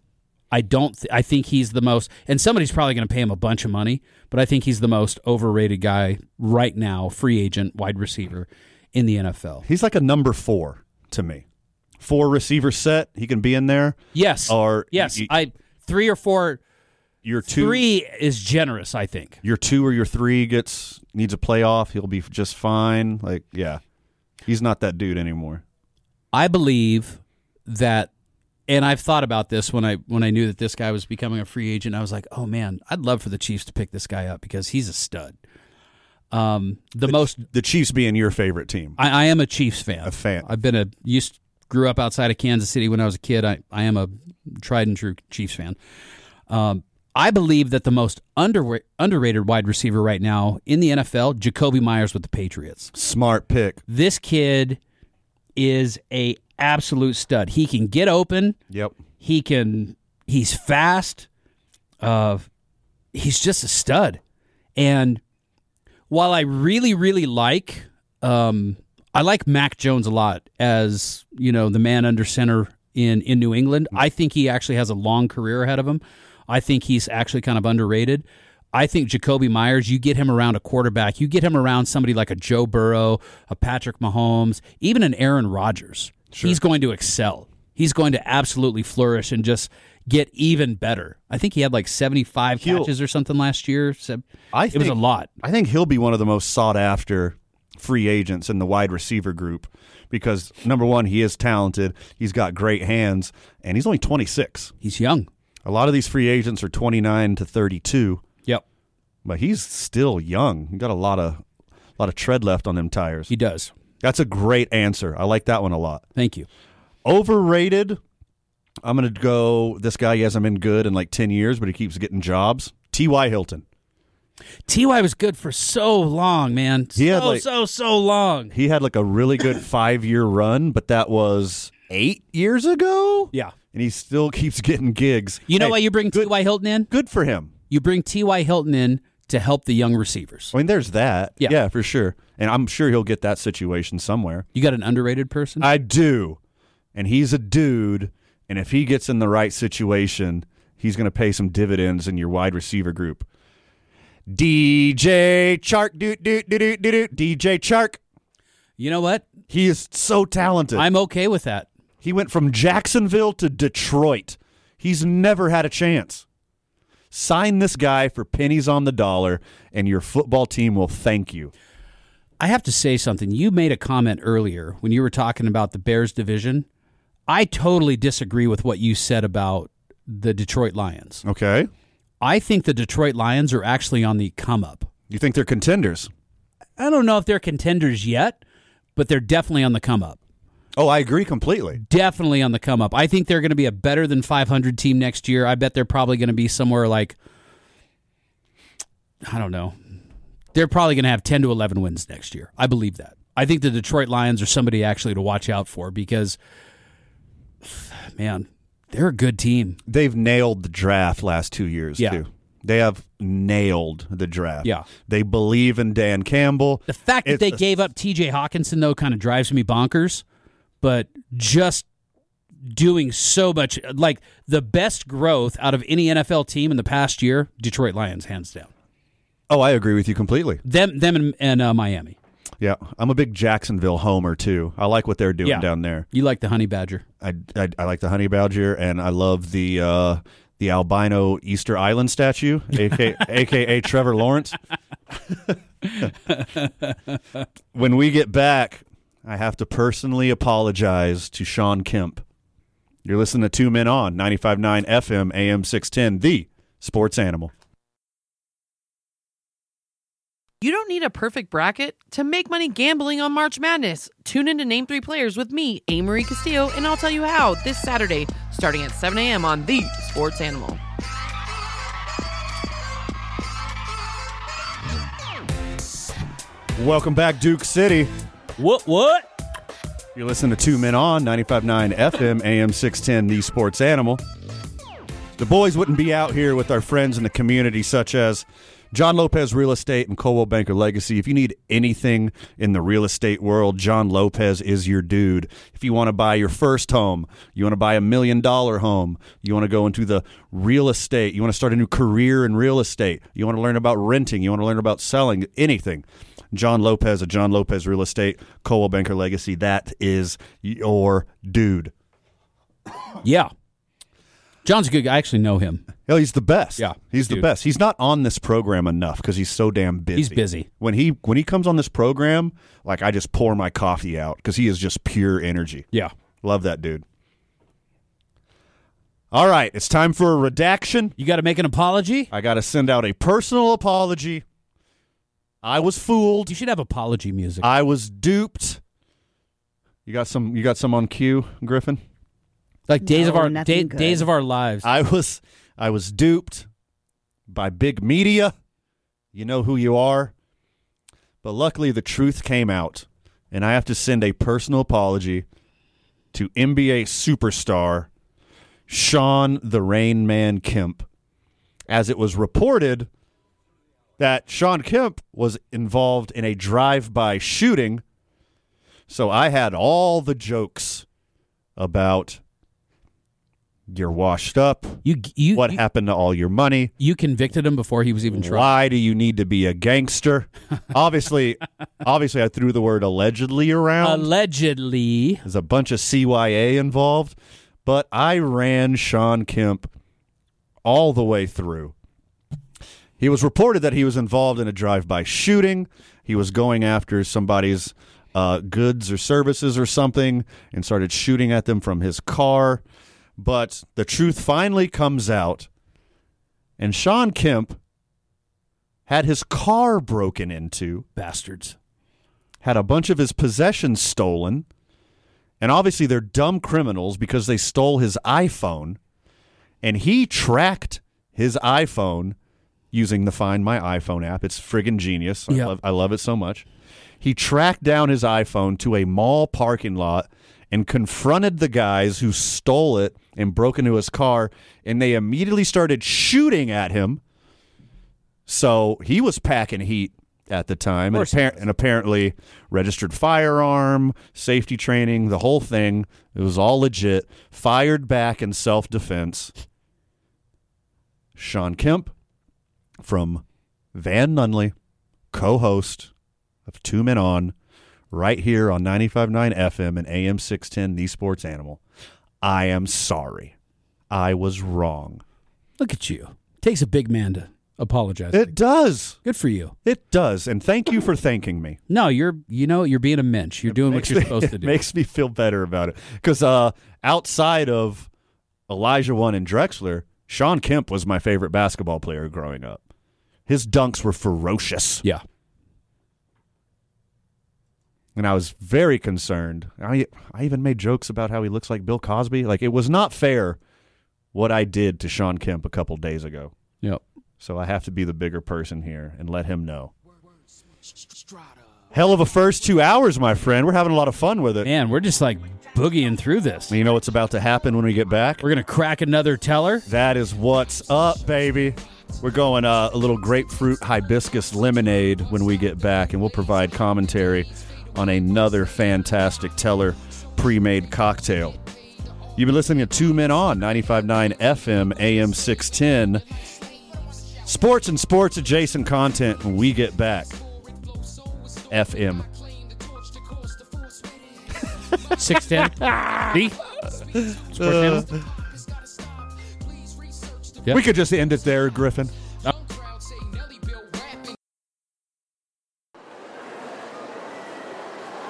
[SPEAKER 2] I don't. Th- I think he's the most, and somebody's probably going to pay him a bunch of money, but I think he's the most overrated guy right now, free agent, wide receiver in the NFL.
[SPEAKER 1] He's like a number four to me. Four receiver set. He can be in there.
[SPEAKER 2] Yes.
[SPEAKER 1] Or
[SPEAKER 2] yes.
[SPEAKER 1] y- y-
[SPEAKER 2] I three or four.
[SPEAKER 1] your two
[SPEAKER 2] Three is generous. I think.
[SPEAKER 1] your two or your three gets needs a playoff, he'll be just fine. Like, yeah, he's not that dude anymore.
[SPEAKER 2] I believe that and I've thought about this when I when I knew that this guy was becoming a free agent. I was like, oh man, I'd love for the Chiefs to pick this guy up because he's a stud. Um, the, most
[SPEAKER 1] the Chiefs being your favorite team.
[SPEAKER 2] I, I am a Chiefs fan. A
[SPEAKER 1] fan.
[SPEAKER 2] I've been a used grew up outside of Kansas City when I was a kid. I I am a tried and true Chiefs fan. Um, I believe that the most under, underrated wide receiver right now in the NFL, Jacoby Myers with the Patriots.
[SPEAKER 1] Smart pick.
[SPEAKER 2] This kid is a absolute stud. He can get open.
[SPEAKER 1] Yep.
[SPEAKER 2] He can. He's fast. Uh, he's just a stud. And while I really, really like, um, I like Mac Jones a lot as you know the man under center in in New England.
[SPEAKER 1] Mm-hmm.
[SPEAKER 2] I think he actually has a long career ahead of him. I think he's actually kind of underrated. I think Jacoby Myers, you get him around a quarterback, you get him around somebody like a Joe Burrow, a Patrick Mahomes, even an Aaron Rodgers. He's going to excel. He's going to absolutely flourish and just get even better. I think he had like 75
[SPEAKER 1] He'll-
[SPEAKER 2] catches or something last year. So
[SPEAKER 1] I
[SPEAKER 2] it was a
[SPEAKER 1] think-
[SPEAKER 2] lot.
[SPEAKER 1] I think he'll be one of the most sought after free agents in the wide receiver group because number one, he is talented, he's got great hands, and he's only 26.
[SPEAKER 2] He's young.
[SPEAKER 1] A lot of these free agents are 29 to 32.
[SPEAKER 2] Yep.
[SPEAKER 1] But he's still young. He got a lot of lot of tread left on them tires. He
[SPEAKER 2] does.
[SPEAKER 1] That's a great answer. I like that one a lot.
[SPEAKER 2] Thank you.
[SPEAKER 1] Overrated. I'm going to go this guy he hasn't been good in like 10 years, but he keeps getting jobs. T.Y. Hilton.
[SPEAKER 2] T.Y. was good for so long, man.
[SPEAKER 1] He had
[SPEAKER 2] so,
[SPEAKER 1] like-
[SPEAKER 2] so, so long.
[SPEAKER 1] He had like a really
[SPEAKER 2] *clears throat*
[SPEAKER 1] good five year run, but that was eight years ago.
[SPEAKER 2] Yeah.
[SPEAKER 1] And he still keeps getting gigs.
[SPEAKER 2] You know
[SPEAKER 1] Hey,
[SPEAKER 2] why you bring T.Y. Hilton in?
[SPEAKER 1] Good for him.
[SPEAKER 2] You bring T.Y. Hilton in to help the young receivers.
[SPEAKER 1] I mean, there's that.
[SPEAKER 2] Yeah.
[SPEAKER 1] for sure. And I'm sure he'll get that situation somewhere.
[SPEAKER 2] You got an underrated person?
[SPEAKER 1] I do. And he's a dude. And if he gets in the right situation, he's going to pay some dividends in your wide receiver group. DJ Chark, doot, doot, doot, doot, doot, doot. DJ Chark.
[SPEAKER 2] You know what?
[SPEAKER 1] He is so talented.
[SPEAKER 2] I'm okay with that.
[SPEAKER 1] He went from Jacksonville to Detroit. He's never had a chance. Sign this guy for pennies on the dollar, and your football team will thank you.
[SPEAKER 2] I have to say something. You made a comment earlier when you were talking about the Bears division. I totally disagree with what you said about the Detroit Lions.
[SPEAKER 1] Okay.
[SPEAKER 2] I think the Detroit Lions are actually on the come up.
[SPEAKER 1] You think they're contenders?
[SPEAKER 2] I don't know if they're contenders yet, but they're definitely on the come up.
[SPEAKER 1] Oh, I agree completely.
[SPEAKER 2] Definitely on the come up. I think they're going to be a better than 500 team next year. I bet they're probably going to be somewhere like, I don't know. They're probably going to have 10 to 11 wins next year. I believe that. I think the Detroit Lions are somebody actually to watch out for because, man, they're a good team.
[SPEAKER 1] They've nailed the draft last two years,
[SPEAKER 2] Yeah.
[SPEAKER 1] too. They have nailed the draft.
[SPEAKER 2] Yeah.
[SPEAKER 1] They believe in Dan Campbell.
[SPEAKER 2] The fact that
[SPEAKER 1] It's
[SPEAKER 2] they
[SPEAKER 1] a-
[SPEAKER 2] gave up TJ Hawkinson though kind of drives me bonkers, but just doing so much like the best growth out of any NFL team in the past year, Detroit Lions hands down.
[SPEAKER 1] Oh, I agree with you completely.
[SPEAKER 2] Them them and, and uh, Miami.
[SPEAKER 1] Yeah. I'm a big Jacksonville homer, too. I like what they're doing
[SPEAKER 2] Yeah.
[SPEAKER 1] down there.
[SPEAKER 2] You like the Honey Badger?
[SPEAKER 1] I, I, I like the honey badger, and I love the uh, the albino Easter Island statue, aka, AKA Trevor Lawrence. when we get back, I have to personally apologize to Sean Kemp. You're listening to Two Men on 95.9 FM AM 610, the sports animal.
[SPEAKER 7] You don't need a perfect bracket to make money gambling on March Madness. Tune in to Name Three Players with me, Amory Castillo, and I'll tell you how this Saturday, starting at 7 a.m. on The Sports Animal.
[SPEAKER 1] Welcome back, Duke City.
[SPEAKER 2] What what?
[SPEAKER 1] You're listening to Two Men on 95.9 FM, AM 610, the sports animal. The boys wouldn't be out here with our friends in the community, such as John Lopez Real Estate and Coldwell Banker Legacy. If you need anything in the real estate world, John Lopez is your dude. If you want to buy your first home, you want to buy a million dollar home, you want to go into the real estate, you want to start a new career in real estate, you want to learn about renting, you want to learn about selling, anything. John Lopez of John Lopez Real Estate, Coldwell Banker Legacy, that is your dude.
[SPEAKER 2] Yeah. John's a good guy. I actually know him.
[SPEAKER 1] Hell, he's the best.
[SPEAKER 2] Yeah,
[SPEAKER 1] he's the
[SPEAKER 2] dude.
[SPEAKER 1] best. He's not on this program enough because he's so damn busy.
[SPEAKER 2] He's busy.
[SPEAKER 1] When he when he comes on this program, like I just pour my coffee out because he is just pure energy.
[SPEAKER 2] Yeah.
[SPEAKER 1] Love that dude. All right, it's time for a redaction.
[SPEAKER 2] You got to make an apology?
[SPEAKER 1] I got to send out a personal apology. I was fooled.
[SPEAKER 2] You should have apology music.
[SPEAKER 1] I was duped. You got some you got some on cue, Griffin?
[SPEAKER 2] Like Days of
[SPEAKER 4] No,
[SPEAKER 2] Our
[SPEAKER 4] nothing
[SPEAKER 2] Day-
[SPEAKER 4] good.
[SPEAKER 2] Days of Our Lives.
[SPEAKER 1] I was I was duped by big media. You know who you are. But luckily the truth came out, and I have to send a personal apology to NBA superstar Sean the Rain Man Kemp. As it was reported that Sean Kemp was involved in a drive-by shooting. So I had all the jokes about you're washed up.
[SPEAKER 2] You, you
[SPEAKER 1] what
[SPEAKER 2] you-
[SPEAKER 1] happened to all your money?
[SPEAKER 2] You convicted him before he was even tried.
[SPEAKER 1] Why do you need to be a
[SPEAKER 2] *laughs*
[SPEAKER 1] gangster? obviously, obviously, I threw the word allegedly around.
[SPEAKER 2] Allegedly.
[SPEAKER 1] There's a bunch of CYA involved, but I ran Sean Kemp all the way through. He was reported that he was involved in a drive-by shooting. He was going after somebody's uh, goods or services or something, and started shooting at them from his car. But the truth finally comes out, and Sean Kemp had his car broken into
[SPEAKER 2] Bastards.
[SPEAKER 1] had a bunch of his possessions stolen. And obviously, they're dumb criminals because they stole his iPhone. And he tracked his iPhone using the Find My iPhone app. It's friggin' genius. I,
[SPEAKER 2] Yeah.
[SPEAKER 1] love, I love it so much. He tracked down his iPhone to a mall parking lot and confronted the guys who stole it and broke into his car. And they immediately started shooting at him. So he was packing heat at the time, and,
[SPEAKER 2] course he
[SPEAKER 1] appar- and apparently registered firearm, safety training, the whole thing. It was all legit. Fired back in self defense. Sean Kemp from Van Nunley, co host of Two Men On, right here on 95.9 FM and AM 610, The Sports Animal. I am sorry. I was wrong.
[SPEAKER 2] Look at you. Takes a big man to apologize.
[SPEAKER 1] It does.
[SPEAKER 2] Good for you.
[SPEAKER 1] It does. And thank you for thanking me.
[SPEAKER 2] No, you're you know you're being a mensch. You're doing what
[SPEAKER 1] Makes
[SPEAKER 2] you're
[SPEAKER 1] me-
[SPEAKER 2] supposed to
[SPEAKER 1] it *laughs*
[SPEAKER 2] do.
[SPEAKER 1] Makes me feel better about it because uh, outside of Elijah One and Drexler, Sean Kemp was my favorite basketball player growing up. His dunks were ferocious,
[SPEAKER 2] yeah.
[SPEAKER 1] and I was very concerned. I I even made jokes about how he looks like Bill Cosby. Like it was not fair what I did to Sean Kemp a couple days ago.
[SPEAKER 2] Yep.
[SPEAKER 1] So I have to be the bigger person here and let him know. Hell of a first two hours, my friend. We're having a lot of fun with it.
[SPEAKER 2] Man, we're just like boogieing through this.
[SPEAKER 1] You know what's about to happen when we get back?
[SPEAKER 2] We're gonna crack another teller.
[SPEAKER 1] That is what's up, baby. We're going uh, a little grapefruit hibiscus lemonade when we get back, and we'll provide commentary on another fantastic Teller pre made cocktail. You've been listening to Two Men On 95.9 FM, AM 610. Sports and sports adjacent content when we get back. FM.
[SPEAKER 2] Six *laughs* ten. D. Sports Animal? Yep.
[SPEAKER 1] We could just end it there, Griffin.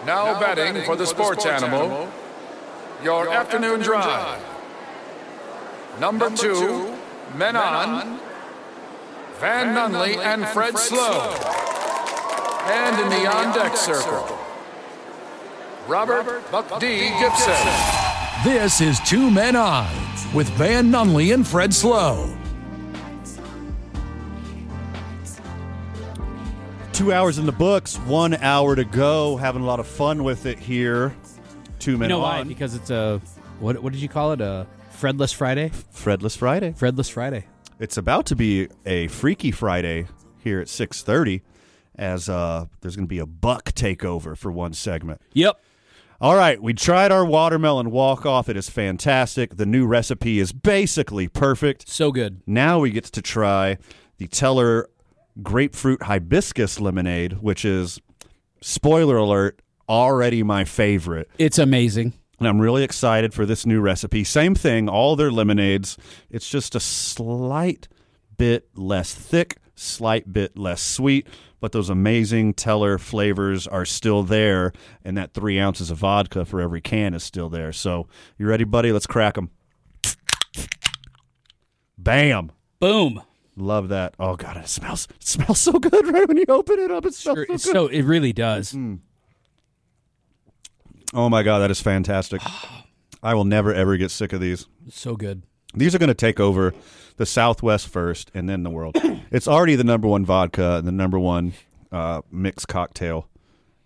[SPEAKER 10] Now, betting, for the sports, animal, your, afternoon, drive. Number, two, men, on, Van, Nunley, and Fred, Slow. And in the on deck circle, Robert Buck D. Gibson.
[SPEAKER 5] This is Two Men On with Van Nunley and Fred Slow.
[SPEAKER 1] Two hours in the books, one hour to go. Having a lot of fun with it here. Two
[SPEAKER 2] You
[SPEAKER 1] men
[SPEAKER 2] know why?
[SPEAKER 1] on.
[SPEAKER 2] Because it's a what? What did you call it? A Fredless Friday.
[SPEAKER 1] Fredless Friday.
[SPEAKER 2] Fredless Friday.
[SPEAKER 1] It's about to be a Freaky Friday here at six thirty, as uh, there's going to be a buck takeover for one segment.
[SPEAKER 2] Yep.
[SPEAKER 1] All right, we tried our watermelon walk off. It is fantastic. The new recipe is basically perfect.
[SPEAKER 2] So good.
[SPEAKER 1] Now we get to try the Teller grapefruit hibiscus lemonade, which is spoiler alert already my favorite.
[SPEAKER 2] It's amazing.
[SPEAKER 1] And I'm really excited for this new recipe. Same thing, all their lemonades. It's just a slight bit less thick, slight bit less sweet, but those amazing Teller flavors are still there. And that three ounces of vodka for every can is still there. So, you ready, buddy? Let's crack them. Bam.
[SPEAKER 2] Boom.
[SPEAKER 1] Love that. Oh god, it smells it smells so good *laughs* right when you open it up. It smells
[SPEAKER 2] Sure,
[SPEAKER 1] so good.
[SPEAKER 2] it's so it really does.
[SPEAKER 1] oh my god, that is fantastic. I will never ever get sick of these.
[SPEAKER 2] So good.
[SPEAKER 1] These are going to take over the Southwest first, and then the world. it's already the number one vodka and the number one uh, mixed cocktail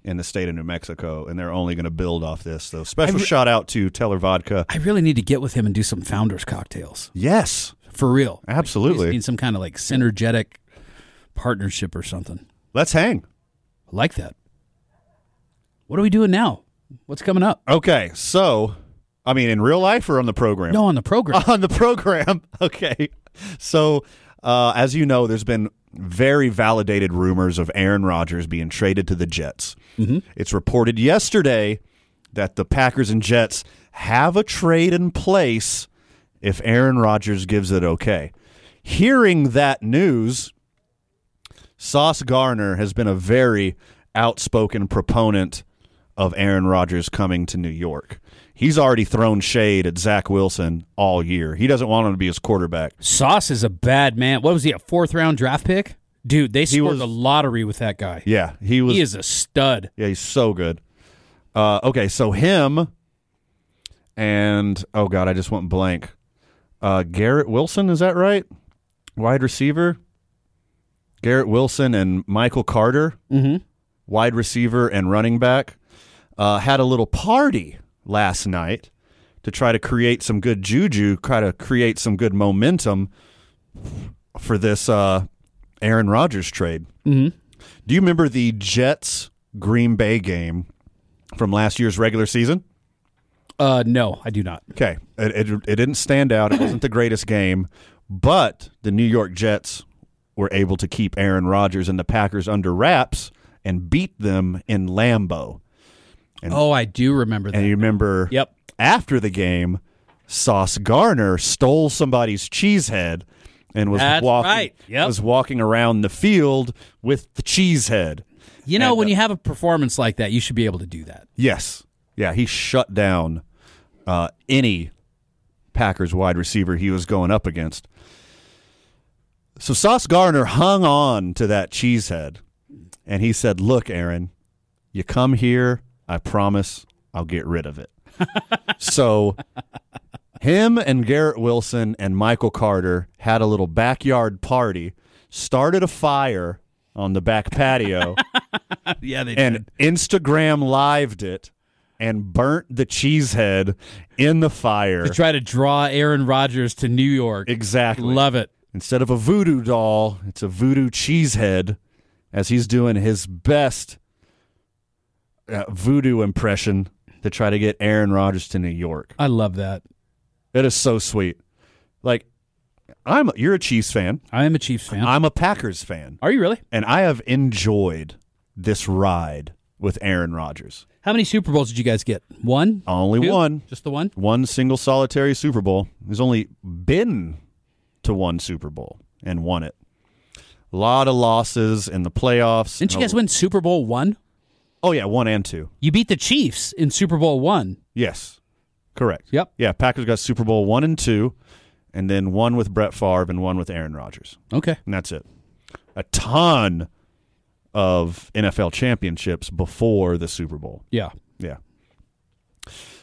[SPEAKER 1] in the state of New Mexico, and they're only going to build off this. So special
[SPEAKER 2] I re-
[SPEAKER 1] shout out to Teller Vodka.
[SPEAKER 2] I really need to get with him and do some founders cocktails
[SPEAKER 1] Yes,
[SPEAKER 2] for real.
[SPEAKER 1] absolutely.
[SPEAKER 2] We just need some kind of like synergetic partnership or something.
[SPEAKER 1] Let's hang.
[SPEAKER 2] I like that. What are we doing now? What's coming up?
[SPEAKER 1] Okay, so I mean, in real life or on the program?
[SPEAKER 2] No, on the program.
[SPEAKER 1] *laughs* on the program. Okay. So, uh, as you know, there's been very validated rumors of Aaron Rodgers being traded to the Jets. It's reported yesterday that the Packers and Jets have a trade in place if Aaron Rodgers gives it okay. Hearing that news, Sauce Garner has been a very outspoken proponent of Aaron Rodgers coming to New York. He's already thrown shade at Zach Wilson all year. He doesn't want him to be his quarterback.
[SPEAKER 2] Sauce is a bad man. What was he, a fourth round draft pick? Dude, they scored
[SPEAKER 1] was-
[SPEAKER 2] the lottery with that guy.
[SPEAKER 1] Yeah, he was.
[SPEAKER 2] he is a stud.
[SPEAKER 1] Yeah, he's so good. Uh, okay, so him and oh god, I just went blank. Uh, Garrett Wilson, is that right? Wide receiver. Garrett Wilson and Michael Carter, wide receiver and running back, uh, had a little party last night to try to create some good juju, try to create some good momentum for this uh, Aaron Rodgers trade. Do you remember the Jets Green Bay game from last year's regular season?
[SPEAKER 2] Uh, no, I do not.
[SPEAKER 1] Okay. It, it, it didn't stand out. It wasn't the greatest game, but the New York Jets were able to keep Aaron Rodgers and the Packers under wraps and beat them in Lambeau.
[SPEAKER 2] oh, I do remember that.
[SPEAKER 1] And you remember
[SPEAKER 2] Yep.
[SPEAKER 1] after the game, Sauce Garner stole somebody's cheese head and was
[SPEAKER 2] That's
[SPEAKER 1] walking
[SPEAKER 2] right. Yep.
[SPEAKER 1] was walking around the field with the cheese head.
[SPEAKER 2] You know, when you have a performance like that, you should be able to do that.
[SPEAKER 1] Yes. Yeah, he shut down uh, any Packers wide receiver he was going up against. So Sauce Garner hung on to that cheesehead and he said, Look, Aaron, you come here, I promise I'll get rid of it. so him and Garrett Wilson and Michael Carter had a little backyard party, started a fire on the back patio
[SPEAKER 2] *laughs* yeah, they
[SPEAKER 1] and Instagram lived it and burnt the cheese head in the fire.
[SPEAKER 2] to try to draw Aaron Rodgers to New York.
[SPEAKER 1] Exactly.
[SPEAKER 2] Love it.
[SPEAKER 1] Instead of a voodoo doll, it's a voodoo cheese head as he's doing his best uh, voodoo impression to try to get Aaron Rodgers to New York.
[SPEAKER 2] I love that.
[SPEAKER 1] It is so sweet. Like I'm you're a Chiefs fan,
[SPEAKER 2] I am a Chiefs fan.
[SPEAKER 1] I'm a Packers fan,
[SPEAKER 2] Are you really?
[SPEAKER 1] and I have enjoyed this ride with Aaron Rodgers.
[SPEAKER 2] How many Super Bowls did you guys get? One?
[SPEAKER 1] Only
[SPEAKER 2] Two?
[SPEAKER 1] one.
[SPEAKER 2] Just the one?
[SPEAKER 1] one single solitary Super Bowl. He's only been to one Super Bowl and won it. A lot of losses in the playoffs.
[SPEAKER 2] Didn't you guys win Super Bowl one?
[SPEAKER 1] Oh yeah, one and two.
[SPEAKER 2] You beat the Chiefs in Super Bowl one.
[SPEAKER 1] Yes, correct.
[SPEAKER 2] Yep.
[SPEAKER 1] Yeah, Packers got Super Bowl one and two, and then one with Brett Favre and one with Aaron Rodgers,
[SPEAKER 2] Okay.
[SPEAKER 1] and that's it. A ton of NFL championships before the Super Bowl.
[SPEAKER 2] Yeah.
[SPEAKER 1] Yeah.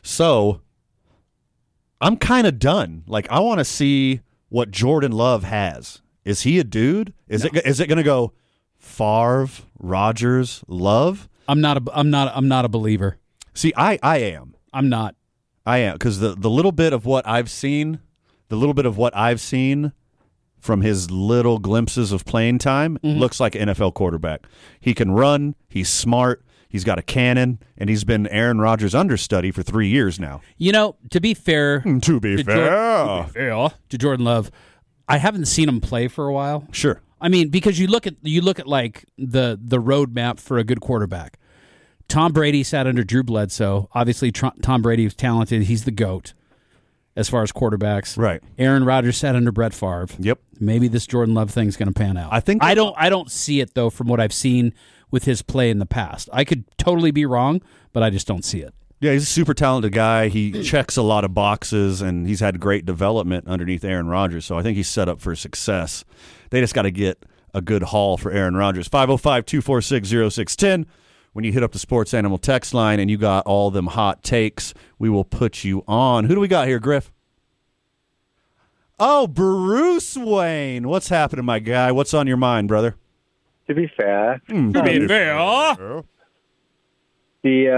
[SPEAKER 1] So I'm kind of done. Like I want to see what Jordan Love has. Is he a dude? Is it is it going to go Favre, Rogers, Love?
[SPEAKER 2] I'm not a I'm not I'm not a believer.
[SPEAKER 1] See, I I am.
[SPEAKER 2] I'm not.
[SPEAKER 1] I am cuz the the little bit of what I've seen, the little bit of what I've seen from his little glimpses of playing time looks like an NFL quarterback. He can run, he's smart, he's got a cannon, and he's been Aaron Rodgers understudy for 3 years now.
[SPEAKER 2] You know, to be fair,
[SPEAKER 1] Hmm, Mm, To be
[SPEAKER 2] to, Jor- to be fair to Jordan Love, I haven't seen him play for a while.
[SPEAKER 1] Sure.
[SPEAKER 2] I mean, because you look at you look at like the the roadmap for a good quarterback. Tom Brady sat under Drew Bledsoe. Obviously, Tr- Tom Brady was talented. He's the goat as far as quarterbacks.
[SPEAKER 1] Right.
[SPEAKER 2] Aaron Rodgers sat under Brett Favre.
[SPEAKER 1] Yep.
[SPEAKER 2] Maybe this Jordan Love thing's going to pan out.
[SPEAKER 1] I think-
[SPEAKER 2] I don't. I don't see it though from what I've seen with his play in the past. I could totally be wrong, but I just don't see it.
[SPEAKER 1] Yeah, he's a super talented guy. *clears throat* He checks a lot of boxes, and he's had great development underneath Aaron Rodgers. So I think he's set up for success. They just got to get a good haul for Aaron Rodgers. 505 246 0610. When you hit up the Sports Animal text line and you got all them hot takes, we will put you on. Who do we got here, Griff? Oh, Bruce Wayne. What's happening, my guy? What's on your mind, brother?
[SPEAKER 13] To be fair,
[SPEAKER 1] Mm,
[SPEAKER 13] um, the,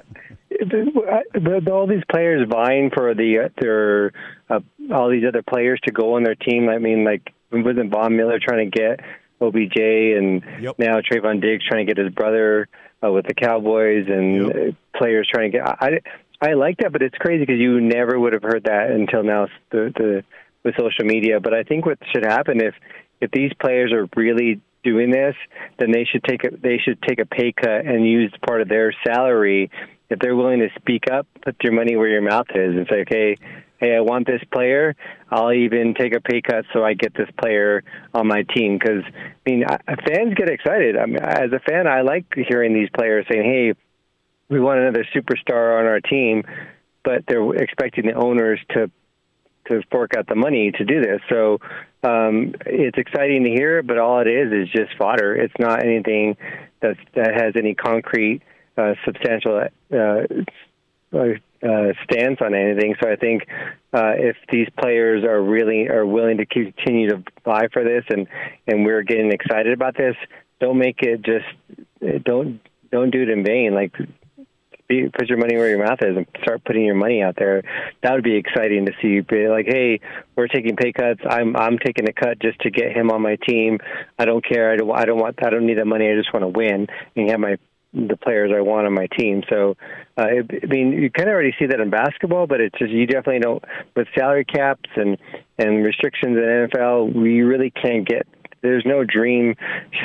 [SPEAKER 13] uh, the, the, the all these players vying for the uh, their uh, all these other players to go on their team. I mean, like wasn't Von Miller trying to get OBJ, and now Trayvon Diggs trying to get his brother uh, with the Cowboys, and uh, players trying to get. I, I I like that, but it's crazy because you never would have heard that until now. The, the with social media, but I think what should happen if if these players are really doing this, then they should take a they should take a pay cut uh, and use part of their salary if they're willing to speak up. Put your money where your mouth is and say, okay, hey, I want this player. I'll even take a pay cut so I get this player on my team. Because I mean, I, fans get excited. I mean, as a fan, I like hearing these players saying, hey, we want another superstar on our team, but they're expecting the owners to to fork out the money to do this. So um, it's exciting to hear, but all it is is just fodder. It's not anything that's, that has any concrete, uh, substantial uh, uh, stance on anything. So I think uh, if these players are really are willing to continue to buy for this, and and we're getting excited about this, don't make it just don't don't do it in vain. Like be, put your money where your mouth is and start putting your money out there. That would be exciting to see. Be like, hey, we're taking pay cuts. I'm I'm taking a cut just to get him on my team. I don't care. I don't, I don't want. I don't need that money. I just want to win and have my the players I want on my team. So, uh, it, I mean, you kind of already see that in basketball, but it's just you definitely don't with salary caps and and restrictions in NFL. We really can't get. There's no dream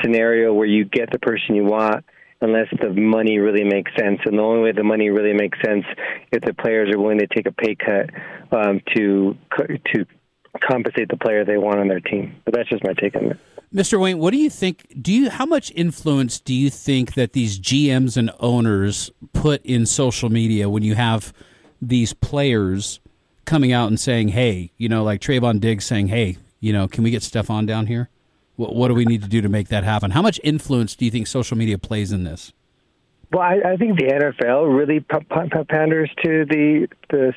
[SPEAKER 13] scenario where you get the person you want unless the money really makes sense. And the only way the money really makes sense if the players are willing to take a pay cut um, to to compensate the player they want on their team. But that's just my take on it.
[SPEAKER 2] Mr. Wayne, what do you think? Do you how much influence do you think that these GMs and owners put in social media when you have these players coming out and saying, "Hey, you know, like Trayvon Diggs saying, "Hey, you know, can we get Stephon down here? What, what do we need to do to make that happen?" How much influence do you think social media plays in this?
[SPEAKER 13] Well, I, I think the NFL really p- p- p- panders to the the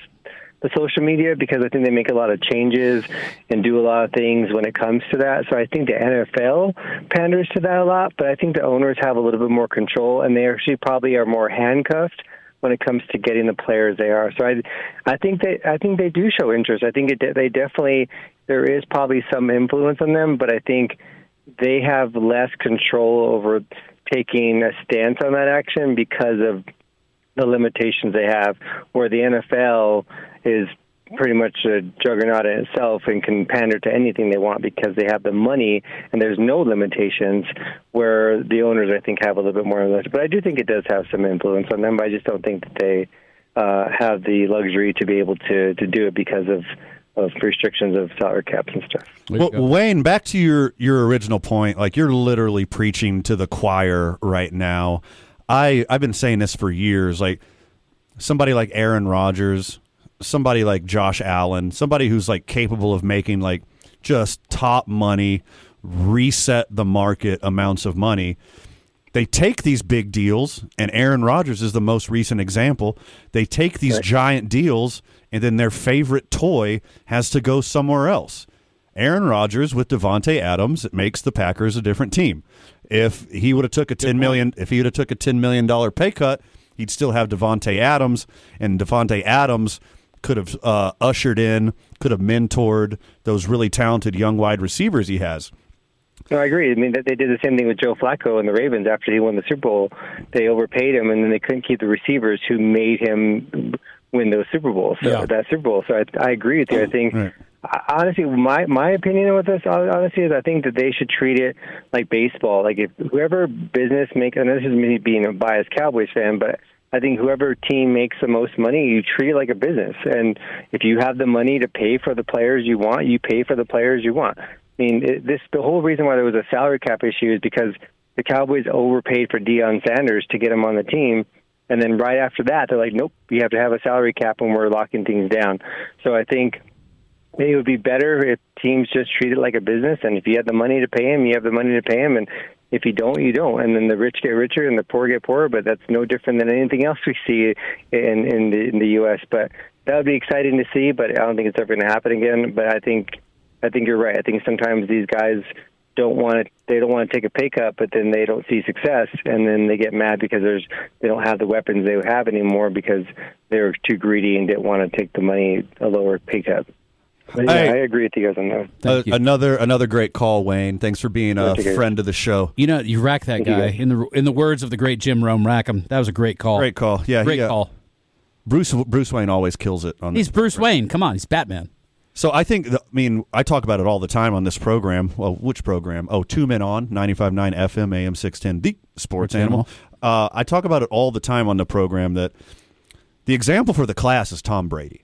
[SPEAKER 13] the social media because I think they make a lot of changes and do a lot of things when it comes to that. So I think the NFL panders to that a lot, but I think the owners have a little bit more control and they actually probably are more handcuffed when it comes to getting the players they are. So I, I think they, I think they do show interest. I think it, de- they definitely there is probably some influence on them, but I think they have less control over taking a stance on that action because of the limitations they have. Where the NFL is pretty much a juggernaut in itself and can pander to anything they want because they have the money and there's no limitations where the owners I think have a little bit more influence. But I do think it does have some influence on them, but I just don't think that they uh, have the luxury to be able to, to do it because of, of restrictions of salary caps and stuff.
[SPEAKER 1] Well, Wayne, back to your your original point. Like you're literally preaching to the choir right now. I I've been saying this for years. Like somebody like Aaron Rodgers, somebody like Josh Allen, somebody who's like capable of making like just top money, reset the market amounts of money. They take these big deals, and Aaron Rodgers is the most recent example. They take these giant deals, and then their favorite toy has to go somewhere else. Aaron Rodgers with Devonte Adams it makes the Packers a different team. If he would have took a ten million, if he would have took a ten million dollar pay cut, he'd still have Devonte Adams, and Devonte Adams could have uh, ushered in, could have mentored those really talented young wide receivers he has.
[SPEAKER 13] No, I agree. I mean, that they did the same thing with Joe Flacco and the Ravens after he won the Super Bowl. They overpaid him, and then they couldn't keep the receivers who made him win those Super Bowls. So
[SPEAKER 14] Yeah.
[SPEAKER 13] that Super Bowl. So I, I agree with you. I think I- honestly, my my opinion with this, hon- honestly, is I think that they should treat it like baseball. Like if whoever business makes, and this is me being a biased Cowboys fan, but I think whoever team makes the most money, you treat it like a business. And if you have the money to pay for the players you want, you pay for the players you want. I mean, it, this the whole reason why there was a salary cap issue is because the Cowboys overpaid for Deion Sanders to get him on the team And then right after that, they're like, nope, you have to have a salary cap and we're locking things down. So I think it would be better if teams just treat it like a business. And if you have the money to pay him, you have the money to pay him. And if you don't, you don't. And then the rich get richer and the poor get poorer. But that's no different than anything else we see in in the, in the U.S. But that would be exciting to see. But I don't think it's ever going to happen again. But I think I think you're right. I think sometimes these guys don't want to they don't want to take a pay cut but then they don't see success and then they get mad because there's they don't have the weapons they have anymore because they were too greedy and didn't want to take the money a lower pay cut but, yeah,
[SPEAKER 1] Hey.
[SPEAKER 13] i agree with you guys on that
[SPEAKER 1] Uh, another another great call, Wayne. Thanks for being a
[SPEAKER 13] Thank you, guys.
[SPEAKER 1] friend of the show.
[SPEAKER 2] You know, you rack that guy in the in the words of the great Jim Rome Rackham. That was a great call.
[SPEAKER 1] Great call. Yeah,
[SPEAKER 2] great
[SPEAKER 1] he, uh,
[SPEAKER 2] call.
[SPEAKER 1] Bruce Bruce Wayne always kills it on
[SPEAKER 2] He's Bruce Wayne. Come on, he's Batman.
[SPEAKER 1] So I think, the, I mean, I talk about it all the time on this program. Well, which program? Oh, Two Men On, 95.9 FM, AM 610, the sports animal. Uh, I talk about it all the time on the program that the example for the class is Tom Brady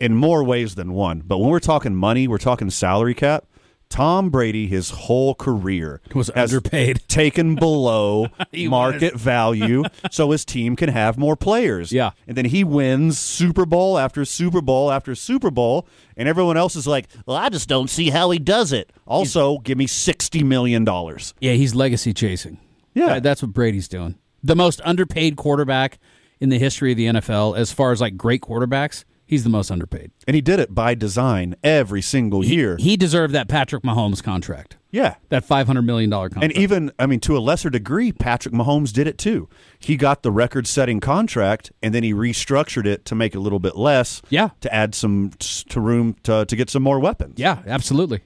[SPEAKER 1] in more ways than one. But when we're talking money, we're talking salary cap. Tom Brady, his whole career was
[SPEAKER 2] underpaid,
[SPEAKER 1] taken below
[SPEAKER 2] *laughs* He
[SPEAKER 1] market
[SPEAKER 2] was.
[SPEAKER 1] value, so his team can have more players. Yeah, and then he wins Super Bowl after Super Bowl after Super Bowl, and everyone else is like, "Well, I just don't see how he does it." Also, give me sixty million dollars.
[SPEAKER 2] Yeah, he's legacy chasing.
[SPEAKER 1] Yeah,
[SPEAKER 2] that's what Brady's doing. The most underpaid quarterback in the history of the NFL, as far as like great quarterbacks, he's the most underpaid.
[SPEAKER 1] And he did it by design every single year.
[SPEAKER 2] He deserved that Patrick Mahomes contract.
[SPEAKER 1] Yeah.
[SPEAKER 2] That $500 million contract.
[SPEAKER 1] And even, I mean, to a lesser degree, Patrick Mahomes did it too. He got the record setting contract and then he restructured it to make it a little bit less. Yeah. To add some, to room to, to get some more weapons.
[SPEAKER 2] Yeah, absolutely.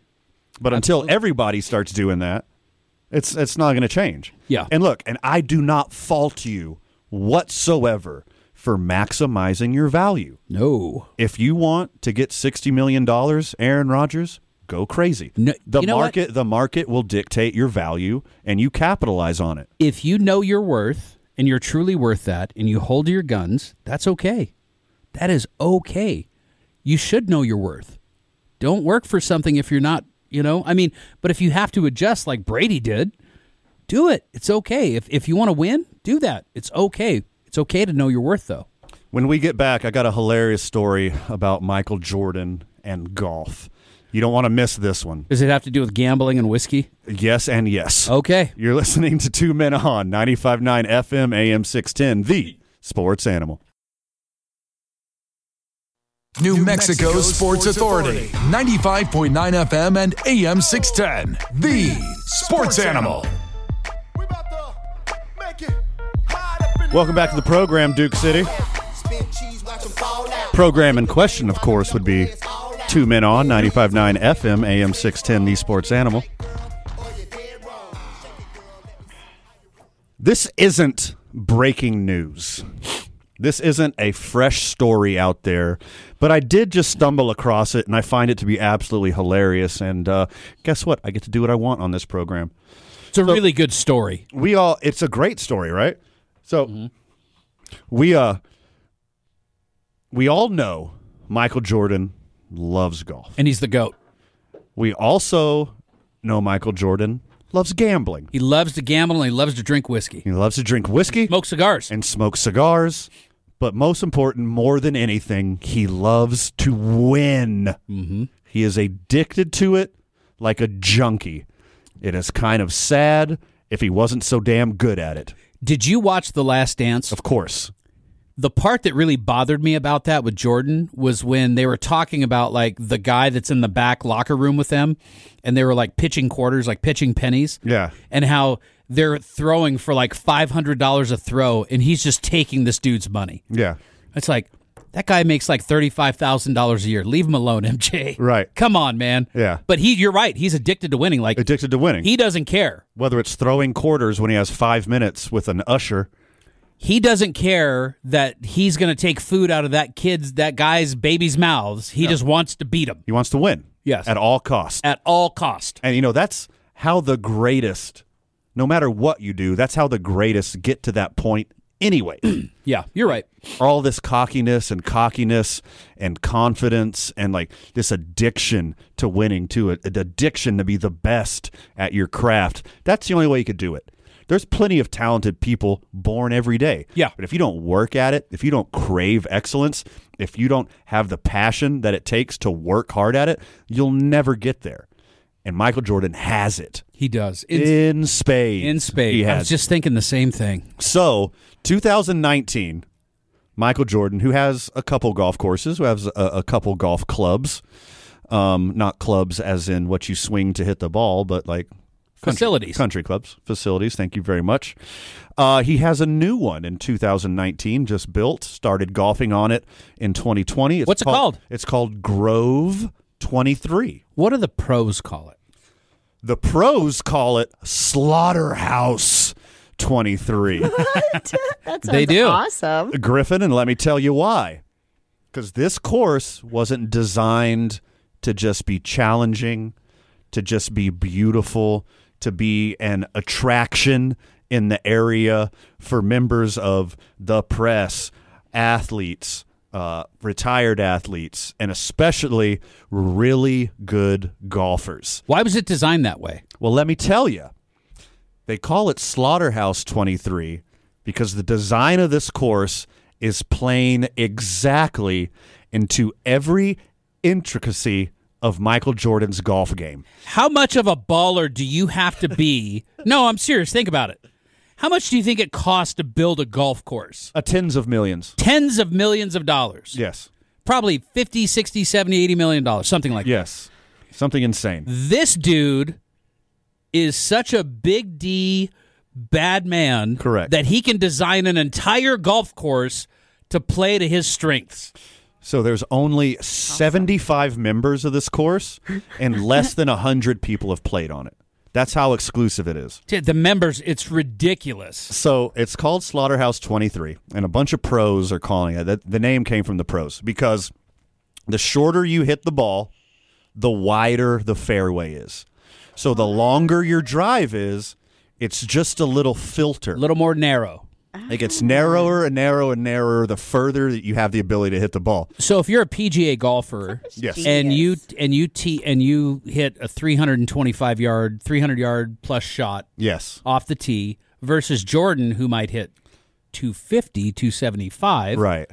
[SPEAKER 1] But until everybody starts doing that, it's, it's not going to change.
[SPEAKER 2] Yeah.
[SPEAKER 1] And look, and I do not fault you whatsoever for maximizing your value.
[SPEAKER 2] No.
[SPEAKER 1] If you want to get $60 million, Aaron Rodgers, go crazy. the
[SPEAKER 2] you know what?
[SPEAKER 1] market the market will dictate your value and you capitalize on it.
[SPEAKER 2] if you know your worth and you're truly worth that and you hold to your guns, that's okay. That is okay. You should know your worth. Don't work for something if you're not, you know, I mean, but if you have to adjust like Brady did, do it. It's okay. If, if you want to win, do that. It's okay. It's okay to know your worth, though.
[SPEAKER 1] When we get back, I got a hilarious story about Michael Jordan and golf. You don't want to miss this one.
[SPEAKER 2] Does it have to do with gambling and whiskey?
[SPEAKER 1] Yes and yes.
[SPEAKER 2] Okay.
[SPEAKER 1] You're listening to Two Men on 95.9 FM AM 610, the sports animal.
[SPEAKER 5] New, Mexico, Sports, Authority, 95.9 FM and AM 610. The Sports Animal.
[SPEAKER 1] Welcome back to the program, Duke City. Program in question, of course, would be Two Men on 95.9 FM, AM 610, The Sports Animal. This isn't breaking news. This isn't a fresh story out there, but I did just stumble across it and I find it to be absolutely hilarious. And uh, guess what? I get to do what I want on this program.
[SPEAKER 2] It's a really good story.
[SPEAKER 1] We all, it's a great story, right? So we, uh, we all know Michael Jordan loves golf.
[SPEAKER 2] And he's the GOAT.
[SPEAKER 1] We also know Michael Jordan loves gambling.
[SPEAKER 2] He loves to gamble and he loves to drink whiskey.
[SPEAKER 1] He loves to drink whiskey,
[SPEAKER 2] smoke cigars,
[SPEAKER 1] and smoke cigars. But most important, more than anything, he loves to win. Mm-hmm. He is addicted to it like a junkie. It is kind of sad if he wasn't so damn good at it.
[SPEAKER 2] Did you watch The Last Dance?
[SPEAKER 1] Of course.
[SPEAKER 2] The part that really bothered me about that with Jordan was when they were talking about like the guy that's in the back locker room with them and they were like pitching quarters, like pitching pennies.
[SPEAKER 1] Yeah.
[SPEAKER 2] And how they're throwing for like $500 a throw and he's just taking this dude's money.
[SPEAKER 1] Yeah.
[SPEAKER 2] It's like that guy makes like $35,000 a year. Leave him alone, MJ. Right. Come on, man.
[SPEAKER 1] Yeah.
[SPEAKER 2] But he you're right, he's addicted to winning like
[SPEAKER 1] Addicted to winning.
[SPEAKER 2] he doesn't care.
[SPEAKER 1] Whether it's throwing quarters when he has five minutes with an usher.
[SPEAKER 2] he doesn't care that he's going to take food out of that kid's that guy's baby's mouths. He just wants to beat him
[SPEAKER 1] He wants to win.
[SPEAKER 2] Yes.
[SPEAKER 1] At all costs.
[SPEAKER 2] at all cost.
[SPEAKER 1] And you know, that's how the greatest, no matter what you do, that's how the greatest get to that point anyway.
[SPEAKER 2] Yeah, you're right.
[SPEAKER 1] all this cockiness and cockiness and confidence and like this addiction to winning too, an addiction to be the best at your craft. That's the only way you could do it. There's plenty of talented people born every day. Yeah. But if you don't work at it, if you don't crave excellence, if you don't have the passion that it takes to work hard at it, you'll never get there. And Michael Jordan has it.
[SPEAKER 2] He does.
[SPEAKER 1] In, spades. In
[SPEAKER 2] spades. I was just thinking the same thing.
[SPEAKER 1] So, 2019, Michael Jordan, who has a couple golf courses, who has a, a couple golf clubs, um, not clubs as in what you swing to hit the ball, but like country-
[SPEAKER 2] Facilities.
[SPEAKER 1] country clubs, facilities. Thank you very much. Uh, he has a new one in 2019, just built. Started golfing on it in 2020. It's
[SPEAKER 2] What's it called?
[SPEAKER 1] It's called Grove 23.
[SPEAKER 2] What do the pros call it?
[SPEAKER 1] The pros call it Slaughterhouse 23.
[SPEAKER 4] That
[SPEAKER 1] They
[SPEAKER 4] sounds
[SPEAKER 1] do.
[SPEAKER 4] awesome.
[SPEAKER 1] Griffin, and let me tell you why. Because this course wasn't designed to just be challenging, to just be beautiful, to be an attraction in the area for members of the press, athletes, uh, retired athletes, and especially really good golfers.
[SPEAKER 2] Why was it designed that way?
[SPEAKER 1] Well, let me tell you. They call it Slaughterhouse 23 because the design of this course is playing exactly into every intricacy of Michael Jordan's golf game.
[SPEAKER 2] How much of a baller do you have to *laughs* be? no, I'm serious. Think about it. How much do you think it costs to build a golf course?
[SPEAKER 1] A Uh, tens of millions.
[SPEAKER 2] Tens of millions of dollars.
[SPEAKER 1] Yes.
[SPEAKER 2] Probably 50, 60, 70, 80 million dollars, something like
[SPEAKER 1] yes. Something insane.
[SPEAKER 2] This dude is such a big D bad man. Correct. That he can design an entire golf course to play to his strengths.
[SPEAKER 1] So there's only 75 members of this course and less than 100 people have played on it. That's how exclusive it is.
[SPEAKER 2] Dude, The members, it's ridiculous.
[SPEAKER 1] So it's called Slaughterhouse 23, and a bunch of pros are calling it. That- The name came from the pros because the shorter you hit the ball, the wider the fairway is. So the longer your drive is, it's just a little filter, a
[SPEAKER 2] little more narrow.
[SPEAKER 1] It gets narrower and narrower and narrower the further that you have the ability to hit the ball.
[SPEAKER 2] So if you're a PGA golfer,
[SPEAKER 1] Yes.
[SPEAKER 2] and you and you tee and you hit a 325 yard, 300 yard plus shot,
[SPEAKER 1] yes,
[SPEAKER 2] off the tee versus Jordan who might hit 250, 275.
[SPEAKER 1] Right.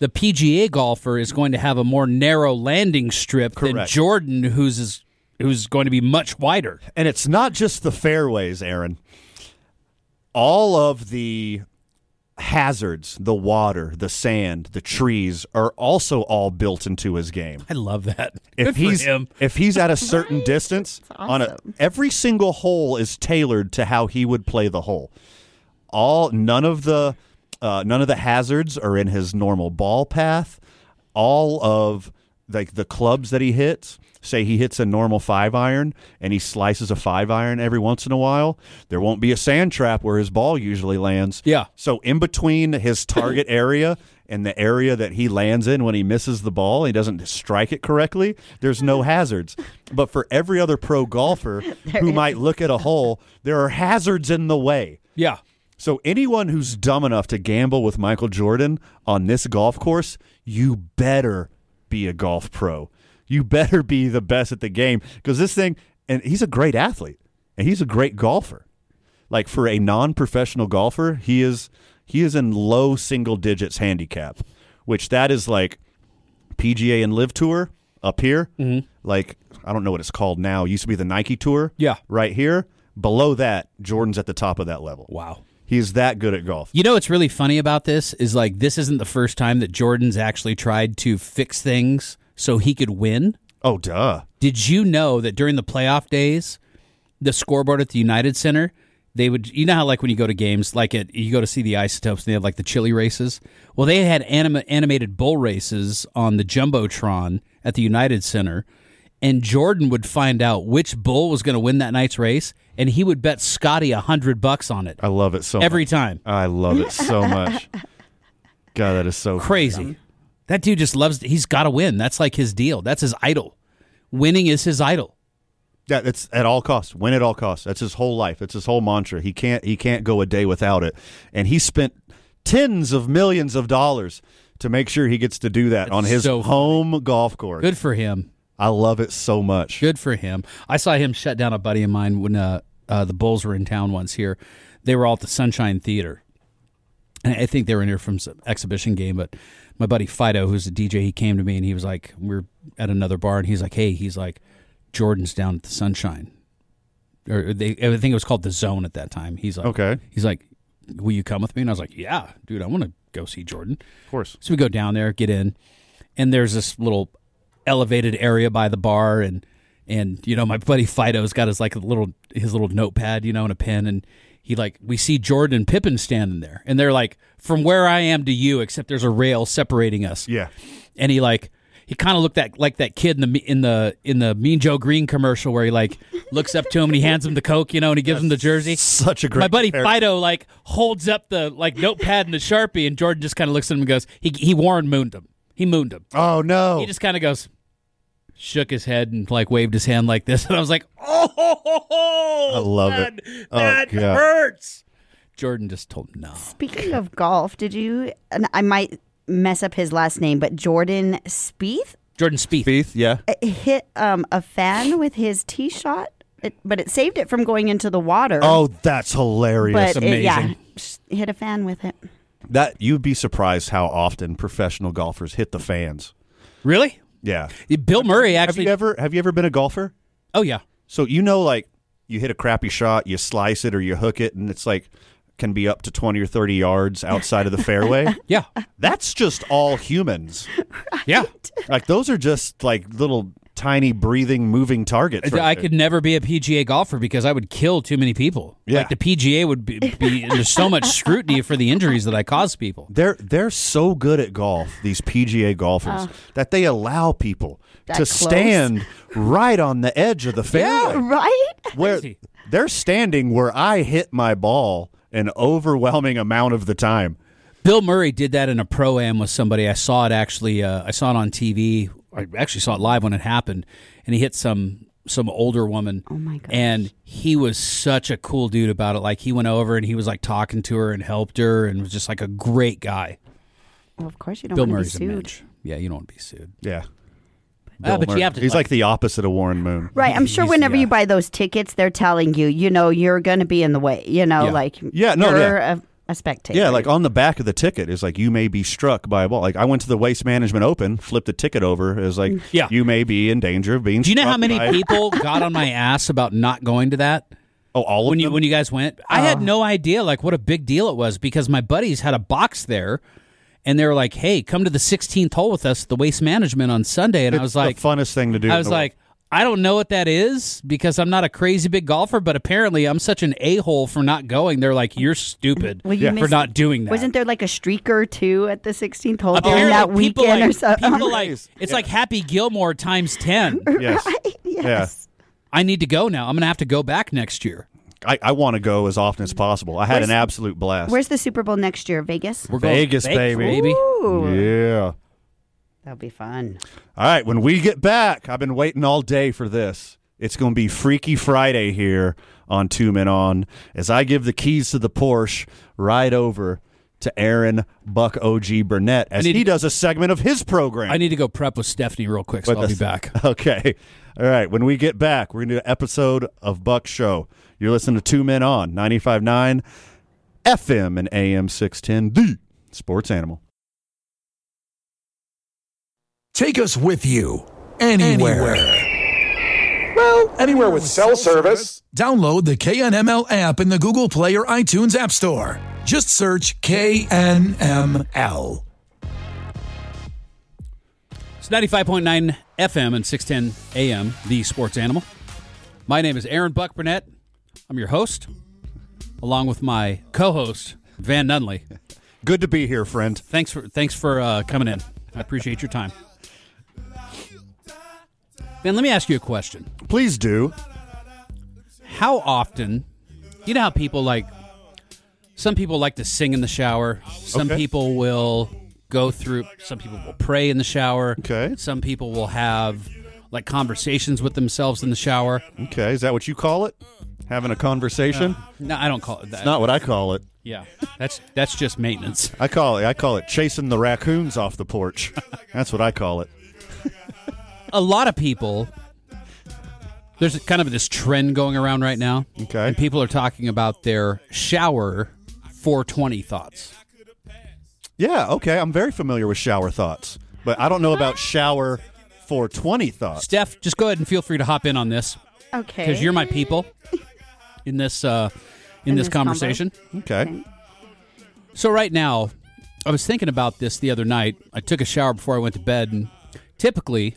[SPEAKER 2] The PGA golfer is going to have a more narrow landing strip than
[SPEAKER 1] Correct.
[SPEAKER 2] Jordan who's is, who's going to be much wider.
[SPEAKER 1] And it's not just the fairways, Aaron. All of the hazards, the water, the sand, the trees are also all built into his game.
[SPEAKER 2] I love that.
[SPEAKER 1] If
[SPEAKER 2] Good for
[SPEAKER 1] he's
[SPEAKER 2] him.
[SPEAKER 1] if he's
[SPEAKER 2] *laughs*
[SPEAKER 1] at a certain distance on a every single hole is tailored to how he would play the hole. All none of the uh, none of the hazards are in his normal ball path. All of like the clubs that he hits, say he hits a normal five iron and he slices a five iron every once in a while, there won't be a sand trap where his ball usually lands. Yeah. So in between his target area and the area that he lands in when he misses the ball, he doesn't strike it correctly, there's no hazards. But for every other pro golfer who might look at a hole, there are hazards in the way.
[SPEAKER 2] Yeah.
[SPEAKER 1] So anyone who's dumb enough to gamble with Michael Jordan on this golf course, you better be a golf pro. You better be the best at the game because this thing and he's a great athlete and he's a great golfer. Like for a non-professional golfer, he is he is in low single digits handicap, which that is like PGA and Live Tour up here. Like I don't know what it's called now. It used to be the Nike Tour. Yeah, right here. Below that, Jordan's at the top of that level.
[SPEAKER 2] Wow,
[SPEAKER 1] he's that good at golf.
[SPEAKER 2] You know what's really funny about this is like this isn't the first time that Jordan's actually tried to fix things so he could win.
[SPEAKER 1] Oh, duh.
[SPEAKER 2] Did you know that during the playoff days, the scoreboard at the United Center, they would you know how like when you go to games, like at you go to see the Isotopes and they have like the chili races. Well, they had anima- animated bull races on the jumbotron at the United Center, and Jordan would find out which bull was going to win that night's race, and he would bet Scotty a hundred bucks on it.
[SPEAKER 1] I love it so
[SPEAKER 2] every
[SPEAKER 1] much.
[SPEAKER 2] time.
[SPEAKER 1] I love it
[SPEAKER 2] *laughs*
[SPEAKER 1] so much. God, that is so
[SPEAKER 2] crazy. That dude just loves. He's got to win. That's like his deal. That's his idol. Winning is his idol.
[SPEAKER 1] Yeah, it's at all costs. Win at all costs. That's his whole life. It's his whole mantra. He can't he can't go a day without it. And he spent tens of millions of dollars to make sure he gets to do that on his
[SPEAKER 2] so
[SPEAKER 1] home golf course.
[SPEAKER 2] Good for him.
[SPEAKER 1] I love it so much.
[SPEAKER 2] Good for him. I saw him shut down a buddy of mine when uh, uh, the Bulls were in town once here. They were all at the Sunshine Theater. And I think they were in here from some exhibition game, but my buddy Fido, who's a DJ, he came to me and he was like, we are at another bar, and he's like, hey, he's like, Jordan's down at the Sunshine, or they, I think it was called the Zone at that time. He's like, okay, he's like, will you come with me? And I was like, yeah, dude, I want to go see Jordan. Of
[SPEAKER 8] course.
[SPEAKER 2] So we go down there, get in, and there's this little elevated area by the bar, and and you know my buddy Fido's got his like a little his little notepad, you know, and a pen, and he like we see Jordan and Pippen standing there, and they're like from where I am to you, except there's a rail separating us.
[SPEAKER 1] Yeah.
[SPEAKER 2] And he like he kind of looked that like that kid in the in the in the Mean Joe Green commercial where he like looks up to him and he hands him the coke, you know, and he gives him the jersey.
[SPEAKER 1] Such a great
[SPEAKER 2] My buddy
[SPEAKER 1] comparison.
[SPEAKER 2] Fido like holds up the like notepad and the sharpie, and Jordan just kind of looks at him and goes, he he Warren mooned him. He mooned him.
[SPEAKER 1] Oh no!
[SPEAKER 2] He just kind of goes, shook his head and like waved his hand like this, *laughs* and I was like, oh,
[SPEAKER 1] I love
[SPEAKER 2] that,
[SPEAKER 1] it. Oh,
[SPEAKER 2] that
[SPEAKER 1] God.
[SPEAKER 2] hurts. Jordan just told him no.
[SPEAKER 4] Speaking of golf, did you? And I might mess up his last name, but Jordan Spieth
[SPEAKER 2] Jordan Spieth.
[SPEAKER 1] yeah.
[SPEAKER 4] uh, hit um, a fan with his tee shot, it, but it saved it from going into the water.
[SPEAKER 1] Oh, that's hilarious!
[SPEAKER 4] but it, yeah, s- hit a fan with it.
[SPEAKER 1] That you'd be surprised how often professional golfers hit the fans.
[SPEAKER 2] Really?
[SPEAKER 1] Yeah.
[SPEAKER 2] Bill Murray actually.
[SPEAKER 1] Have you ever have you ever been a golfer?
[SPEAKER 2] Oh yeah.
[SPEAKER 1] So you know, like you hit a crappy shot, you slice it or you hook it, and it's like can be up to twenty or thirty yards outside of the
[SPEAKER 2] *laughs*
[SPEAKER 1] fairway.
[SPEAKER 2] Yeah.
[SPEAKER 1] That's just all humans.
[SPEAKER 2] Yeah.
[SPEAKER 1] Like those are just like little tiny breathing moving targets. right
[SPEAKER 2] I
[SPEAKER 1] there.
[SPEAKER 2] could never be a PGA golfer because I would kill too many people.
[SPEAKER 1] Yeah.
[SPEAKER 2] Like the PGA would be, be there's so much scrutiny for the injuries that I cause people.
[SPEAKER 1] They're they're so good at golf, these PGA golfers,
[SPEAKER 2] Uh.
[SPEAKER 1] that they allow people
[SPEAKER 4] That
[SPEAKER 1] to
[SPEAKER 4] close?
[SPEAKER 1] stand right on the edge of the
[SPEAKER 2] Oh,
[SPEAKER 1] fairway.
[SPEAKER 4] *laughs* Right?
[SPEAKER 1] Where they're standing where I hit my ball an overwhelming amount of the time.
[SPEAKER 2] Bill Murray did that in a pro am with somebody. I saw it actually. Uh, I saw it on TV. I actually saw it live when it happened, and he hit some some older woman. Oh my god! And he was such a cool dude about it. Like he went over and he was like talking to her and helped her and was just like a great guy.
[SPEAKER 4] Well, of course you don't
[SPEAKER 2] Bill
[SPEAKER 4] want to be
[SPEAKER 2] Murray's a mensch.
[SPEAKER 4] sued.
[SPEAKER 2] Yeah, you don't want to be sued.
[SPEAKER 1] Yeah.
[SPEAKER 2] Ah, but you have to.
[SPEAKER 1] He's like, the opposite of Warren Moon.
[SPEAKER 4] Right, I'm sure whenever you buy those tickets, they're telling you, you know, you're going to be in the way. You know,
[SPEAKER 1] Yeah.
[SPEAKER 4] like
[SPEAKER 1] Yeah, no,
[SPEAKER 4] you're
[SPEAKER 1] yeah.
[SPEAKER 4] A, a spectator.
[SPEAKER 1] Yeah,
[SPEAKER 2] oh,
[SPEAKER 1] like on the back of the ticket is like you may be struck by a ball. Like I went to the Waste Management Open, flipped the ticket over, is like
[SPEAKER 2] Yeah.
[SPEAKER 1] you may be in danger of being
[SPEAKER 2] Do you know how
[SPEAKER 1] struck
[SPEAKER 2] many
[SPEAKER 1] by- *laughs*
[SPEAKER 2] people got on my ass about not going to that?
[SPEAKER 1] Oh, all of Oh.
[SPEAKER 2] when you when you guys went, I had no idea like what a big deal it was because my buddies had a box there, and they were like, "Hey, come to the 16th hole with us, at the waste management on Sunday." And I
[SPEAKER 1] It's
[SPEAKER 2] was like,
[SPEAKER 1] the funnest thing to do. in
[SPEAKER 2] I was
[SPEAKER 1] the world.
[SPEAKER 2] like, I don't know what that is because I'm not a crazy big golfer, but apparently I'm such an a hole for not going. They're like, "You're stupid
[SPEAKER 4] Well, you
[SPEAKER 2] for
[SPEAKER 4] missed-
[SPEAKER 2] not doing that."
[SPEAKER 4] Wasn't there like a streaker too at the 16th hole during
[SPEAKER 2] Apparently
[SPEAKER 4] that
[SPEAKER 2] people
[SPEAKER 4] weekend
[SPEAKER 2] like-
[SPEAKER 4] or something? *laughs*
[SPEAKER 2] People like it's like Happy Gilmore times ten.
[SPEAKER 1] Yes.
[SPEAKER 4] yes.
[SPEAKER 2] I need to go now. I'm gonna have to go back next year.
[SPEAKER 1] I, I want to go as often as possible. I had
[SPEAKER 4] Where's-
[SPEAKER 1] an absolute blast.
[SPEAKER 4] Where's the Super Bowl next year? Vegas?
[SPEAKER 2] We're
[SPEAKER 1] Vegas, baby.
[SPEAKER 4] Ooh.
[SPEAKER 1] Yeah.
[SPEAKER 4] That'll be fun.
[SPEAKER 1] All right. When we get back, I've been waiting all day for this. It's going to be Freaky Friday here on Two Men On as I give the keys to the Porsche right over to Aaron Buck OG Burnett as
[SPEAKER 2] need-
[SPEAKER 1] he does a segment of his program.
[SPEAKER 2] I need to go prep with Stephanie real quick, so
[SPEAKER 1] With
[SPEAKER 2] I'll be
[SPEAKER 1] us.
[SPEAKER 2] back.
[SPEAKER 1] *laughs* Okay. All right. When we get back, we're going to do an episode of Buck Show. You're listening to Two Men On 95.9 FM and AM 610, the sports animal.
[SPEAKER 5] Take us with you anywhere.
[SPEAKER 10] Well, anywhere with cell service.
[SPEAKER 5] Download the KNML app in the Google Play or iTunes App Store. Just search KNML.
[SPEAKER 2] It's 95.9 FM and 610 AM, the sports animal. My name is Aaron Buck Burnett. I'm your host, along with my co host, Van Nunley.
[SPEAKER 1] Good to be here, friend.
[SPEAKER 2] Thanks for thanks for uh, coming in. I appreciate your time. Van, let me ask you a question.
[SPEAKER 1] Please do.
[SPEAKER 2] How often, you know how people like, some people like to sing in the shower, some
[SPEAKER 1] Okay.
[SPEAKER 2] people will go through, some people will pray in the shower,
[SPEAKER 1] Okay.
[SPEAKER 2] some people will have like conversations with themselves in the shower.
[SPEAKER 1] Okay. Is that what you call it?
[SPEAKER 2] Mm.
[SPEAKER 1] Having a conversation?
[SPEAKER 2] No, I don't call it that.
[SPEAKER 1] Not what I call it.
[SPEAKER 2] Yeah, that's that's just maintenance.
[SPEAKER 1] I call it I call it chasing the raccoons off the
[SPEAKER 2] *laughs*
[SPEAKER 1] porch. That's what I call it.
[SPEAKER 2] A lot of people There's kind of this trend going around right now. Okay. And people are talking about their shower 420 thoughts.
[SPEAKER 1] Yeah, okay. I'm very familiar with shower thoughts, but I don't know about shower 420 thoughts.
[SPEAKER 2] Steph, just go ahead and feel free to hop in on this.
[SPEAKER 4] Okay.
[SPEAKER 2] Because you're my
[SPEAKER 4] *laughs*
[SPEAKER 2] people in this uh, in,
[SPEAKER 4] In
[SPEAKER 2] this,
[SPEAKER 4] this combo.
[SPEAKER 2] conversation.
[SPEAKER 1] Okay.
[SPEAKER 2] So right now, I was thinking about this the other night. I took a shower before I went to bed, and typically,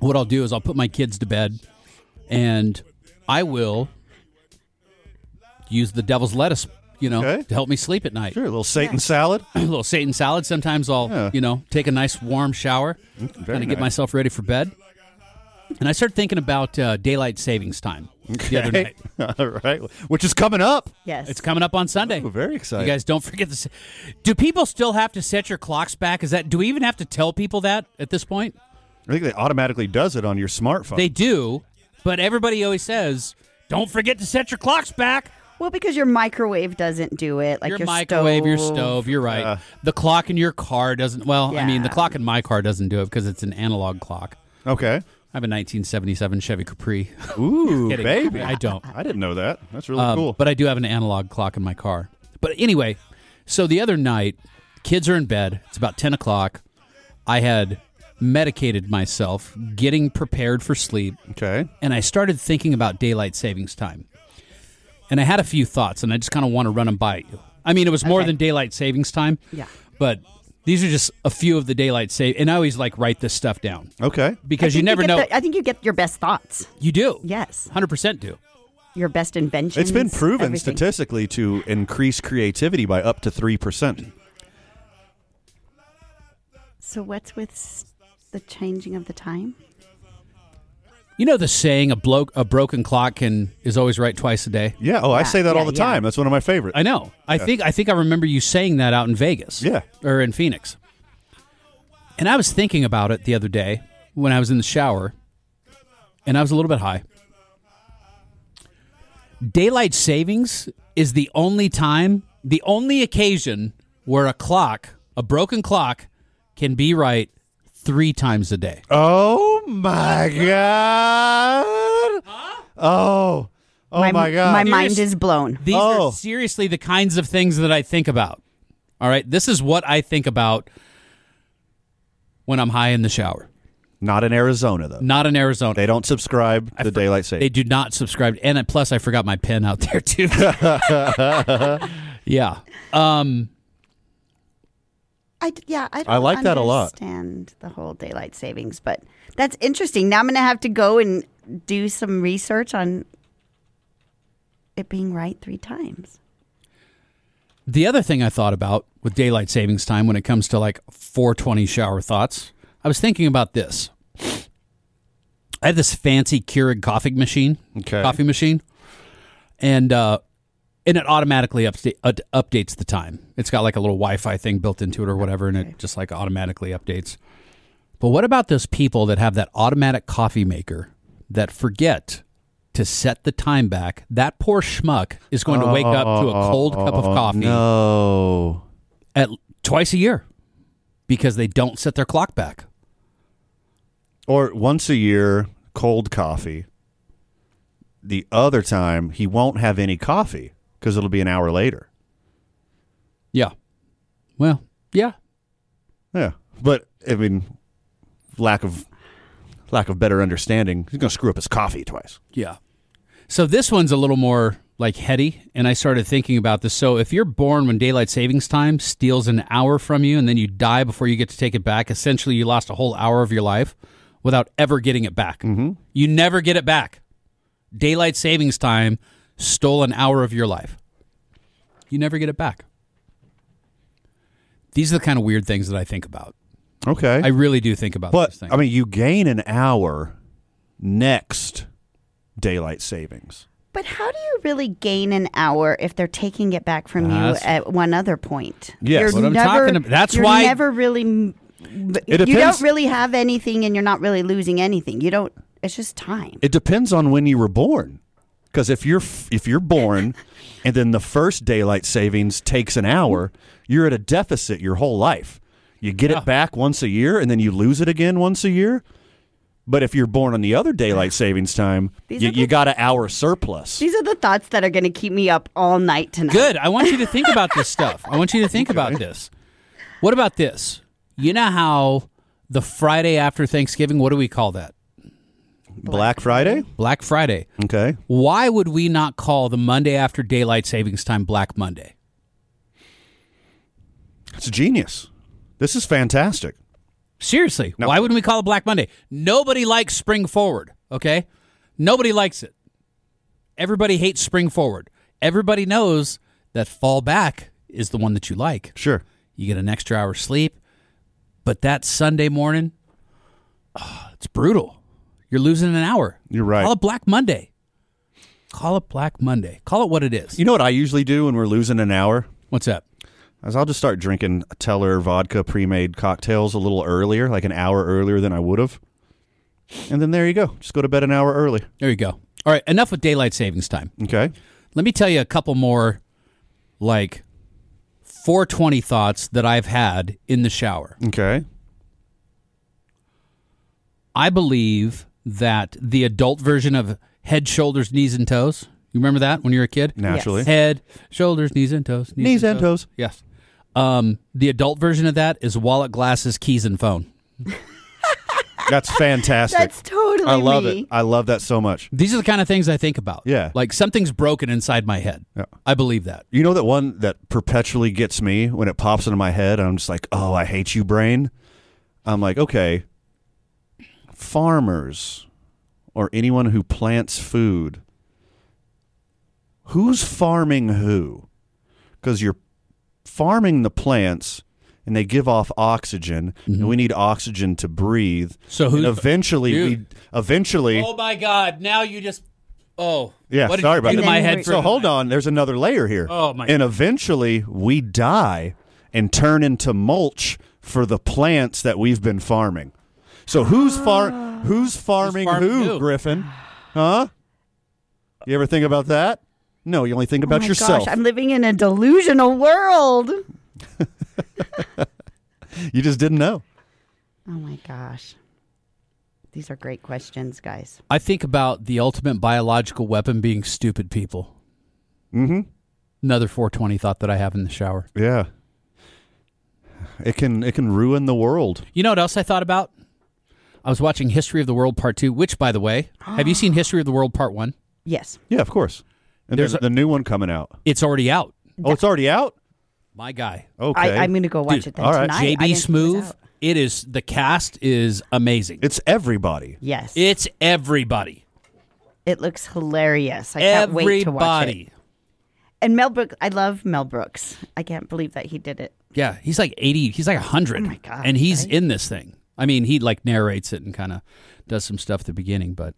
[SPEAKER 2] what I'll do is I'll put my kids to bed, and I will use the devil's lettuce, you know, to help me sleep at night. Sure,
[SPEAKER 1] a little Satan salad.
[SPEAKER 2] *clears throat* a little Satan salad. Sometimes I'll, you know, take a nice warm shower, kind of get
[SPEAKER 1] Mm, nice.
[SPEAKER 2] myself ready for bed. And I started thinking about uh, daylight savings time the other
[SPEAKER 1] Okay.
[SPEAKER 2] night.
[SPEAKER 1] *laughs* All right. Which is coming up.
[SPEAKER 4] Yes.
[SPEAKER 2] It's coming up on Sunday.
[SPEAKER 1] very excited.
[SPEAKER 2] You guys don't forget this. Do people still have to set your clocks back? Is that do we even have to tell people that at this point?
[SPEAKER 1] I think they automatically does it on your smartphone.
[SPEAKER 2] They do, but everybody always says, "Don't forget to set your clocks back."
[SPEAKER 4] Well, because your microwave doesn't do it. Like your,
[SPEAKER 2] your, microwave,
[SPEAKER 4] stove.
[SPEAKER 2] your stove. You're right. the clock in your car doesn't. Well, I mean, the
[SPEAKER 4] Yeah.
[SPEAKER 2] clock in my car doesn't do it because it's an analog clock.
[SPEAKER 1] Okay.
[SPEAKER 2] *laughs* I have a 1977 Chevy Capri. *laughs*
[SPEAKER 1] Ooh,
[SPEAKER 2] Kidding.
[SPEAKER 1] baby.
[SPEAKER 2] I don't.
[SPEAKER 1] I didn't know that. That's really
[SPEAKER 2] Um,
[SPEAKER 1] cool.
[SPEAKER 2] But I do have an analog clock in my car. But anyway, so the other night, kids are in bed. It's about 10 o'clock. I had medicated myself, getting prepared for sleep.
[SPEAKER 1] Okay.
[SPEAKER 2] And I started thinking about daylight savings time. And I had a few thoughts, and I just kind of want to run them by you. I mean, it was more
[SPEAKER 4] Okay.
[SPEAKER 2] than daylight savings time.
[SPEAKER 4] Yeah.
[SPEAKER 2] But these are just a few of the daylight save. And I always like write this stuff down.
[SPEAKER 1] Okay.
[SPEAKER 2] Because you
[SPEAKER 4] I think
[SPEAKER 2] never
[SPEAKER 4] get
[SPEAKER 2] know.
[SPEAKER 4] the- I think you get your best thoughts.
[SPEAKER 2] you do.
[SPEAKER 4] Yes.
[SPEAKER 2] 100% do.
[SPEAKER 4] Your best inventions.
[SPEAKER 1] It's been proven
[SPEAKER 4] everything.
[SPEAKER 1] statistically to increase creativity by up to 3%.
[SPEAKER 4] So what's with s- the changing of the time?
[SPEAKER 2] You know the saying, a, blo- a broken clock can is always right twice a day.
[SPEAKER 1] Yeah. Oh, I
[SPEAKER 4] Yeah,
[SPEAKER 1] say that all
[SPEAKER 4] yeah,
[SPEAKER 1] the
[SPEAKER 4] yeah.
[SPEAKER 1] time. That's one of my favorites.
[SPEAKER 2] I know. I
[SPEAKER 1] Yeah.
[SPEAKER 2] think I think I remember you saying that out in Vegas.
[SPEAKER 1] Yeah.
[SPEAKER 2] Or in Phoenix. And I was thinking about it the other day when I was in the shower and I was a little bit high. Daylight savings is the only time, the only occasion where a clock, a broken clock can be right 3 times a day.
[SPEAKER 1] Oh my god! Oh, oh my, god!
[SPEAKER 4] My mind is blown.
[SPEAKER 2] These are seriously the kinds of things that I think about. All right. This is what I think about when I'm high in the shower.
[SPEAKER 1] Not in Arizona though.
[SPEAKER 2] Not in Arizona.
[SPEAKER 1] They don't subscribe to daylight
[SPEAKER 2] They
[SPEAKER 1] saving.
[SPEAKER 2] do not subscribe. And I- plus, I forgot my pen out *laughs* there, too. yeah. Um,
[SPEAKER 4] I d- yeah, I, don't
[SPEAKER 2] I like that a lot.
[SPEAKER 4] Understand the whole daylight savings, but that's interesting. Now I'm going to have to go and do some research on it being right three times.
[SPEAKER 2] the other thing I thought about with daylight savings time when it comes to like 420 shower thoughts, I was thinking about this. I have this fancy Keurig coffee machine,
[SPEAKER 1] Okay.
[SPEAKER 2] coffee machine, and uh, and it automatically upsta- ut- updates the time. It's got like a little Wi-Fi thing built into it or whatever, and it just like automatically updates. But what about those people that have that automatic coffee maker that forget to set the time back? That poor schmuck is going to wake up to a cold cup of coffee
[SPEAKER 1] No.
[SPEAKER 2] at twice a year because they don't set their clock back.
[SPEAKER 1] Or once a year, cold coffee. The other time, he won't have any coffee because it'll be an hour later.
[SPEAKER 2] Yeah. Well, yeah.
[SPEAKER 1] Yeah, but I mean, lack of lack of better understanding, he's gonna screw up his coffee twice.
[SPEAKER 2] Yeah. So this one's a little more like heady, and I started thinking about this. So if you're born when daylight savings time steals an hour from you, and then you die before you get to take it back, essentially you lost a whole hour of your life without ever getting it back. Mm-hmm. You never get it back. Daylight savings time stole an hour of your life. You never get it back. These are the kind of weird things that I think about.
[SPEAKER 1] Okay,
[SPEAKER 2] I really do think about
[SPEAKER 1] but
[SPEAKER 2] these things.
[SPEAKER 1] I mean, you gain an hour next daylight savings.
[SPEAKER 4] But how do you really gain an hour if they're taking it back from
[SPEAKER 1] That's-
[SPEAKER 4] you at one other point?
[SPEAKER 1] Yes.
[SPEAKER 4] You're
[SPEAKER 1] That's what I'm
[SPEAKER 4] never-
[SPEAKER 2] talking about. That's
[SPEAKER 4] you're
[SPEAKER 2] why-
[SPEAKER 4] never really. m- b-
[SPEAKER 1] It
[SPEAKER 4] you
[SPEAKER 1] depends-
[SPEAKER 4] don't really have anything, and you're not really losing anything. You don't. It's just time.
[SPEAKER 1] It depends on when you were born, because if you're f- if you're
[SPEAKER 4] *laughs*
[SPEAKER 1] born, and then the first daylight savings takes an hour, you're at a deficit your whole life. You get it back once a year, and then you lose it again once a year. But if you're born on the other
[SPEAKER 4] *laughs*
[SPEAKER 1] daylight savings time,
[SPEAKER 4] These
[SPEAKER 1] you,
[SPEAKER 4] are the-
[SPEAKER 1] you got an hour surplus.
[SPEAKER 4] These are the thoughts that are going to keep me up all night tonight.
[SPEAKER 2] Good. I want you to think about this stuff. I want you to think about this. What about this? You know how the Friday after Thanksgiving, what do we call that?
[SPEAKER 1] Black Friday?
[SPEAKER 2] Black Friday.
[SPEAKER 1] Okay.
[SPEAKER 2] Why would we not call the Monday after daylight savings time Black Monday?
[SPEAKER 1] It's genius. This is fantastic.
[SPEAKER 2] Seriously, why wouldn't we call it Black Monday? Nobody likes spring forward, okay? Nobody likes it. Everybody hates spring forward. Everybody knows that fall back is the one that you like.
[SPEAKER 1] Sure.
[SPEAKER 2] You get an extra hour sleep, but that Sunday morning, ah, it's brutal. You're losing an hour.
[SPEAKER 1] You're right.
[SPEAKER 2] Call it Black Monday. Call it Black Monday. Call it what it is.
[SPEAKER 1] You know what I usually do when we're losing an hour?
[SPEAKER 2] What's that?
[SPEAKER 1] Is I'll just start drinking Teller vodka pre-made cocktails a little earlier, like an hour earlier than I would have. And then there you go. Just go to bed an hour early.
[SPEAKER 2] There you go. All right, enough with daylight savings time.
[SPEAKER 1] Okay.
[SPEAKER 2] Let me tell you a couple more like 420 thoughts that I've had in the shower.
[SPEAKER 1] Okay.
[SPEAKER 2] I believe that the adult version of head, shoulders, knees, and toes. You remember that when you were a kid?
[SPEAKER 1] Naturally. Yes.
[SPEAKER 2] Head, shoulders, knees, and toes.
[SPEAKER 1] Knees and toes.
[SPEAKER 2] Yes. Um, the adult version of that is wallet, glasses, keys, and phone.
[SPEAKER 1] *laughs* That's fantastic.
[SPEAKER 2] That's totally
[SPEAKER 1] I love
[SPEAKER 2] me.
[SPEAKER 1] it. I love that so much.
[SPEAKER 2] These are the kind of things I think about.
[SPEAKER 1] Yeah.
[SPEAKER 2] Like something's broken inside my head. I believe that.
[SPEAKER 1] You know that one that perpetually gets me when it pops into my head. I'm just like, oh, I hate you, brain. I'm like, okay, farmers or anyone who plants food. Who's farming who? Because you're farming the plants, and they give off oxygen, and we need oxygen to breathe.
[SPEAKER 2] Mm-hmm. So
[SPEAKER 1] and
[SPEAKER 2] who's-
[SPEAKER 1] eventually we
[SPEAKER 2] Dude.
[SPEAKER 1] eventually
[SPEAKER 2] Oh my God! Now you just oh
[SPEAKER 1] yeah,
[SPEAKER 2] What did
[SPEAKER 1] sorry
[SPEAKER 2] you
[SPEAKER 1] about
[SPEAKER 2] do to
[SPEAKER 1] that.
[SPEAKER 2] my head for
[SPEAKER 1] so hold on, there's another layer here.
[SPEAKER 2] Oh, my
[SPEAKER 1] And eventually we die and turn into mulch for the plants that we've been farming. So who's
[SPEAKER 4] *gasps*
[SPEAKER 1] far who's farming,
[SPEAKER 2] farming
[SPEAKER 1] who,
[SPEAKER 2] who?
[SPEAKER 1] Griffin? Huh? You ever think about that? No, you only think
[SPEAKER 4] Oh
[SPEAKER 1] about
[SPEAKER 4] my
[SPEAKER 1] yourself.
[SPEAKER 4] Gosh, I'm living in a delusional world. Oh
[SPEAKER 1] you just didn't know.
[SPEAKER 4] Oh my gosh. These are great questions, guys.
[SPEAKER 2] I think about the ultimate biological weapon being stupid people.
[SPEAKER 1] Mm-hmm.
[SPEAKER 2] Another 420 thought that I have in the shower.
[SPEAKER 1] Yeah. It can it can ruin the world.
[SPEAKER 2] You know what else I thought about? I was watching History of the World Part Two, which, by the way, have
[SPEAKER 4] *gasps*
[SPEAKER 2] you seen History of the World Part One?
[SPEAKER 4] Yes.
[SPEAKER 1] Yeah, of course. And there's
[SPEAKER 2] There's
[SPEAKER 1] the new one coming out.
[SPEAKER 2] It's already out.
[SPEAKER 1] Oh, it's already out?
[SPEAKER 2] My guy.
[SPEAKER 1] Okay.
[SPEAKER 4] I, I'm going to go watch
[SPEAKER 2] Dude,
[SPEAKER 4] it then
[SPEAKER 1] all right.
[SPEAKER 4] tonight. I
[SPEAKER 2] JB
[SPEAKER 4] didn't think it was
[SPEAKER 2] Smooth.
[SPEAKER 4] out.
[SPEAKER 2] It is the cast is amazing.
[SPEAKER 1] It's everybody.
[SPEAKER 4] Yes. It,
[SPEAKER 2] It's everybody.
[SPEAKER 4] looks hilarious. I can't
[SPEAKER 2] everybody.
[SPEAKER 4] wait to watch it. And Mel Brooks, I love Mel Brooks. I can't believe that he did it.
[SPEAKER 2] Yeah, he's like 80, he's like 100.
[SPEAKER 4] Oh my God,
[SPEAKER 2] And he's in this thing. I mean, he like narrates it and kind of does some stuff at the beginning, but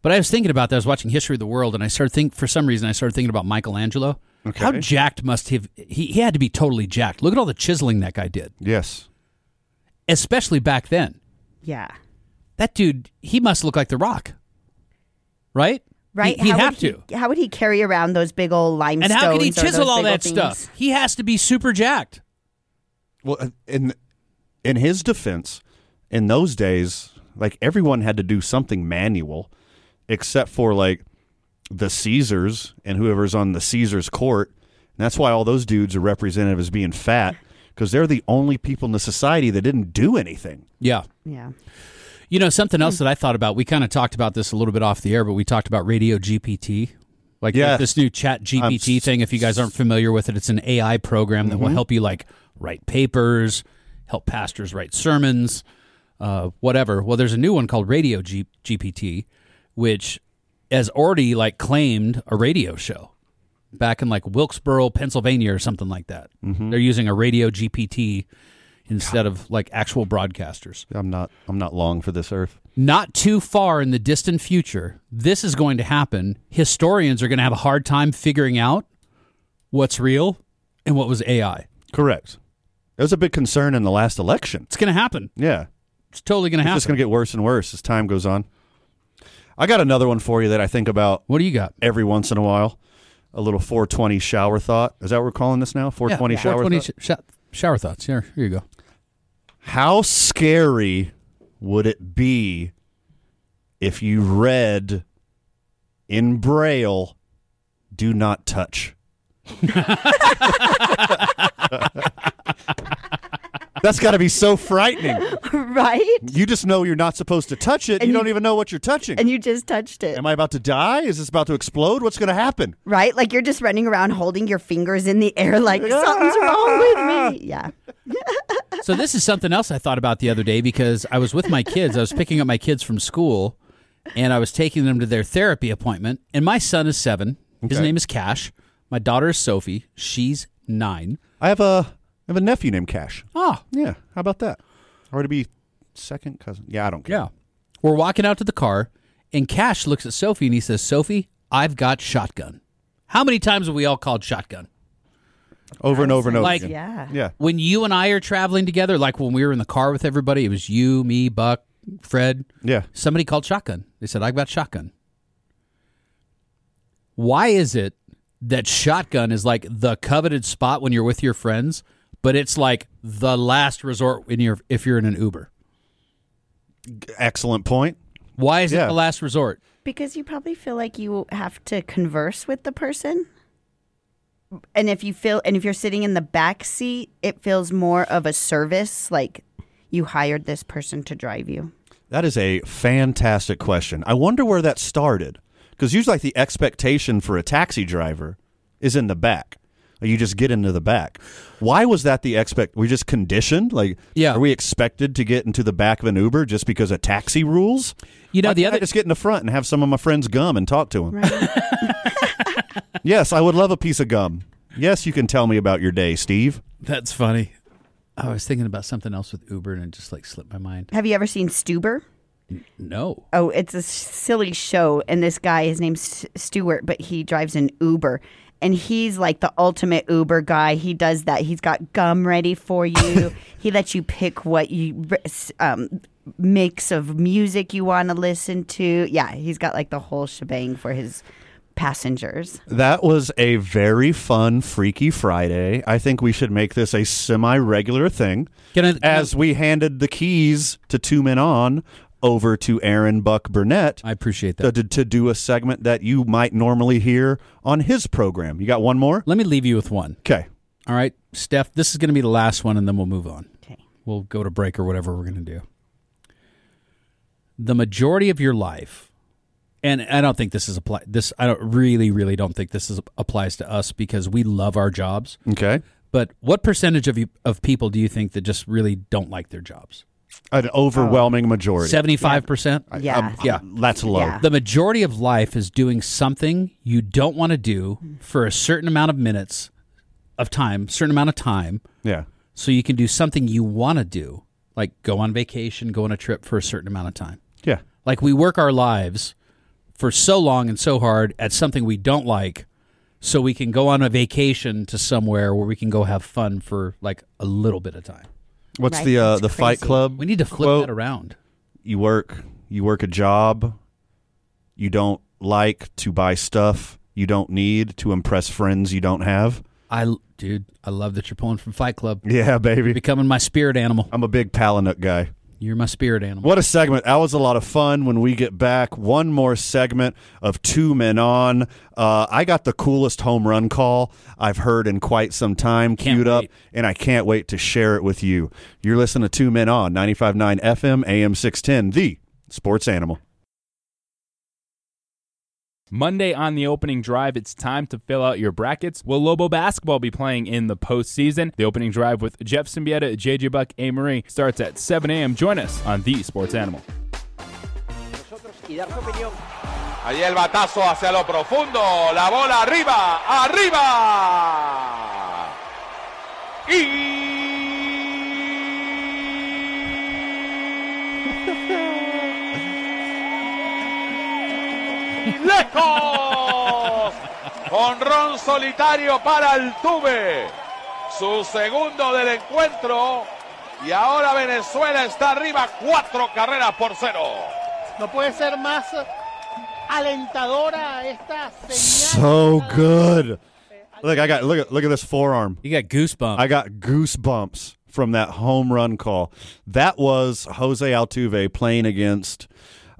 [SPEAKER 2] but I was thinking about that. I was watching History of the World and I started think for some reason I started thinking about Michelangelo. How jacked must he have he, he had to be totally jacked. Look at all the chiseling that guy did,
[SPEAKER 1] Yes.
[SPEAKER 2] especially back then.
[SPEAKER 4] Yeah.
[SPEAKER 2] That dude, he must look like The Rock. Right?
[SPEAKER 4] Right?
[SPEAKER 2] He, would
[SPEAKER 4] how
[SPEAKER 2] have
[SPEAKER 4] would
[SPEAKER 2] to.
[SPEAKER 4] He, how would he carry around those big old limestones?
[SPEAKER 2] And how could he
[SPEAKER 4] or
[SPEAKER 2] chisel
[SPEAKER 4] those
[SPEAKER 2] all
[SPEAKER 4] big
[SPEAKER 2] that
[SPEAKER 4] old things?
[SPEAKER 2] stuff? He has to be super jacked.
[SPEAKER 1] Well, uh, in in his defense, in those days, like everyone had to do something manual, except for like the Caesars and whoever's on the Caesars court. And that's why all those dudes are representative as being fat because they're the only people in the society that didn't do anything.
[SPEAKER 2] Yeah.
[SPEAKER 4] Yeah. *laughs*
[SPEAKER 2] You know, something else that I thought about, we kind of talked about this a little bit off the air, but we talked about Radio GPT. Like
[SPEAKER 1] Yes.
[SPEAKER 2] this new chat GPT thing. If you guys aren't familiar with it, it's an AI program that will help you like write papers, help pastors write sermons, uh, whatever. Well, there's a new one called Radio G- GPT, which has already like claimed a radio show back in like Wilkesboro, Pennsylvania or something like that. They're using a Radio GPT instead of like actual broadcasters.
[SPEAKER 1] I'm not I'm not long for this earth.
[SPEAKER 2] Not too far in the distant future, this is going to happen. Historians are going to have a hard time figuring out what's real and what was AI.
[SPEAKER 1] Correct. That was a big concern in the last election.
[SPEAKER 2] It's going to happen.
[SPEAKER 1] Yeah.
[SPEAKER 2] It's totally going to
[SPEAKER 1] It's
[SPEAKER 2] happen.
[SPEAKER 1] just going to get worse and worse as time goes on. I got another one for you that I think about
[SPEAKER 2] what do you got?
[SPEAKER 1] every once in a while. A little 420 shower thought. Is that what we're calling this now? 420
[SPEAKER 2] yeah,
[SPEAKER 1] shower
[SPEAKER 2] 420
[SPEAKER 1] thought?
[SPEAKER 2] sh- sh- shower thoughts. Here, here you go.
[SPEAKER 1] How scary would it be if you read in braille, do not touch. *laughs* That's got to be so frightening.
[SPEAKER 4] right?
[SPEAKER 1] You just know you're not supposed to touch it.
[SPEAKER 4] And
[SPEAKER 1] you,
[SPEAKER 4] you-
[SPEAKER 1] don't even know what you're touching.
[SPEAKER 4] And you just touched it.
[SPEAKER 1] Am I about to die? Is this about to explode? What's going to happen?
[SPEAKER 4] Right? Like you're just running around holding your fingers in the air like something's
[SPEAKER 2] *laughs*
[SPEAKER 4] wrong with me. Yeah.
[SPEAKER 2] So this is something else I thought about the other day because I was with my kids. I was picking up my kids from school, and I was taking them to their therapy appointment. And my son is seven. His
[SPEAKER 1] Okay.
[SPEAKER 2] name is Cash. My daughter is Sophie. She's nine.
[SPEAKER 1] I have a I have a nephew named Cash.
[SPEAKER 2] Oh,
[SPEAKER 1] yeah. How about that? Or to be second cousin. Yeah, I don't care.
[SPEAKER 2] Yeah. We're walking out to the car, and Cash looks at Sophie and he says, "Sophie, I've got shotgun." How many times have we all called shotgun?
[SPEAKER 1] Over and over and over.
[SPEAKER 2] Like,
[SPEAKER 1] again.
[SPEAKER 4] yeah.
[SPEAKER 1] Yeah.
[SPEAKER 2] When you and I are traveling together, like when we were in the car with everybody, it was you, me, Buck, Fred.
[SPEAKER 1] Yeah.
[SPEAKER 2] Somebody called shotgun. They said, I've got shotgun. Why is it that shotgun is like the coveted spot when you're with your friends, but it's like the last resort when you're if you're in an Uber?
[SPEAKER 1] Excellent point.
[SPEAKER 2] Why is
[SPEAKER 1] Yeah.
[SPEAKER 2] it the last resort?
[SPEAKER 4] Because you probably feel like you have to converse with the person. And if you feel and if you're sitting in the back seat, it feels more of a service like you hired this person to drive you.
[SPEAKER 1] That is a fantastic question. I wonder where that started. Because usually, like, the expectation for a taxi driver is in the back. You just get into the back. Why was that the expect? We just conditioned, like, yeah. Are we expected to get into the back of an Uber just because of taxi rules?
[SPEAKER 2] You know, the
[SPEAKER 1] other I just get in the front and have some of my friends' gum and talk to them. *laughs* yes, I would love a piece of gum. Yes, you can tell me about your day, Steve.
[SPEAKER 2] That's funny. I was thinking about something else with Uber and it just like slipped my mind.
[SPEAKER 4] Have you ever seen Stuber?
[SPEAKER 2] No.
[SPEAKER 4] Oh, it's a s- silly show, and this guy, his name's S- Stuart, but he drives an Uber, and he's like the ultimate Uber guy. He does that. He's got gum ready for you. he lets you pick what you r- s- um, mix of music you want to listen to. Yeah, he's got like the whole shebang for his passengers.
[SPEAKER 1] That was a very fun Freaky Friday. I think we should make this a semi-regular thing. As we handed the keys to Two Men On over to Aaron Buck Burnett,
[SPEAKER 2] I appreciate
[SPEAKER 1] that to, to do a segment that you might normally hear on his program. You got one more?
[SPEAKER 2] Let me leave you with one.
[SPEAKER 1] Okay.
[SPEAKER 2] All right, Steph, this is going to be the last one and then we'll move on. Okay. We'll go to break or whatever we're going to do. The majority of your life, and I don't think this is apply this I don't really really don't think this is applies to us because we love our jobs.
[SPEAKER 1] Okay.
[SPEAKER 2] But what percentage of you of people do you think that just really don't like their jobs?
[SPEAKER 1] An overwhelming majority.
[SPEAKER 2] 75%?
[SPEAKER 1] Yeah. Um,
[SPEAKER 2] Oh. yeah.
[SPEAKER 1] That's low.
[SPEAKER 2] The majority of life is doing something you don't want to do for a certain amount of minutes of time, certain amount of time.
[SPEAKER 1] Yeah.
[SPEAKER 2] So you can do something you want to do, like go on vacation, go on a trip for a certain amount of time.
[SPEAKER 1] Yeah.
[SPEAKER 2] Like we work our lives for so long and so hard at something we don't like so we can go on a vacation to somewhere where we can go have fun for like a little bit of time.
[SPEAKER 1] What's the uh, the Fight Club?
[SPEAKER 2] We need to flip
[SPEAKER 1] quote?
[SPEAKER 2] that around.
[SPEAKER 1] You work. You work a job. You don't like to buy stuff you don't need to impress friends you don't have.
[SPEAKER 2] I dude, I love that you're pulling from Fight Club.
[SPEAKER 1] Yeah, baby.
[SPEAKER 2] Becoming my spirit animal.
[SPEAKER 1] I'm a big Palinut guy.
[SPEAKER 2] You're my spirit animal.
[SPEAKER 1] What a segment. That was a lot of fun when we get back. One more segment of Two Men On. Uh, I got the coolest home run call I've heard in quite some time queued up, and I can't wait to share it with you. You're listening to Two Men On, 95.9 FM, AM 610, the sports animal.
[SPEAKER 8] Monday on the opening drive, it's time to fill out your brackets. Will Lobo basketball be playing in the postseason? The opening drive with Jeff Symbieta, JJ Buck, A. Marie starts at 7 a.m. Join us on The Sports Animal.
[SPEAKER 14] y dar su opinión.
[SPEAKER 12] Allí el batazo hacia lo profundo. La bola arriba, arriba. Y lejos. Honrón solitario para Altuve. Su segundo del encuentro. Y ahora Venezuela está arriba cuatro carreras por cero.
[SPEAKER 15] No puede ser más alentadora esta señal.
[SPEAKER 1] So good. Look, I got look at look at this forearm.
[SPEAKER 2] You got goosebumps.
[SPEAKER 1] I got goosebumps from that home run call. That was Jose Altuve playing against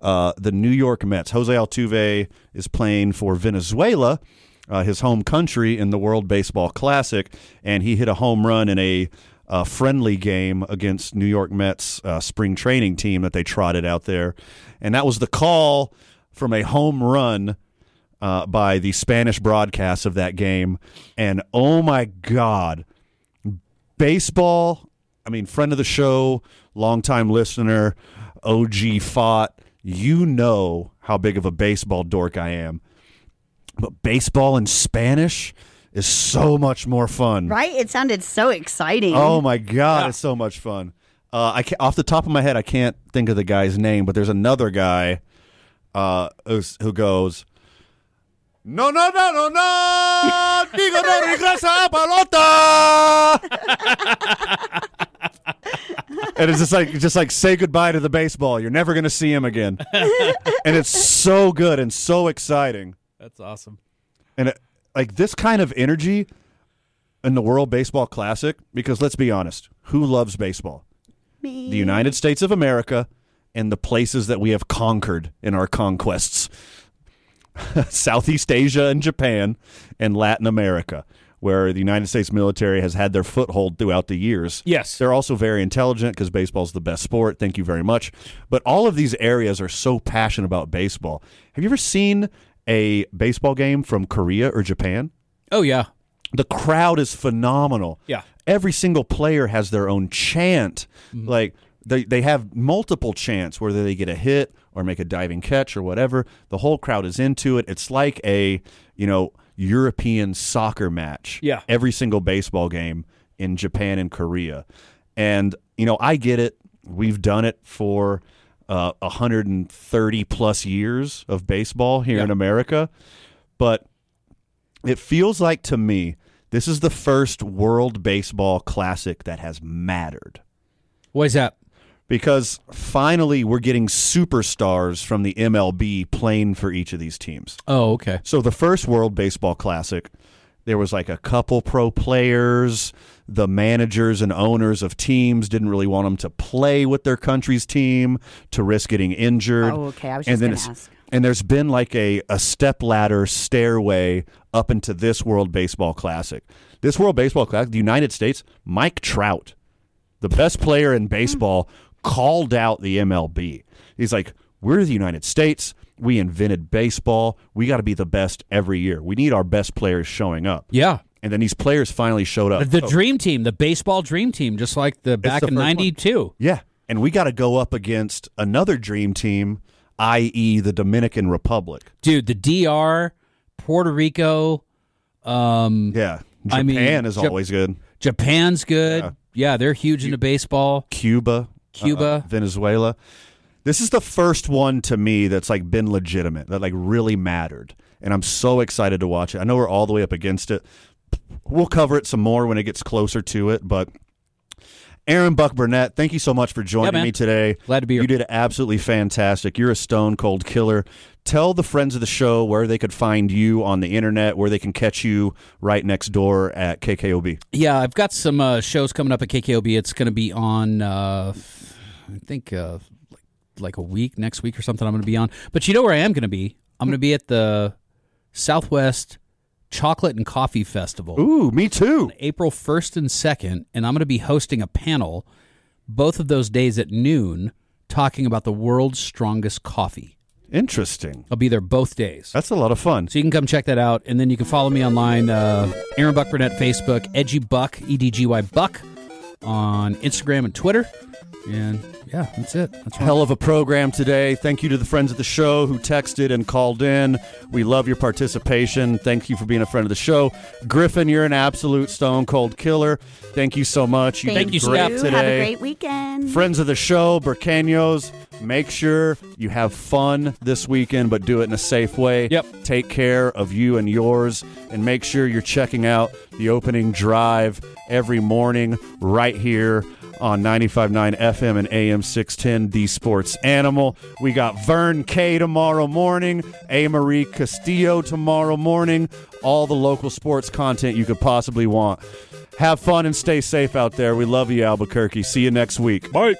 [SPEAKER 1] uh, the New York Mets. Jose Altuve is playing for Venezuela, uh, his home country, in the World Baseball Classic, and he hit a home run in a uh, friendly game against New York Mets uh, spring training team that they trotted out there, and that was the call from a home run uh, by the Spanish broadcast of that game. And oh my God, baseball. I mean, friend of the show, longtime listener, OG Fought. You know how big of a baseball dork I am. But baseball in Spanish is so much more fun.
[SPEAKER 4] Right? It sounded so exciting.
[SPEAKER 1] Oh my god, it's so much fun. Uh, I can't, off the top of my head, I can't think of the guy's name, but there's another guy uh, who's, who goes, "No, no, no, no, no, digo no regresa pelota," and it's just like just like say goodbye to the baseball. You're never gonna see him again, and it's so good and so exciting.
[SPEAKER 2] That's awesome.
[SPEAKER 1] And it, like this kind of energy in the World Baseball Classic, because let's be honest, who loves baseball?
[SPEAKER 4] Me.
[SPEAKER 1] The United States of America and the places that we have conquered in our conquests *laughs* Southeast Asia and Japan and Latin America, where the United States military has had their foothold throughout the years. Yes. They're also very intelligent because baseball's the best sport. Thank you very much. But all of these areas are so passionate about baseball. Have you ever seen a baseball game from Korea or Japan?
[SPEAKER 2] Oh yeah.
[SPEAKER 1] The crowd is phenomenal.
[SPEAKER 2] Yeah.
[SPEAKER 1] Every single player has their own chant.
[SPEAKER 2] Mm-hmm.
[SPEAKER 1] Like they, they have multiple chants, whether they get a hit or make a diving catch or whatever. The whole crowd is into it. It's like a, you know, European soccer match.
[SPEAKER 2] Yeah.
[SPEAKER 1] Every single baseball game in Japan and Korea. And, you know, I get it. We've done it for uh, 130 plus years of baseball here in America. But it feels like to me, this is the first World Baseball Classic that has mattered.
[SPEAKER 2] Why is that?
[SPEAKER 1] Because finally, we're getting superstars from the MLB playing for each of these teams.
[SPEAKER 2] Oh, okay.
[SPEAKER 1] So the first World Baseball Classic, there was like a couple pro players. The managers and owners of teams didn't really want them to play with their country's team to risk getting injured.
[SPEAKER 4] Oh, okay. I was
[SPEAKER 1] and
[SPEAKER 4] just
[SPEAKER 1] then
[SPEAKER 4] gonna
[SPEAKER 1] it's-
[SPEAKER 4] ask.
[SPEAKER 1] And there's been like a, a step ladder stairway up into this World Baseball Classic. This World Baseball Classic, the United States, Mike Trout, the best player in baseball, called out the MLB. He's like, We're the United States. We invented baseball. We got to be the best every year. We need our best players showing up.
[SPEAKER 2] Yeah.
[SPEAKER 1] And then these players finally showed up.
[SPEAKER 2] The
[SPEAKER 1] So-
[SPEAKER 2] dream team, the baseball dream team, just like the back
[SPEAKER 1] Oh. the
[SPEAKER 2] in
[SPEAKER 1] first one.
[SPEAKER 2] '92.
[SPEAKER 1] Yeah. And we got to go up against another dream team, i.e., the Dominican Republic.
[SPEAKER 2] Dude, the DR, Puerto Rico. Um,
[SPEAKER 1] yeah.
[SPEAKER 2] I mean,
[SPEAKER 1] Japan is
[SPEAKER 2] Jap-
[SPEAKER 1] always good.
[SPEAKER 2] Japan's good. Yeah, they're huge into baseball.
[SPEAKER 1] Cuba,
[SPEAKER 2] Cuba.
[SPEAKER 1] uh, Venezuela. This is the first one to me that's like been legitimate, that like really mattered. And I'm so excited to watch it. I know we're all the way up against it. We'll cover it some more when it gets closer to it, but Aaron Buck Burnett, thank you so much for joining
[SPEAKER 2] man.
[SPEAKER 1] me today.
[SPEAKER 2] Glad to be here.
[SPEAKER 1] You did absolutely fantastic. You're a stone cold killer. Tell the friends of the show where they could find you on the internet, where they can catch you right next door at KKOB.
[SPEAKER 2] Yeah, I've got some uh, shows coming up at KKOB. It's going to be on, uh, I think, uh, like, like a week, next week or something, I'm going to be on. But you know where I am going to be? I'm going to be at the Southwest Chocolate and Coffee Festival.
[SPEAKER 1] Ooh, me too. On
[SPEAKER 2] April 1st and 2nd. And I'm going to be hosting a panel both of those days at noon talking about the world's strongest coffee.
[SPEAKER 1] Interesting.
[SPEAKER 2] I'll be there both days.
[SPEAKER 1] That's a lot of fun.
[SPEAKER 2] So you can come check that out, and then you can follow me online, uh, Aaron Buck Burnett Facebook, Edgy Buck E D G Y Buck on Instagram and Twitter, and yeah, that's it. That's
[SPEAKER 1] Hell of a program today. Thank you to the friends of the show who texted and called in. We love your participation. Thank you for being a friend of the show. Griffin, you're an absolute stone cold killer. Thank you so much. You've been great today.
[SPEAKER 4] Have a great weekend.
[SPEAKER 1] Friends of the show, Burcanos, make sure you have fun this weekend, but do it in a safe way. Yep. Take care of you and yours, and make sure you're checking out the opening drive every morning right here on 95.9 FM and AM 610, The Sports Animal. We got Vern K tomorrow morning, A. Marie Castillo tomorrow morning, all the local sports content you could possibly want. Have fun and stay safe out there. We love you, Albuquerque. See you next week. Bye.